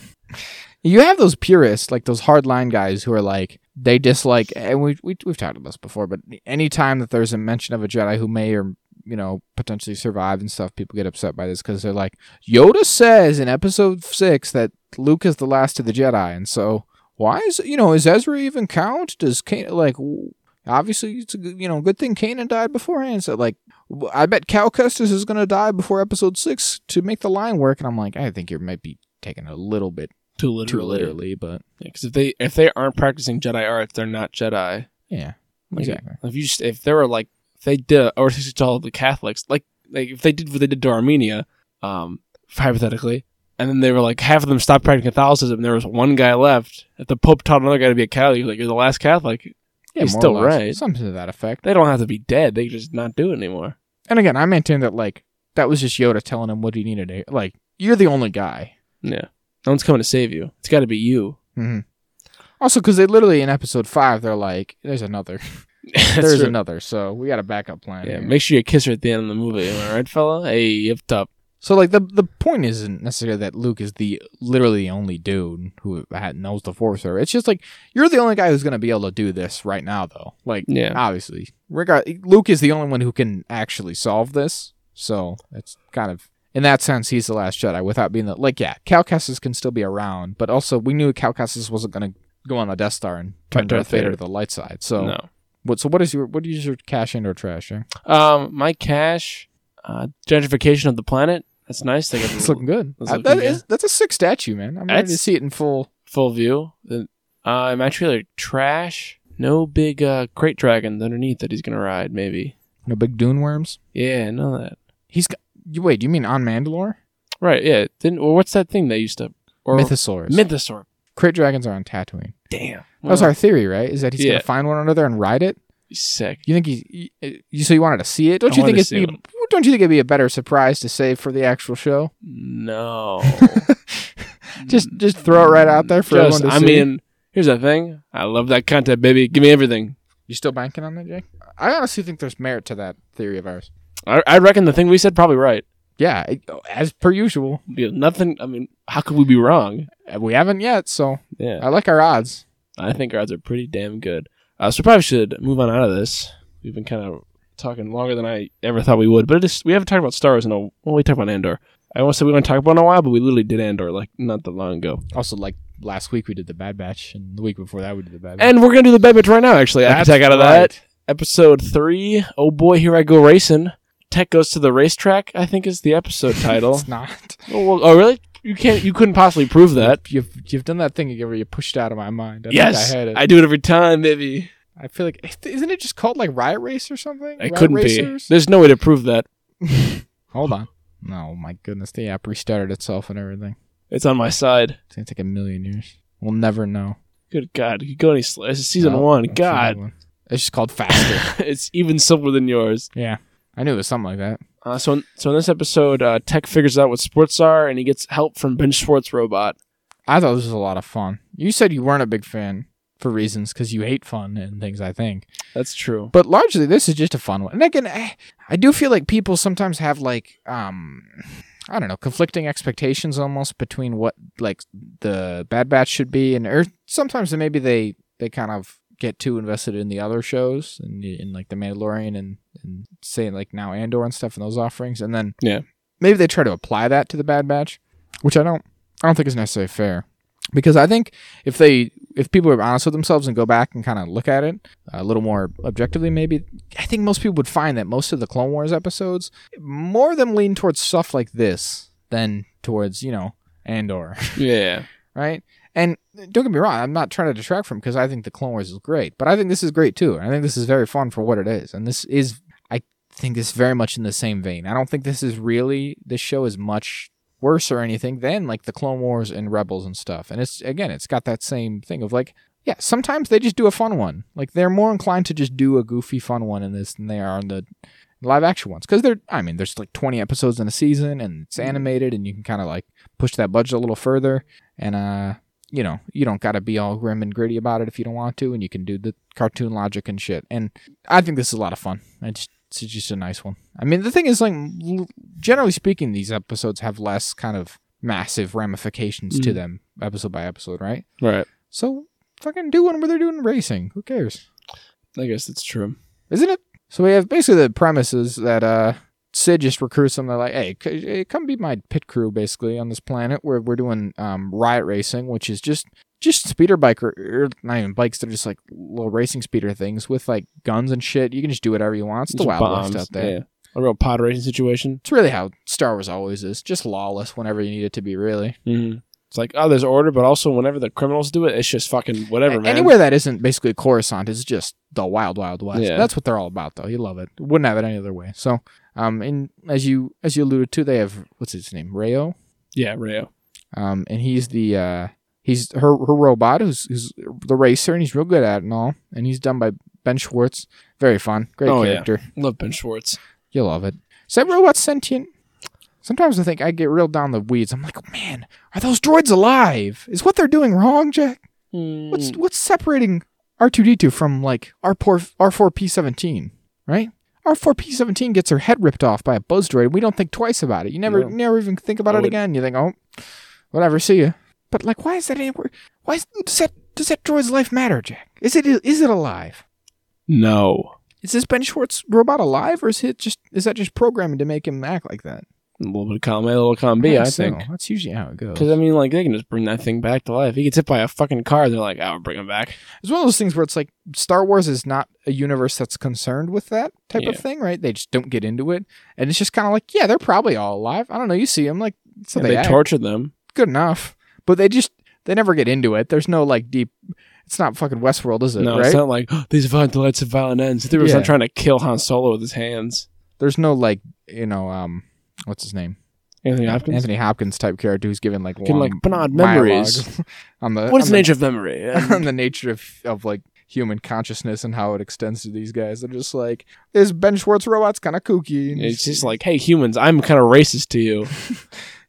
S2: You have those purists, like those hardline guys who are like, they dislike, and we, we, we've talked about this before, but any time that there's a mention of a Jedi who may or, you know, potentially survive and stuff, people get upset by this because they're like, Yoda says in episode six that Luke is the last of the Jedi, and so why is, you know, is Ezra even count? Does Kanan, like, w- obviously it's a, good- you know, good thing Kanan died beforehand, so like, w- I bet Cal Kestis is going to die before episode six to make the line work, and I'm like, I think you might be taking a little bit
S1: Too
S2: too literally, but
S1: Because if they if they aren't practicing Jedi arts, they're not Jedi.
S2: yeah,
S1: Like,
S2: exactly.
S1: If you just, if there were like if they did or to all the Catholics like like if they did what they did to Armenia, um, hypothetically, and then they were like half of them stopped practicing Catholicism, and there was one guy left. If the Pope taught another guy to be a Catholic, like you're the last Catholic. he's
S2: more or
S1: still
S2: less.
S1: right.
S2: something to that effect.
S1: They don't have to be dead. They can just not do it anymore.
S2: And again, I maintain that like that was just Yoda telling him what he needed. to- Like you're the only guy.
S1: Yeah, no one's coming to save you. It's got to be you.
S2: Mm-hmm. Also, because they literally in episode five, they're like, "There's another,
S1: That's
S2: there's
S1: true.
S2: another," so we got a backup plan.
S1: yeah,
S2: here.
S1: make sure you kiss her at the end of the movie. Am I right, fella? Hey, up top.
S2: so like the the point isn't necessarily that Luke is the literally the only dude who had, knows the Force, or it's just like you're the only guy who's gonna be able to do this right now, though. Like
S1: Yeah.
S2: obviously. Regard Luke is the only one who can actually solve this, so it's kind of in that sense he's the last Jedi without being the like yeah, Cal Kestis can still be around, but also we knew Cal Kestis wasn't going to go on the Death Star and turn
S1: Darth
S2: Darth, Vader,
S1: Vader.
S2: to the light side. So
S1: no.
S2: what so what is your what is your cash and or trash? Eh?
S1: Um, my cash, uh, gentrification of the planet. That's nice. They got
S2: It's
S1: the
S2: looking good.
S1: It's
S2: Uh,
S1: looking
S2: that
S1: good.
S2: is- that's a sick statue, man. I'm ready to
S1: That's-
S2: see it in full.
S1: full view. Uh, I'm actually like trash. No big uh, crate dragons underneath that he's gonna ride. Maybe.
S2: No big dune worms.
S1: Yeah, none of that.
S2: He's got, you wait, you mean on Mandalore?
S1: Right. Yeah. Didn't. Well, what's that thing they used to? Or
S2: Mythosaurus.
S1: Mythosaur.
S2: Crate dragons are on Tatooine.
S1: Damn. Oh,
S2: That was our theory, right? Is that he's
S1: Yeah.
S2: gonna find one another and ride it?
S1: He's sick.
S2: You think he? You, so you wanted to see it? Don't
S1: I
S2: you
S1: wanted
S2: think
S1: to
S2: it'd
S1: see
S2: be? Don't you think it'd be a better surprise to save for the actual show?
S1: No.
S2: Just just throw it right out there for
S1: Just-
S2: everyone to
S1: I
S2: see.
S1: mean, here's the thing. I love that content, baby. Give me everything.
S2: you still banking on that, Jake? I honestly think there's merit to that theory of ours.
S1: I, I reckon the thing we said probably right.
S2: Yeah, it- as per usual, Uh,
S1: You know, nothing. I mean, how could we be wrong?
S2: we haven't yet, so
S1: Yeah.
S2: I like our odds.
S1: I think our odds are pretty damn good. Uh, so we probably should move on out of this. We've been kind of talking longer than I ever thought we would, but it is, we haven't talked about Star Wars in a well. We talked about Andor. I almost said we were going to talk about it in a while, but we literally did Andor like not that long ago.
S2: Also, like last week we did the Bad Batch, and the week before that we did the Bad
S1: And we're going to do the Bad Batch right now. Actually, I can
S2: That's
S1: take out of
S2: right.
S1: that episode three. Oh boy, here I go racing. Tech goes to the racetrack. I think is the episode title.
S2: It's not.
S1: oh, well, oh really? You can't. You couldn't possibly prove that.
S2: You've you've done that thing again where you pushed it out of my mind. I
S1: yes,
S2: think I had it.
S1: I do it every time, baby.
S2: I feel like isn't it just called like Riot Race or something?
S1: It
S2: Riot
S1: couldn't
S2: Racers?
S1: be. There's no way to prove that.
S2: Hold on. Oh my goodness, the app restarted itself and everything.
S1: It's on my side.
S2: It's gonna take a million years. We'll never know.
S1: Good God, you go any sl- This is season
S2: No,
S1: one.
S2: that's
S1: God,
S2: another one. it's just called faster.
S1: it's even simpler than yours.
S2: yeah, I knew it was something like that.
S1: Uh, so, in, so in this episode, uh, Tech figures out what sports are, and he gets help from Ben Schwartz robot.
S2: I thought this was a lot of fun. You said you weren't a big fan for reasons because you hate fun and things. I think,
S1: That's true.
S2: but largely this is just a fun one. And again, I, I do feel like people sometimes have like um. I don't know, conflicting expectations almost between what like the Bad Batch should be, and or sometimes maybe they they kind of get too invested in the other shows and in like the Mandalorian and and say like now Andor and stuff and those offerings, and then
S1: Yeah.
S2: maybe they try to apply that to the Bad Batch, which I don't I don't think is necessarily fair because I think if they if people are honest with themselves and go back and kind of look at it a little more objectively, maybe I think most people would find that most of the Clone Wars episodes more of them lean towards stuff like this than towards you know Andor
S1: Yeah,
S2: right? And don't get me wrong, I'm not trying to detract from because I think the Clone Wars is great, but I think this is great too. And I think this is very fun for what it is. And this is, I think, this is very much in the same vein. I don't think this is really this show is much worse or anything than like the Clone Wars and Rebels and stuff. And it's again, it's got that same thing of like, yeah, sometimes they just do a fun one. Like they're more inclined to just do a goofy fun one in this than they are in the live action ones because they're i mean there's like 20 episodes in a season and it's animated and you can kind of like push that budget a little further and uh you know you don't got to be all grim and gritty about it if you don't want to and you can do the cartoon logic and shit and i think this is a lot of fun i just it's just a nice one i mean the thing is like l- generally speaking these episodes have less kind of massive ramifications to
S1: Mhm.
S2: them episode by episode right
S1: right.
S2: so fucking do one where they're doing racing who cares
S1: I guess that's true.
S2: isn't it? So we have basically the premises that uh, Sid just recruits them. They're like, "Hey, c- hey, come be my pit crew, basically, on this planet where we're doing um, riot racing, which is just just speeder bike or, or not even bikes. They're just like little racing speeder things with like guns and shit. You can just do whatever you want. It's the
S1: Just
S2: Wild
S1: bombs,
S2: West out there.
S1: Yeah. A real pod racing situation.
S2: It's really how Star Wars always is, just lawless whenever you need it to be. Really,
S1: Mm-hmm. It's like oh, there's order, but also whenever the criminals do it, it's just fucking whatever,
S2: A-
S1: man.
S2: anywhere that isn't basically Coruscant is just the wild, wild west.
S1: Yeah.
S2: That's what they're all about, though. You love it. Wouldn't have it any other way. So, um, and as you as you alluded to, they have what's his name, Rayo,
S1: Yeah, Rayo.
S2: um, and he's the uh, he's her her robot who's who's the racer, and he's real good at it and all, and he's done by Ben Schwartz. Very fun, great
S1: Oh, yeah.
S2: character.
S1: Love Ben Schwartz.
S2: You love it. Is that robot sentient? Sometimes I think I get real down the weeds. I'm like, "Oh, man, are those droids alive? Is what they're doing wrong, Jack? What's
S1: Mm,
S2: what's separating R two D two from like R four R four P seventeen, right? R four P seventeen gets her head ripped off by a buzz droid. We don't think twice about it. You never
S1: No.
S2: never even think about
S1: I
S2: it
S1: would-
S2: again. You think, oh, whatever, see you. But like, why is that anywhere? Why is, does that does that droid's life matter, Jack? Is it is it alive?
S1: no.
S2: Is this Ben Schwartz robot alive, or is it just is that just programming to make him act like that?
S1: A little bit of column A, a little column B, I
S2: guess so.
S1: think.
S2: that's usually how it goes.
S1: Because I mean, like they can just bring that thing back to life. He gets hit by a fucking car. They're like, "Oh, we'll bring him back."
S2: it's one of those things where it's like Star Wars is not a universe that's concerned with that type of
S1: Yeah.
S2: thing, right? They just don't get into it, and it's just kind of like, yeah, they're probably all alive. I don't know. You see them, like, so
S1: And
S2: they,
S1: they
S2: act
S1: torture them.
S2: good enough, but they just they never get into it. There's no like deep. It's not fucking Westworld, is it?
S1: no,
S2: right?
S1: it's not like these violent delights of violent ends. They were
S2: Yeah.
S1: not trying to kill Han Solo with his hands.
S2: There's no like you know um what's his name
S1: Anthony Hopkins.
S2: Anthony Hopkins type character who's given like
S1: Can,
S2: long
S1: like, Bernard
S2: monologue
S1: memories.
S2: on the
S1: what is the
S2: on the,
S1: nature of memory? And
S2: on the nature of of like human consciousness and how it extends to these guys. They're just like this Ben Schwartz robot's kind of kooky. And
S1: It's just like, hey, humans, I'm kind of racist to you.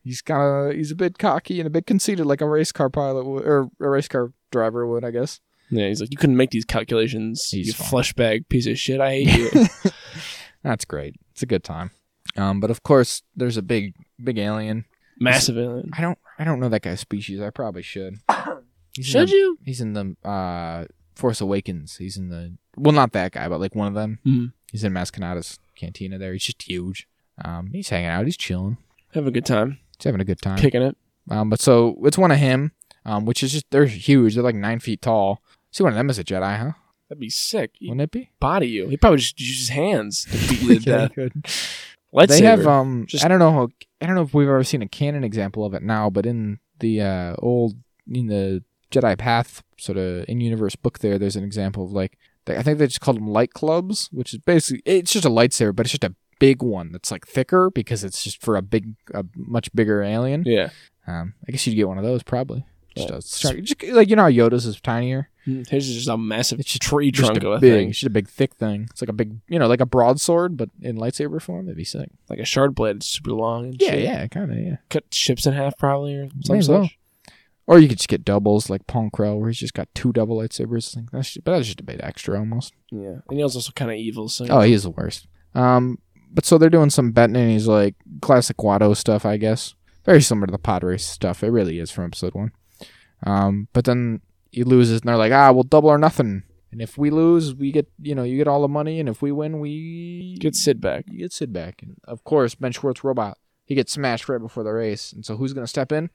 S2: he's kind of he's a bit cocky and a bit conceited, like a race car pilot would, or a race car driver would, I guess.
S1: Yeah, he's like, you couldn't make these calculations.
S2: He's
S1: you
S2: fine.
S1: flesh bag piece of shit. I hate you.
S2: That's great. It's a good time. Um, but of course, there's a big big alien.
S1: Massive alien.
S2: I don't I don't know that guy's species. I probably should. He's in
S1: Should
S2: the-
S1: you?
S2: He's in the uh, Force Awakens. He's in the well, not that guy, but like one of them.
S1: Mhm.
S2: He's in Masconada's cantina. There, he's just huge. Um, he's hanging out. He's chilling.
S1: Have a good time
S2: He's having a good time.
S1: kicking it.
S2: Um, but so it's one of him, um, which is just they're huge. They're like nine feet tall. See, one of them is a Jedi, huh?
S1: That'd be sick. He'd
S2: Wouldn't it be?
S1: body you. He probably just used his hands to beat you to
S2: Yeah,
S1: death.
S2: good.
S1: Let's
S2: they have um.
S1: Just-
S2: I don't know. How, I don't know if we've ever seen a canon example of it now, but in the uh, old in the Jedi Path sort of in-universe book, there there's an example of like they, I think they just called them light clubs, which is basically it's just a lightsaber, but it's just a big one that's like thicker because it's just for a big, a much bigger alien.
S1: yeah.
S2: Um, I guess you'd get one of those probably. Just
S1: Yeah.
S2: a str- just, like you know how Yoda's is tinier.
S1: Mm, His is just a massive
S2: It's just-
S1: tree
S2: Just
S1: trunk of
S2: a
S1: a
S2: big,
S1: thing.
S2: it's just a big thick thing. It's like a big, you know, like a broadsword, but in lightsaber form. That'd be sick.
S1: Like a shard blade, it's super long and
S2: Yeah,
S1: shit.
S2: yeah, kind of, yeah.
S1: Cut ships in half probably or something.
S2: as
S1: such.
S2: well. Or you could just get doubles like Ponkrell, where he's just got two double lightsabers. Like, that's just, but that's just a bit extra almost.
S1: Yeah. And he was also kind of evil, so
S2: Oh, he is the worst. Um, but so they're doing some betting, and he's like classic Watto stuff, I guess. Very similar to the pod race stuff. It really is from episode one. Um, but then he loses, and they're like, ah, we'll double or nothing. And if we lose, we get you know you get all the money, and if we win, we
S1: good sit back.
S2: you get Sid back. And of course, Ben Schwartz robot. He gets smashed right before the race, and so who's gonna step in?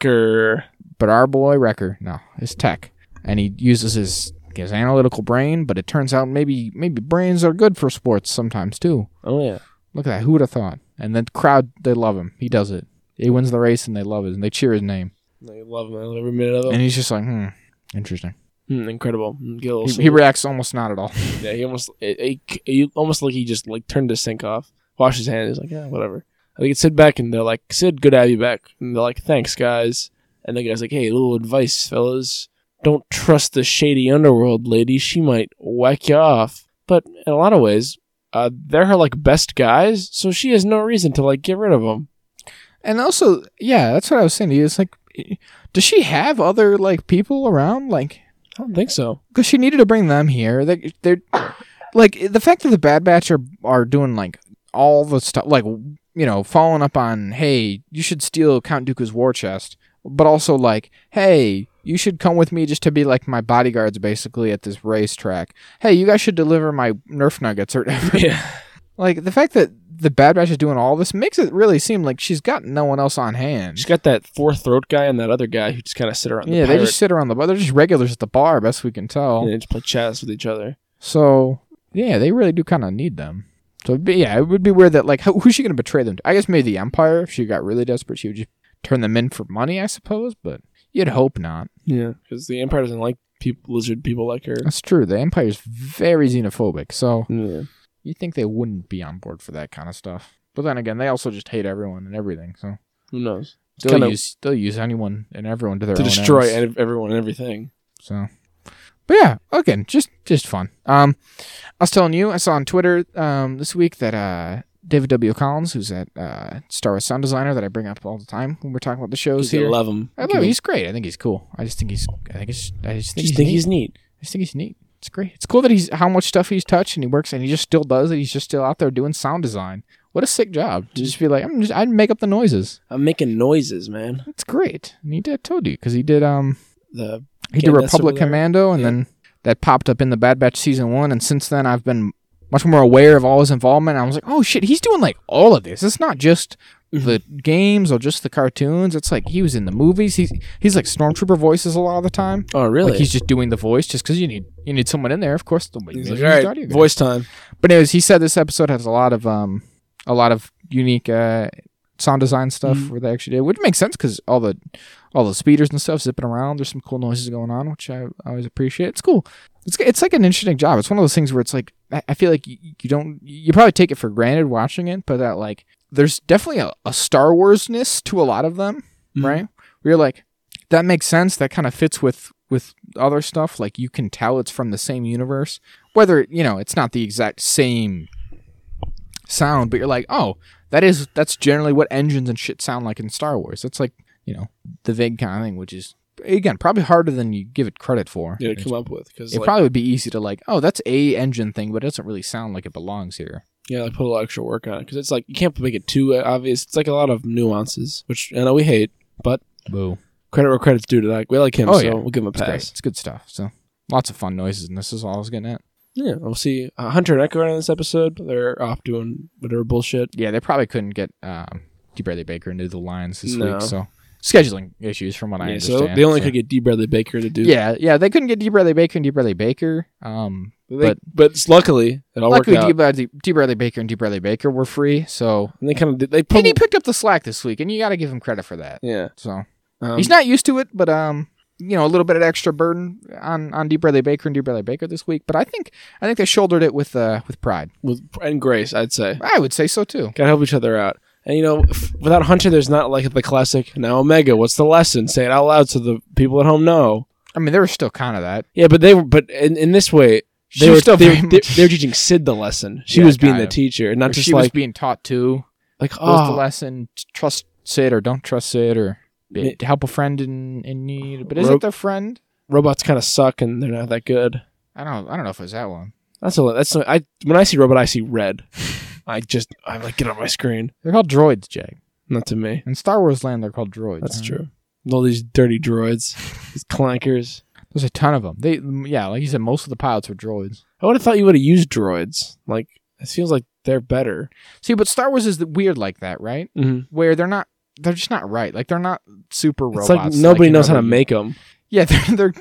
S1: Wrecker.
S2: but our boy Wrecker, no, his tech, and he uses his his analytical brain. But it turns out maybe maybe brains are good for sports sometimes too.
S1: Oh yeah.
S2: Look at that, who would have thought? And then crowd, they love him. He does it. He wins the race, and they love it, and they cheer his name.
S1: They love him. I love every minute of him.
S2: And he's just like, hmm, interesting.
S1: Mm, incredible. Mm, Get a little
S2: He, he
S1: salute.
S2: reacts almost not at all.
S1: Yeah, he almost it, it, he almost like he just like turned his sink off, washed his hands. He's like, yeah, whatever. I think it's Sid back, and they're like, Sid, good to have you back. And they're like, thanks, guys. And the guy's like, hey, little advice, fellas. Don't trust the shady underworld lady. She might whack you off. But in a lot of ways, uh, they're her like best guys, so she has no reason to like get rid of them.
S2: And also, yeah, that's what I was saying to you. It's like, does she have other like people around? Like,
S1: I don't think so.
S2: because she needed to bring them here. They, they're like the fact that the Bad Batch are are doing like all the stuff, like you know, following up on, hey, you should steal Count Dooku's war chest, but also like, hey, you should come with me just to be like my bodyguards, basically at this racetrack. Hey, you guys should deliver my Nerf nuggets or whatever.
S1: Yeah,
S2: like the fact that the Bad Batch is doing all this makes it really seem like she's got no one else on hand.
S1: she's got that four throat guy and that other guy who just kind of sit around. The
S2: yeah,
S1: pirate,
S2: they just sit around the bar. They're just regulars at the bar, best we can tell.
S1: and they just play chess with each other.
S2: So yeah, they really do kind of need them. So it'd be, yeah, it would be weird that like how, who's she gonna betray them? To? I guess maybe the Empire. If she got really desperate, she would just turn them in for money, I suppose. But you'd hope not.
S1: Yeah, because the Empire doesn't like people, lizard people like her.
S2: That's true. The Empire's very xenophobic, so
S1: Yeah.
S2: you'd think they wouldn't be on board for that kind of stuff. But then again, they also just hate everyone and everything. So
S1: Who knows?
S2: they'll
S1: kinda-
S2: use they'll use anyone and everyone to their
S1: to
S2: own
S1: destroy
S2: ends.
S1: ev- everyone and everything.
S2: So, but yeah, again, just just fun. Um, I was telling you, I saw on Twitter um this week that uh David W. Collins, who's at uh Star Wars sound designer that I bring up all the time when we're talking about the shows
S1: I
S2: here.
S1: love him.
S2: I love. He's great. I think he's cool. I just think he's. I think it's. I just
S1: Just
S2: think, he's,
S1: think
S2: neat.
S1: he's neat.
S2: I just think he's neat. It's great. It's cool that he's how much stuff he's touched and he works and he just still does it. He's just still out there doing sound design. What a sick job to just be like. I'm just. I'd make up the noises.
S1: I'm making noises, man.
S2: It's great. And he did. I told you because he did. Um.
S1: The
S2: He did
S1: Can't mess
S2: Republic
S1: over there.
S2: Commando, and
S1: Yeah.
S2: then that popped up in the Bad Batch season one. And since then, I've been much more aware of all his involvement. I was like, oh shit, he's doing like all of this. It's not just
S1: Mm-hmm.
S2: the games or just the cartoons. It's like he was in the movies. He's he's like stormtrooper voices a lot of the time.
S1: oh really?
S2: Like he's just doing the voice just because you need you need someone in there. Of course, the
S1: He's like, all right, voice time.
S2: But anyways, he said this episode has a lot of um a lot of unique uh sound design stuff
S1: Mhm.
S2: where they actually did, which makes sense because all the all the speeders and stuff zipping around. There's some cool noises going on, which I always appreciate. It's cool. It's it's like an interesting job. It's one of those things where it's like I I feel like you, you don't you probably take it for granted watching it, but that like there's definitely a, a Star Warsness to a lot of them,
S1: Mhm.
S2: right? Where you're like. that makes sense. That kind of fits with with other stuff. Like you can tell it's from the same universe, whether you know it's not the exact same sound, but you're like, oh, that is that's generally what engines and shit sound like in Star Wars. That's like you know the vague kind of thing, which is again probably harder than you give it credit for.
S1: Mm-hmm. Yeah, to come up with because
S2: It
S1: like,
S2: probably would be easy to like, oh, that's a engine thing, but it doesn't really sound like it belongs here.
S1: yeah, like put a lot of extra work on it because it's like you can't make it too uh, obvious. It's like a lot of nuances, which I know we hate.
S2: Boo.
S1: Credit where credit's due to that. We like him,
S2: Oh,
S1: so
S2: yeah.
S1: we'll give him a
S2: It's great.
S1: pass.
S2: It's good stuff. So lots of fun noises, and this is all I was getting at.
S1: Yeah, we'll see. Uh, Hunter and Echo are in this episode. but They're off doing whatever bullshit.
S2: Yeah, they probably couldn't get um, D. Bradley Baker into the lines this
S1: No.
S2: week, so scheduling issues from what I
S1: yeah,
S2: understand.
S1: so they only
S2: so-
S1: could get D. Bradley Baker to do.
S2: Yeah, yeah, they couldn't get D. Bradley Baker and D. Bradley Baker. Um,
S1: but but it's luckily it all
S2: luckily,
S1: worked out.
S2: D. Bradley, D. Bradley Baker and D. Bradley Baker were free, so
S1: and they kind of did. They
S2: and he
S1: probably,
S2: picked up the slack this week, and you got to give him credit for that.
S1: yeah.
S2: So
S1: Um,
S2: he's not used to it, but um, you know, a little bit of extra burden on on D. Bradley Baker and D. Bradley Baker this week. But I think I think they shouldered it with uh with pride.
S1: with and grace, I'd say.
S2: I would say so too.
S1: Gotta help each other out. And you know, f- without Hunter, there's not like the classic now Omega. What's the lesson? Say it out loud so the people at home know.
S2: I mean, there was still kind of that.
S1: Yeah, but they were, but in, in this way,
S2: She
S1: they were
S2: was still
S1: they,
S2: very
S1: were-
S2: much-
S1: they- they were teaching Sid the lesson. She
S2: Yeah,
S1: was being
S2: kind
S1: the
S2: of.
S1: teacher, and not
S2: Or
S1: just
S2: she was
S1: like
S2: being taught to.
S1: like
S2: What was the
S1: oh,
S2: lesson? T- Trust Sid or don't trust Sid or
S1: Ma-
S2: to help a friend in, in need. But is
S1: Ro-
S2: it their friend?
S1: robots kind of suck and they're not that good.
S2: I don't. I don't know if it was that one.
S1: That's a that's a, I when I see robot, I see red. I just I like get on my screen.
S2: They're called droids, Jay.
S1: Not to me.
S2: In Star Wars land, they're called droids.
S1: That's
S2: huh?
S1: true. All these dirty droids, these clankers.
S2: There's a ton of them. They, yeah, like you said, most of the pilots were droids.
S1: I would have thought you would have used droids. Like it feels like they're better.
S2: See, but Star Wars is the- weird like that, right?
S1: Mm-hmm.
S2: Where they're not. They're just not right. Like they're not super
S1: It's
S2: robots.
S1: like nobody
S2: in
S1: knows how to
S2: other-
S1: make them.
S2: Yeah, they're, they're.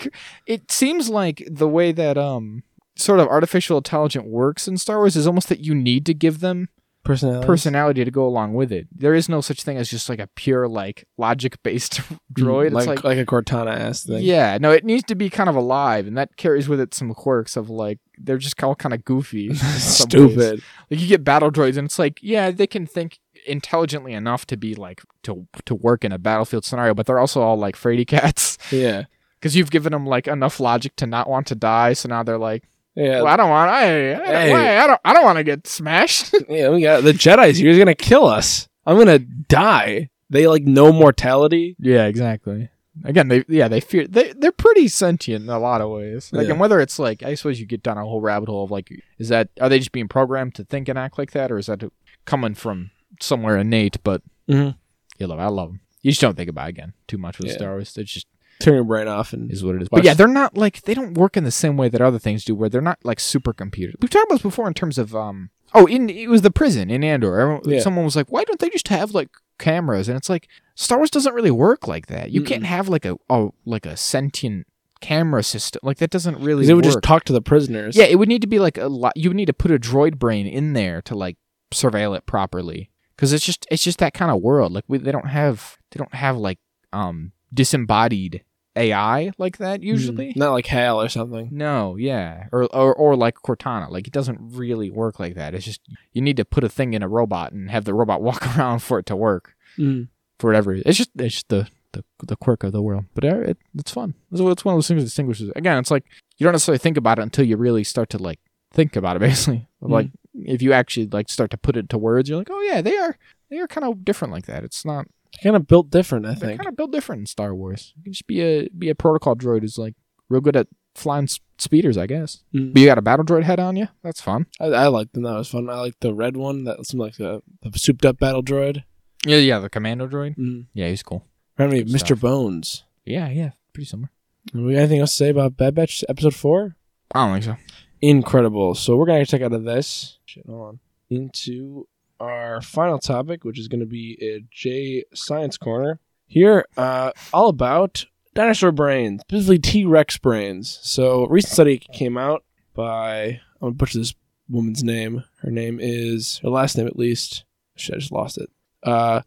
S2: It seems like the way that um sort of artificial intelligence works in Star Wars is almost that you need to give them
S1: Personality.
S2: personality to go along with it. There is no such thing as just like a pure like logic based droid.
S1: Mm, like,
S2: it's like
S1: like a Cortana ass thing.
S2: yeah, no, it needs to be kind of alive, and that carries with it some quirks of like they're just all kind of goofy, in some ways.
S1: Stupid.
S2: Like you get battle droids, and it's like yeah, they can think intelligently enough to be like to to work in a battlefield scenario, but they're also all like fraidy cats
S1: Yeah.
S2: because you've given them like enough logic to not want to die, so now they're like,
S1: Yeah.
S2: well, I don't want, I, I, don't-
S1: Hey.
S2: why- I don't, I don't want to get smashed.
S1: yeah. We got the Jedi's here. He's gonna kill us. I'm gonna die. They like no mortality.
S2: Yeah, exactly. Again, they yeah they fear they they're pretty sentient in a lot of ways. Like,
S1: Yeah.
S2: and whether it's like I suppose you get down a whole rabbit hole of like, is that are they just being programmed to think and act like that, or is that coming from somewhere innate? But
S1: Mhm.
S2: you love, I love them. You just don't think about it again too much with
S1: Yeah.
S2: Star Wars. It just
S1: Turn your brain off and
S2: is what it is.
S1: Watch-
S2: But yeah, they're not like they don't work in the same way that other things do, where they're not like supercomputers. We've talked about this before in terms of um oh, in it was the prison in Andor. Everyone,
S1: Yeah.
S2: Someone was like, why don't they just have like cameras? And it's like Star Wars doesn't really work like that. You can't have like a oh like a sentient camera system like that doesn't really.
S1: 'Cause they would just
S2: work.
S1: talk to the prisoners.
S2: yeah, it would need to be like a lot. You would need to put a droid brain in there to like surveil it properly because it's just it's just that kind of world. Like we, they don't have they don't have like um disembodied AI like that usually.
S1: Mm. not like Hal or something.
S2: No, yeah, or, or or like Cortana, like it doesn't really work like that. It's just you need to put a thing in a robot and have the robot walk around for it to work
S1: Mm.
S2: for whatever. It's just it's just the the, the quirk of the world, but uh, it, it's fun. It's, it's one of those things that distinguishes. it. Again, it's like you don't necessarily think about it until you really start to like think about it. Basically, like if you actually like start to put it to words, you're like, oh yeah, they are they are kind of different like that. It's not
S1: Kind of built different, I
S2: they're
S1: think.
S2: kind of built different in Star Wars. You can just be a be a protocol droid who's like real good at flying s- speeders, I guess.
S1: Mm.
S2: But you got a battle droid head on you? That's fun.
S1: I, I liked them. That was fun. I liked the red one. That seemed like the, the souped up battle droid.
S2: Yeah, yeah, the commando droid.
S1: Mm.
S2: Yeah, he's cool.
S1: Remember
S2: Mm-hmm. Good
S1: Mr.
S2: stuff.
S1: Bones.
S2: Yeah, yeah, pretty similar.
S1: We got anything else to say about Bad Batch episode four?
S2: I don't think so.
S1: Incredible. So we're gonna check out of this. Shit, hold on. Into our final topic, which is gonna be a J Science Corner. Here, uh, all about dinosaur brains, specifically T Rex brains. So a recent study came out by I'm gonna butcher this woman's name. Her name is her last name at least. Shit, I just lost it. Uh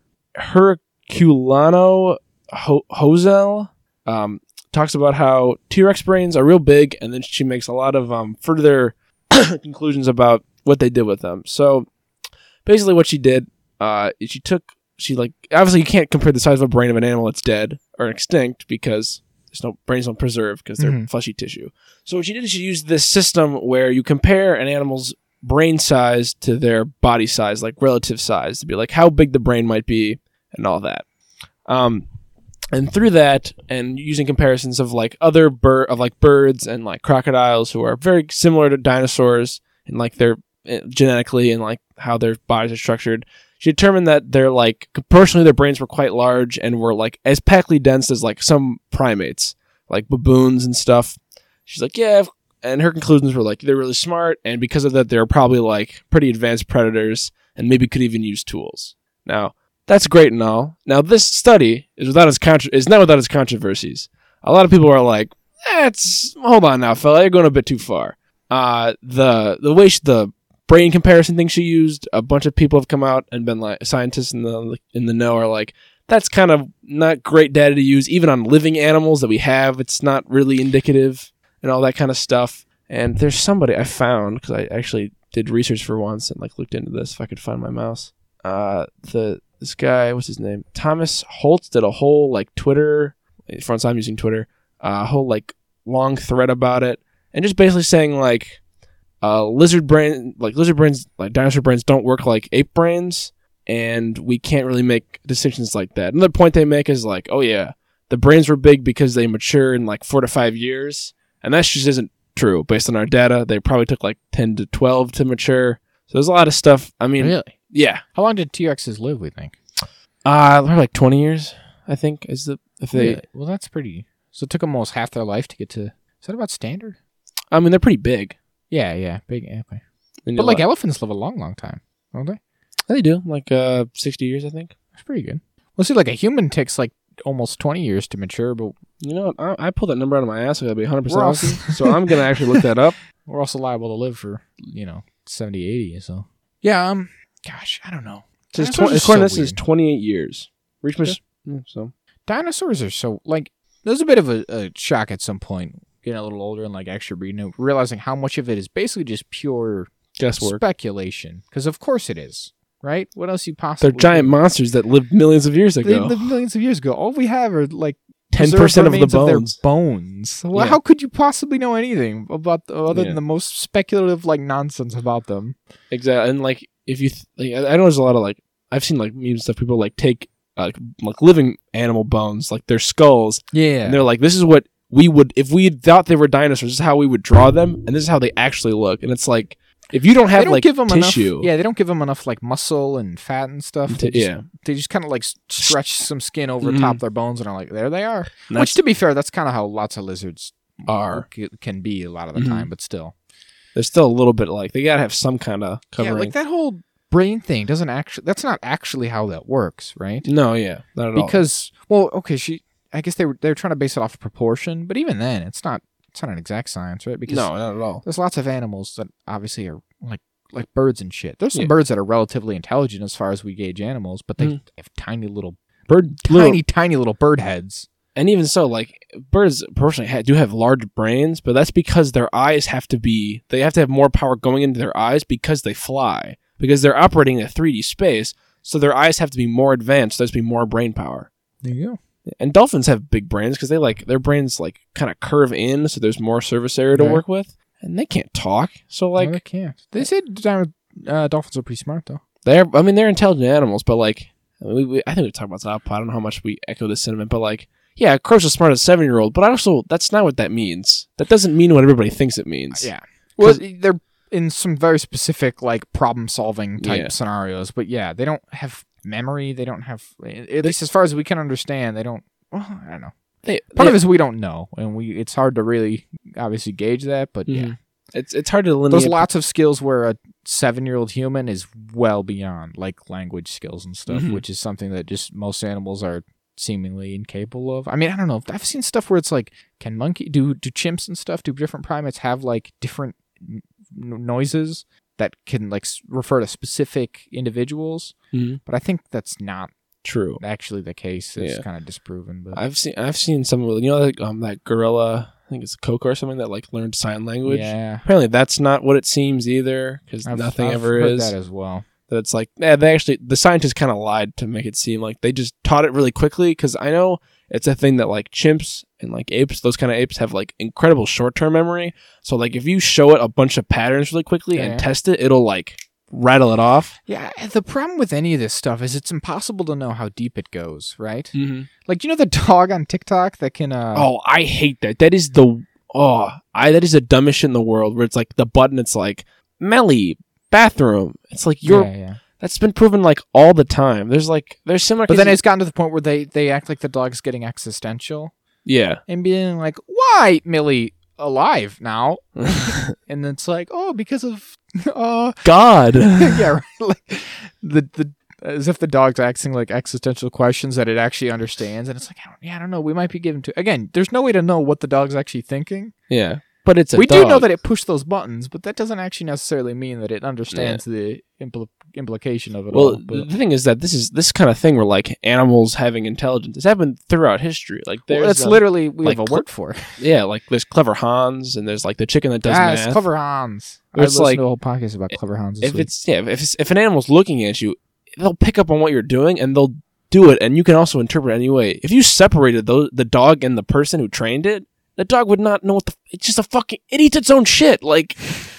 S1: Herculano Ho- Hosel. Um, talks about how T-Rex brains are real big, and then she makes a lot of um, further conclusions about what they did with them. So basically, what she did, uh, is she took, she like obviously you can't compare the size of a brain of an animal that's dead are extinct because there's no brains don't preserve because they're
S2: Mhm.
S1: fleshy tissue. So what she did is she used this system where you compare an animal's brain size to their body size, like relative size, to be like how big the brain might be and all that. Um, and through that, and using comparisons of like other bird of like birds and like crocodiles who are very similar to dinosaurs and like their eh, genetically and like how their bodies are structured, she determined that they're like proportionally their brains were quite large and were like as packly dense as like some primates, like baboons and stuff. She's like, yeah, of- and her conclusions were like they're really smart, and because of that, they're probably like pretty advanced predators and maybe could even use tools. Now that's great and all. Now this study is without its contro- is not without its controversies. A lot of people are like, that's hold on now, fella, you're going a bit too far. Uh, the the way she, the brain comparison thing she used, a bunch of people have come out and been like scientists in the in the know are like that's kind of not great data to use even on living animals that we have. It's not really indicative and all that kind of stuff. And there's somebody I found because I actually did research for once and like looked into this if I could find my mouse. Uh, the this guy, what's his name? Thomas Holtz did a whole like Twitter. For once, I'm using Twitter. uh, A whole like long thread about it and just basically saying like uh, lizard brain like lizard brains like dinosaur brains don't work like ape brains and we can't really make distinctions like that another point they make is like oh yeah the brains were big because they mature in like four to five years and that just isn't true based on our data they probably took like 10 to 12 to mature so there's a lot of stuff i mean
S2: Really?
S1: yeah
S2: How long did T Rexes live? We think.
S1: uh probably like 20 years i think is the if they
S2: Really? Well, that's pretty. So it took them almost half their life to get to. Is that about standard?
S1: i mean they're pretty big
S2: Yeah, yeah, big. Okay.
S1: And
S2: But
S1: you're
S2: like elephants live a long, long time, don't they?
S1: they do like uh 60 years i think
S2: That's pretty good. Well, see, like a human takes like almost twenty years to mature, but
S1: you know what? I, I pulled that number out of my ass. So I'll be 100 percent
S2: We're all-
S1: honest. with you. So I'm gonna actually look that up.
S2: we're also liable to live for you know 70, 80, So yeah, um, gosh, I don't know.
S1: It says
S2: Dinosaurs
S1: twen-
S2: are
S1: according to
S2: so
S1: this, is
S2: weird.
S1: 28 years. Reach my
S2: Yeah.
S1: yeah, so
S2: Dinosaurs are so like. There's a bit of a, a shock at some point, getting a little older and like extra breeding, and realizing how much of it is basically just pure
S1: guesswork.
S2: speculation. Because of course it is, right? What else you possibly?
S1: They're giant monsters that lived millions of years
S2: They
S1: ago.
S2: lived millions of years ago. All we have are like
S1: 10% of the
S2: preserved remains
S1: bones.
S2: their bones. Well,
S1: Yeah.
S2: how could you possibly know anything about other
S1: Yeah.
S2: than the most speculative like nonsense about them?
S1: Exactly. And like if you th- like, I I know there's a lot of like I've seen like memes and stuff people like take uh, like living animal bones, like their skulls,
S2: Yeah,
S1: and they're like this is what we would if we had thought they were dinosaurs, this is how we would draw them and this is how they actually look. And it's like if you don't
S2: they
S1: have
S2: don't
S1: like
S2: give them
S1: tissue,
S2: enough. Yeah, they don't give them enough like muscle and fat and stuff. They
S1: to-
S2: just,
S1: yeah,
S2: they just kind of like s- stretch some skin over
S1: Mhm.
S2: top their bones and are like, there they are.
S1: And
S2: Which,
S1: that's
S2: to be fair, that's kind of how lots of lizards
S1: are.
S2: c- can be a lot of the
S1: Mhm.
S2: time. But still,
S1: There's still a little bit like they gotta have some kind of covering.
S2: yeah, like that whole brain thing doesn't actually. That's not actually how that works, right?
S1: no, yeah, not at all.
S2: because well okay she i guess they were they were trying to base it off of proportion but even then it's not it's not an exact science right because
S1: no, not at all.
S2: there's lots of animals that obviously are like like birds and shit there's some
S1: Yeah.
S2: birds that are relatively intelligent as far as we gauge animals but they
S1: Mhm.
S2: have tiny little
S1: Bird
S2: tiny
S1: little-
S2: tiny little bird heads
S1: and even so, like birds personally ha- do have large brains, but that's because their eyes have to be they have to have more power going into their eyes because they fly because they're operating in a 3D space, so their eyes have to be more advanced. There's to be more brain power.
S2: there you go
S1: And dolphins have big brains because they like their brains like kind of curve in, so there's more surface area to
S2: Right.
S1: work with, and they can't talk. So like
S2: like they can't they said dino- uh, dolphins are pretty smart though
S1: They're, I mean, they're intelligent animals, but like, we, we, I think we talked about this on our pod. I don't know how much we echo this sentiment, but like, yeah, a crow's as smart as a seven year old, but I also, that's not what that means. That doesn't mean what everybody thinks it means.
S2: yeah well
S1: 'Cause-
S2: they're in some very specific like problem solving type
S1: Yeah.
S2: scenarios but yeah they don't have memory they don't have eh, at least as far as we can understand they don't well, i don't know
S1: They,
S2: part
S1: they-
S2: of it is we don't know and we it's hard to really obviously gauge that but yeah
S1: Mhm. It's, it's hard to delineate.
S2: there's lots of skills where a seven year old human is well beyond like language skills and stuff
S1: Mhm.
S2: which is something that just most animals are seemingly incapable of i mean i don't know i've seen stuff where it's like can monkey do do chimps and stuff do different primates have like different n- n- noises that can like s- refer to specific individuals
S1: Mhm.
S2: but i think that's not
S1: True.
S2: actually the case it's
S1: Yeah.
S2: kind of disproven but
S1: I've seen, I've seen some of, you know, like, um, that gorilla, I think it's Coco or something that like learned sign language.
S2: yeah
S1: Apparently, that's not what it seems either, because
S2: I've-
S1: nothing
S2: I've
S1: ever
S2: heard
S1: is.
S2: that as well
S1: that it's like yeah, they actually the scientists kind of lied to make it seem like they just taught it really quickly because I know It's a thing that like chimps and like apes, those kind of apes have like incredible short term memory. So like if you show it a bunch of patterns really quickly
S2: Yeah.
S1: and test it, it'll like rattle it off.
S2: Yeah, the problem with any of this stuff is it's impossible to know how deep it goes, right?
S1: Mm-hmm.
S2: Like, you know the dog on TikTok that can. Uh,
S1: Oh, I hate that. That is the oh, I that is the dumbest shit in the world. Where it's like the button, it's like Melly bathroom. It's like you're
S2: yeah, yeah.
S1: that's been proven like all the time. There's like there's similar.
S2: But then
S1: cases-
S2: it's gotten to the point where they they act like the dog's getting existential
S1: yeah,
S2: and being like, "Why Millie alive now?" And it's like, "Oh, because of uh
S1: God.
S2: yeah, right. like the the as if the dog's asking like existential questions that it actually understands and it's like, I don't, "Yeah, I don't know. We might be given to." Again, there's no way to know what the dog's actually thinking.
S1: yeah, but it's a
S2: we do know
S1: dog.
S2: that it pushed those buttons, but that doesn't actually necessarily mean that it understands the impl- implication of it all.
S1: Well,
S2: But-
S1: the thing is that this is this kind of thing where like animals having intelligence. It's happened throughout history. Like
S2: Well,
S1: there's
S2: that's
S1: uh,
S2: literally we
S1: like,
S2: have a
S1: cl-
S2: word for. it.
S1: yeah, like there's clever Hans and there's like the chicken that does
S2: yeah,
S1: math.
S2: it's clever Hans.
S1: Or it's
S2: I listened
S1: like-
S2: to a whole podcast about clever Hans. This
S1: if
S2: week.
S1: it's yeah, if it's, if an animal's looking at you, they'll pick up on what you're doing and they'll do it, and you can also interpret it any way. If you separated those, the dog and the person who trained it, the dog would not know what the. It's just a fucking. It eats its own shit. Like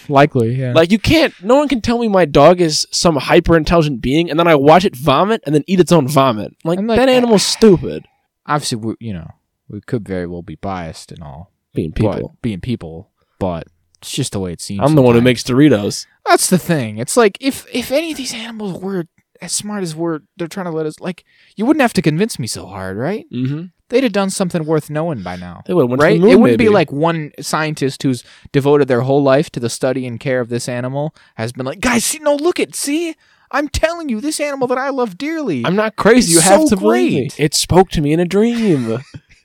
S2: likely, yeah.
S1: like you can't. No one can tell me my dog is some hyper intelligent being, and then I watch it vomit and then eat its own vomit. Like,
S2: I'm like, uh,
S1: that animal's stupid.
S2: Obviously, we, you know, we could very well be biased and all,
S1: Being
S2: but-
S1: people,
S2: being people, but it's just the way it seems.
S1: I'm the one who
S2: sometimes.
S1: makes Doritos.
S2: That's the thing. It's like if if any of these animals were as smart as we're, they're trying to let us. Like, you wouldn't have to convince me so hard, right?
S1: Mm-hmm. They
S2: They'd have done something worth knowing by now.
S1: they would went
S2: right?
S1: To the moon,
S2: it wouldn't be
S1: maybe.
S2: like one scientist who's devoted their whole life to the study and care of this animal has been like, guys, see, no, look at, see, I'm telling you, this animal that I love dearly.
S1: I'm not crazy. You
S2: It's
S1: have
S2: so
S1: to believe me.
S2: great.
S1: It spoke to me in a dream.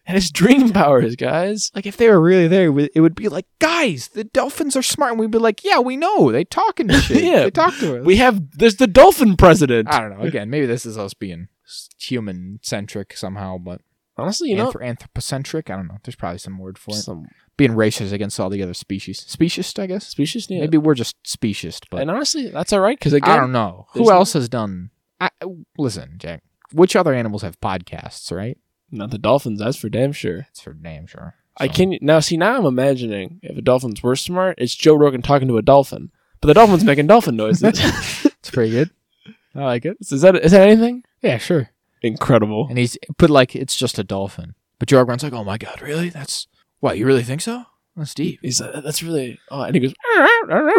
S1: and it's dream powers, guys.
S2: like if they were really there, we- it would be like, guys, the dolphins are smart, and we'd be like, yeah, we know, they talk and shit,
S1: Yeah.
S2: they talk to us.
S1: We have there's the dolphin president.
S2: I don't know. Again, maybe this is us being human centric somehow, but
S1: Honestly, you know,
S2: anthro- anthropocentric. I don't know. There's probably some word for it.
S1: some
S2: Being racist against all the other species. Speciest, I guess.
S1: species. Yeah.
S2: Maybe we're just speciest, but
S1: and honestly, that's all right because again,
S2: I don't know.
S1: there's
S2: Who
S1: no-
S2: else has done? I, listen, Jack. Which other animals have podcasts? Right?
S1: not the dolphins. That's for damn sure.
S2: That's for damn sure.
S1: I
S2: So-
S1: can now see now. I'm imagining if the dolphins were smart, it's Joe Rogan talking to a dolphin, but the dolphin's making dolphin noises.
S2: It's pretty good. I like it.
S1: is that is that anything
S2: Yeah, sure.
S1: incredible?
S2: And he's but like it's just a dolphin. But Joe Rogan's like, oh my god, really? That's what you really think so? That's deep.
S1: He's like, that's really oh, and he goes. It's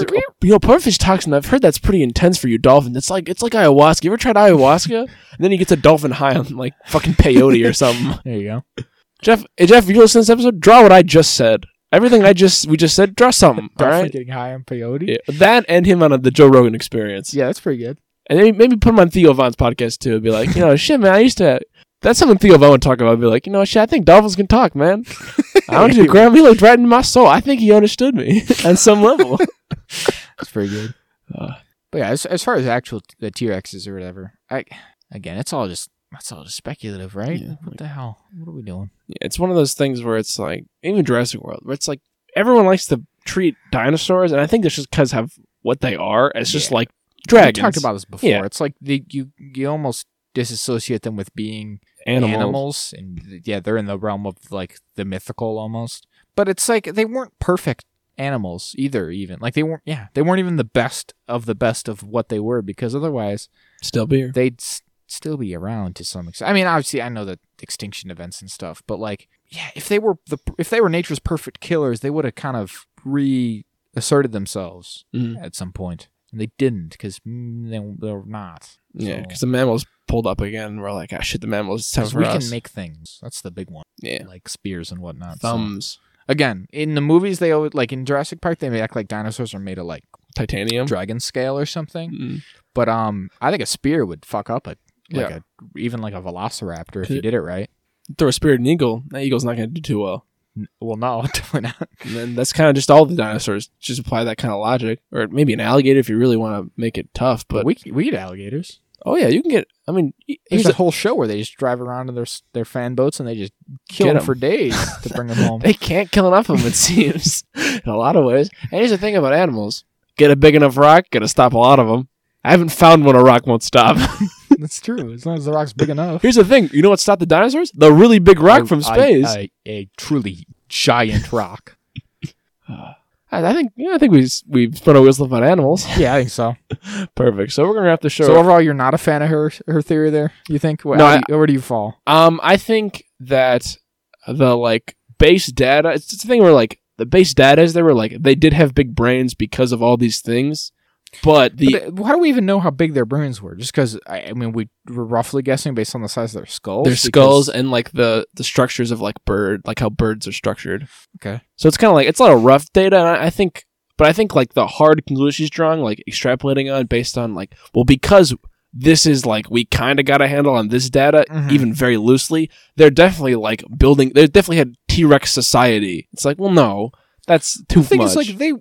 S1: like, oh, you know, pufferfish toxin. I've heard that's pretty intense for you, dolphin. It's like it's like ayahuasca. You ever tried ayahuasca? and then he gets a dolphin high on like fucking peyote or something.
S2: There you go.
S1: Jeff, hey, Jeff, if you listen to this episode, draw what I just said. Everything I just we just said, draw something. all
S2: Dolphin
S1: right,
S2: getting high on peyote.
S1: yeah, that and him on a, the Joe Rogan experience,
S2: Yeah, that's pretty good.
S1: and maybe, maybe put him on Theo Vaughn's podcast too. And be like, you know, shit, man, I used to. That's something Theo Vaughn would talk about. Be like, you know, shit, I think dolphins can talk, man. I don't do Graham. He looked right into my soul. I think he understood me on some level.
S2: That's pretty good.
S1: Uh.
S2: but yeah, as, as far as actual t- the T Rexes or whatever, I again, it's all just that's all just speculative, right?
S1: Yeah,
S2: what
S1: like-
S2: the hell? What are we doing?
S1: Yeah, it's one of those things where it's like even Jurassic World, where it's like everyone likes to treat dinosaurs, and I think it's just because of what they are. It's just
S2: Yeah.
S1: like dragons,
S2: We talked about this before.
S1: Yeah.
S2: It's like the, you you almost disassociate them with being
S1: animals.
S2: animals. and th- yeah, they're in the realm of like the mythical almost. But it's like they weren't perfect animals either. Even like they weren't. Yeah, they weren't even the best of the best of what they were because otherwise
S1: Still beer.
S2: they'd s- still be around to some extent. I mean, obviously, I know the extinction events and stuff, but like, yeah, if they were the if they were nature's perfect killers, they would have kind of reasserted themselves
S1: Mhm.
S2: at some point, and they didn't because mm, they, they're not.
S1: Yeah,
S2: So-
S1: because the mammals pulled up again. and We're like, ah, shit, the mammals. It's time
S2: 'cause
S1: for
S2: we
S1: us.
S2: can make things. That's the big one,
S1: yeah,
S2: like spears and whatnot. so-
S1: thumbs,
S2: Again, in the movies, they always like in Jurassic Park, they act like dinosaurs are made of like
S1: titanium.
S2: dragon scale or something.
S1: Mm.
S2: But um, I think a spear would fuck up a like
S1: Yeah.
S2: a even like a velociraptor if
S1: Could-
S2: you did it right.
S1: Throw a spear at an eagle. That eagle's not going to do too well.
S2: N- Well, no, definitely not.
S1: And then that's kind of just all the dinosaurs. Just apply that kind of logic, or maybe an alligator if you really want to make it tough. But,
S2: But we we eat alligators.
S1: oh yeah, you can get. I mean, y-
S2: There's
S1: here's
S2: a
S1: the,
S2: whole show where they just drive around in their s- their fan boats and they just kill
S1: Get
S2: them
S1: 'em.
S2: for days to bring them home.
S1: they can't kill enough of them. It seems in a lot of ways. And here's the thing about animals: get a big enough rock, gonna stop a lot of them. I haven't found one a rock won't stop.
S2: That's true. As long as the rock's big enough.
S1: Here's the thing. You know what stopped the dinosaurs? The really big rock
S2: I-
S1: from
S2: I-
S1: space. I,
S2: I- a truly giant rock.
S1: I think. Yeah, I think we s- we spun our wheels left on animals.
S2: yeah, I think so.
S1: Perfect. So we're gonna have to show.
S2: So overall, you're not a fan of her her theory there. You think? Where,
S1: No,
S2: how do you- where do you fall?
S1: Um, I think that the like base data. It's it's the thing where like the base data is they were like they did have big brains because of all these things, but the
S2: But, uh, how do we even know how big their brains were? Just because I, I mean, we were roughly guessing based on the size of their skulls.
S1: their
S2: because-
S1: skulls and like the the structures of like bird, like how birds are structured.
S2: Okay.
S1: So it's kind of like it's a lot of rough data, and I, I think, but I think like the hard conclusion she's drawing, like extrapolating on based on like well because this is like we kind of got a handle on this data
S2: Mhm.
S1: even very loosely. They're definitely like building. They definitely had T Rex society. It's like well no, that's too
S2: The thing
S1: much.
S2: is, like they,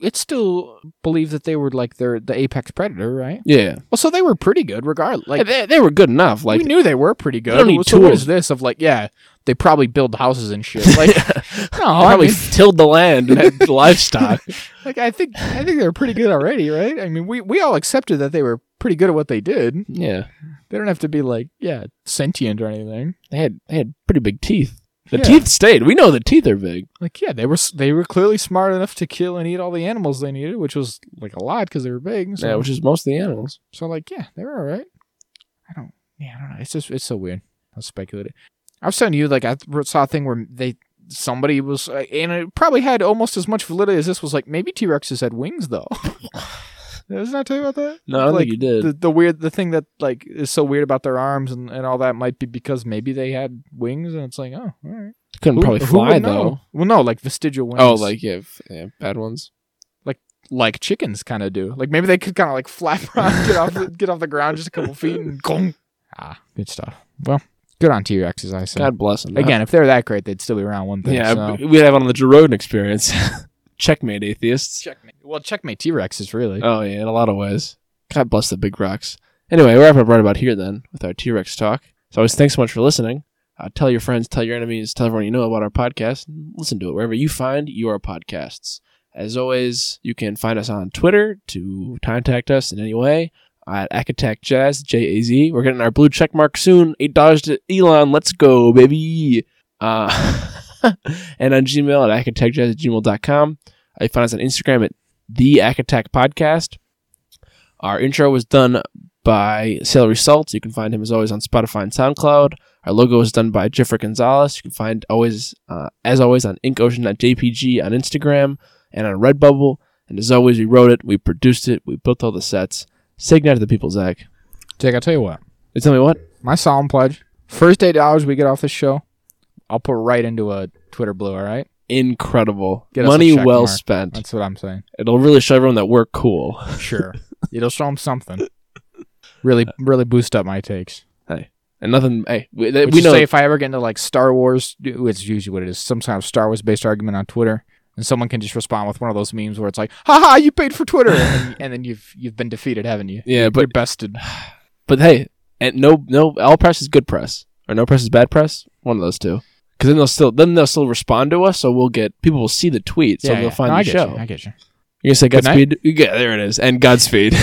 S2: it's still believed that they were like their the apex predator, right?
S1: yeah,
S2: Well, so they were pretty good, regardless. Like
S1: they, they were good enough. Like
S2: we knew they were pretty good.
S1: don't need
S2: so what
S1: tools.
S2: is this of like? Yeah, they probably build houses and shit. Like, no, I
S1: probably
S2: mean,
S1: tilled the land and had livestock.
S2: like I think I think they were pretty good already, right? I mean, we we all accepted that they were pretty good at what they did.
S1: Yeah,
S2: They don't have to be like yeah sentient or anything.
S1: they had they had pretty big teeth. The
S2: Yeah.
S1: teeth stayed. We know the teeth are big.
S2: Like yeah, they were s- they were clearly smart enough to kill and eat all the animals they needed, which was like a lot because they were big. So,
S1: Yeah, which is most of the animals.
S2: so like yeah, they were all right. I don't yeah I don't know. It's just it's so weird. I was speculating. I was telling you like I th- saw a thing where they somebody was uh, and it probably had almost as much validity as this was like maybe T Rexes had wings though. Doesn't I tell you about that?
S1: No, I don't
S2: Like,
S1: think you did.
S2: the, the weird the thing that like is so weird about their arms and, and all that might be because maybe they had wings and it's like oh all right
S1: Couldn't probably
S2: Who- who
S1: fly
S2: would
S1: though.
S2: know? well no like vestigial wings
S1: Oh, like yeah, f- yeah, bad ones.
S2: like chickens kind of do like maybe they could kind of like flap around get off the, get off the ground just a couple feet and gong. ah good stuff well good on T Rexes I say
S1: God bless them.
S2: again if they're that great they'd still be around one thing
S1: yeah,
S2: so.
S1: b- we'd have it on the Joe Rogan experience. Checkmate atheists.
S2: checkmate well checkmate T Rexes really
S1: Oh yeah, in a lot of ways. God bless the big rocks. Anyway, we're wrapping up right about here then with our T Rex talk. So always thanks so much for listening. Uh, tell your friends, tell your enemies, tell everyone you know about our podcast. Listen to it wherever you find your podcasts. As always, you can find us on Twitter to contact us in any way at Akatak Jazz J A Z. We're getting our blue check mark soon. Eight dollars to Elon. Let's go, baby. Uh, and on Gmail at akatakjazz at gmail.com. You find us on Instagram at the Akatak podcast. Our intro was done by Celery Salt. You can find him as always on Spotify and SoundCloud. Our logo was done by Jeffrey Gonzalez. You can find always, uh, as always, on InkOcean.jpg on Instagram and on Redbubble. And as always, we wrote it, we produced it, we built all the sets. Say goodnight to the people, Zach.
S2: Jake I'll tell you what
S1: They tell me what?
S2: my solemn pledge first eight dollars we get off this show I'll put right into a Twitter blue all right
S1: Incredible.
S2: Get us a
S1: Money
S2: check
S1: well
S2: mark.
S1: spent.
S2: that's what I'm saying.
S1: It'll really show everyone that we're cool.
S2: Sure. It'll show them something. Really, really boost up my takes.
S1: And nothing, hey, we,
S2: We,
S1: Uh, we know.
S2: say if I ever get into like Star Wars, it's usually what it is, some kind of Star Wars based argument on Twitter, and someone can just respond with one of those memes where it's like, "Haha, you paid for Twitter," and, and then you've you've been defeated, haven't you?
S1: yeah, but
S2: You're bested.
S1: But hey, and no, no, all press is good press, or no press is bad press. One of those two. Because then they'll still then they'll still respond to us, so we'll get people will see the tweet, so
S2: Yeah,
S1: they'll
S2: yeah.
S1: find
S2: No, I
S1: the
S2: get you.
S1: show.
S2: I get you.
S1: You. are gonna say
S2: Good night.
S1: Godspeed? Yeah, there it is, and Godspeed.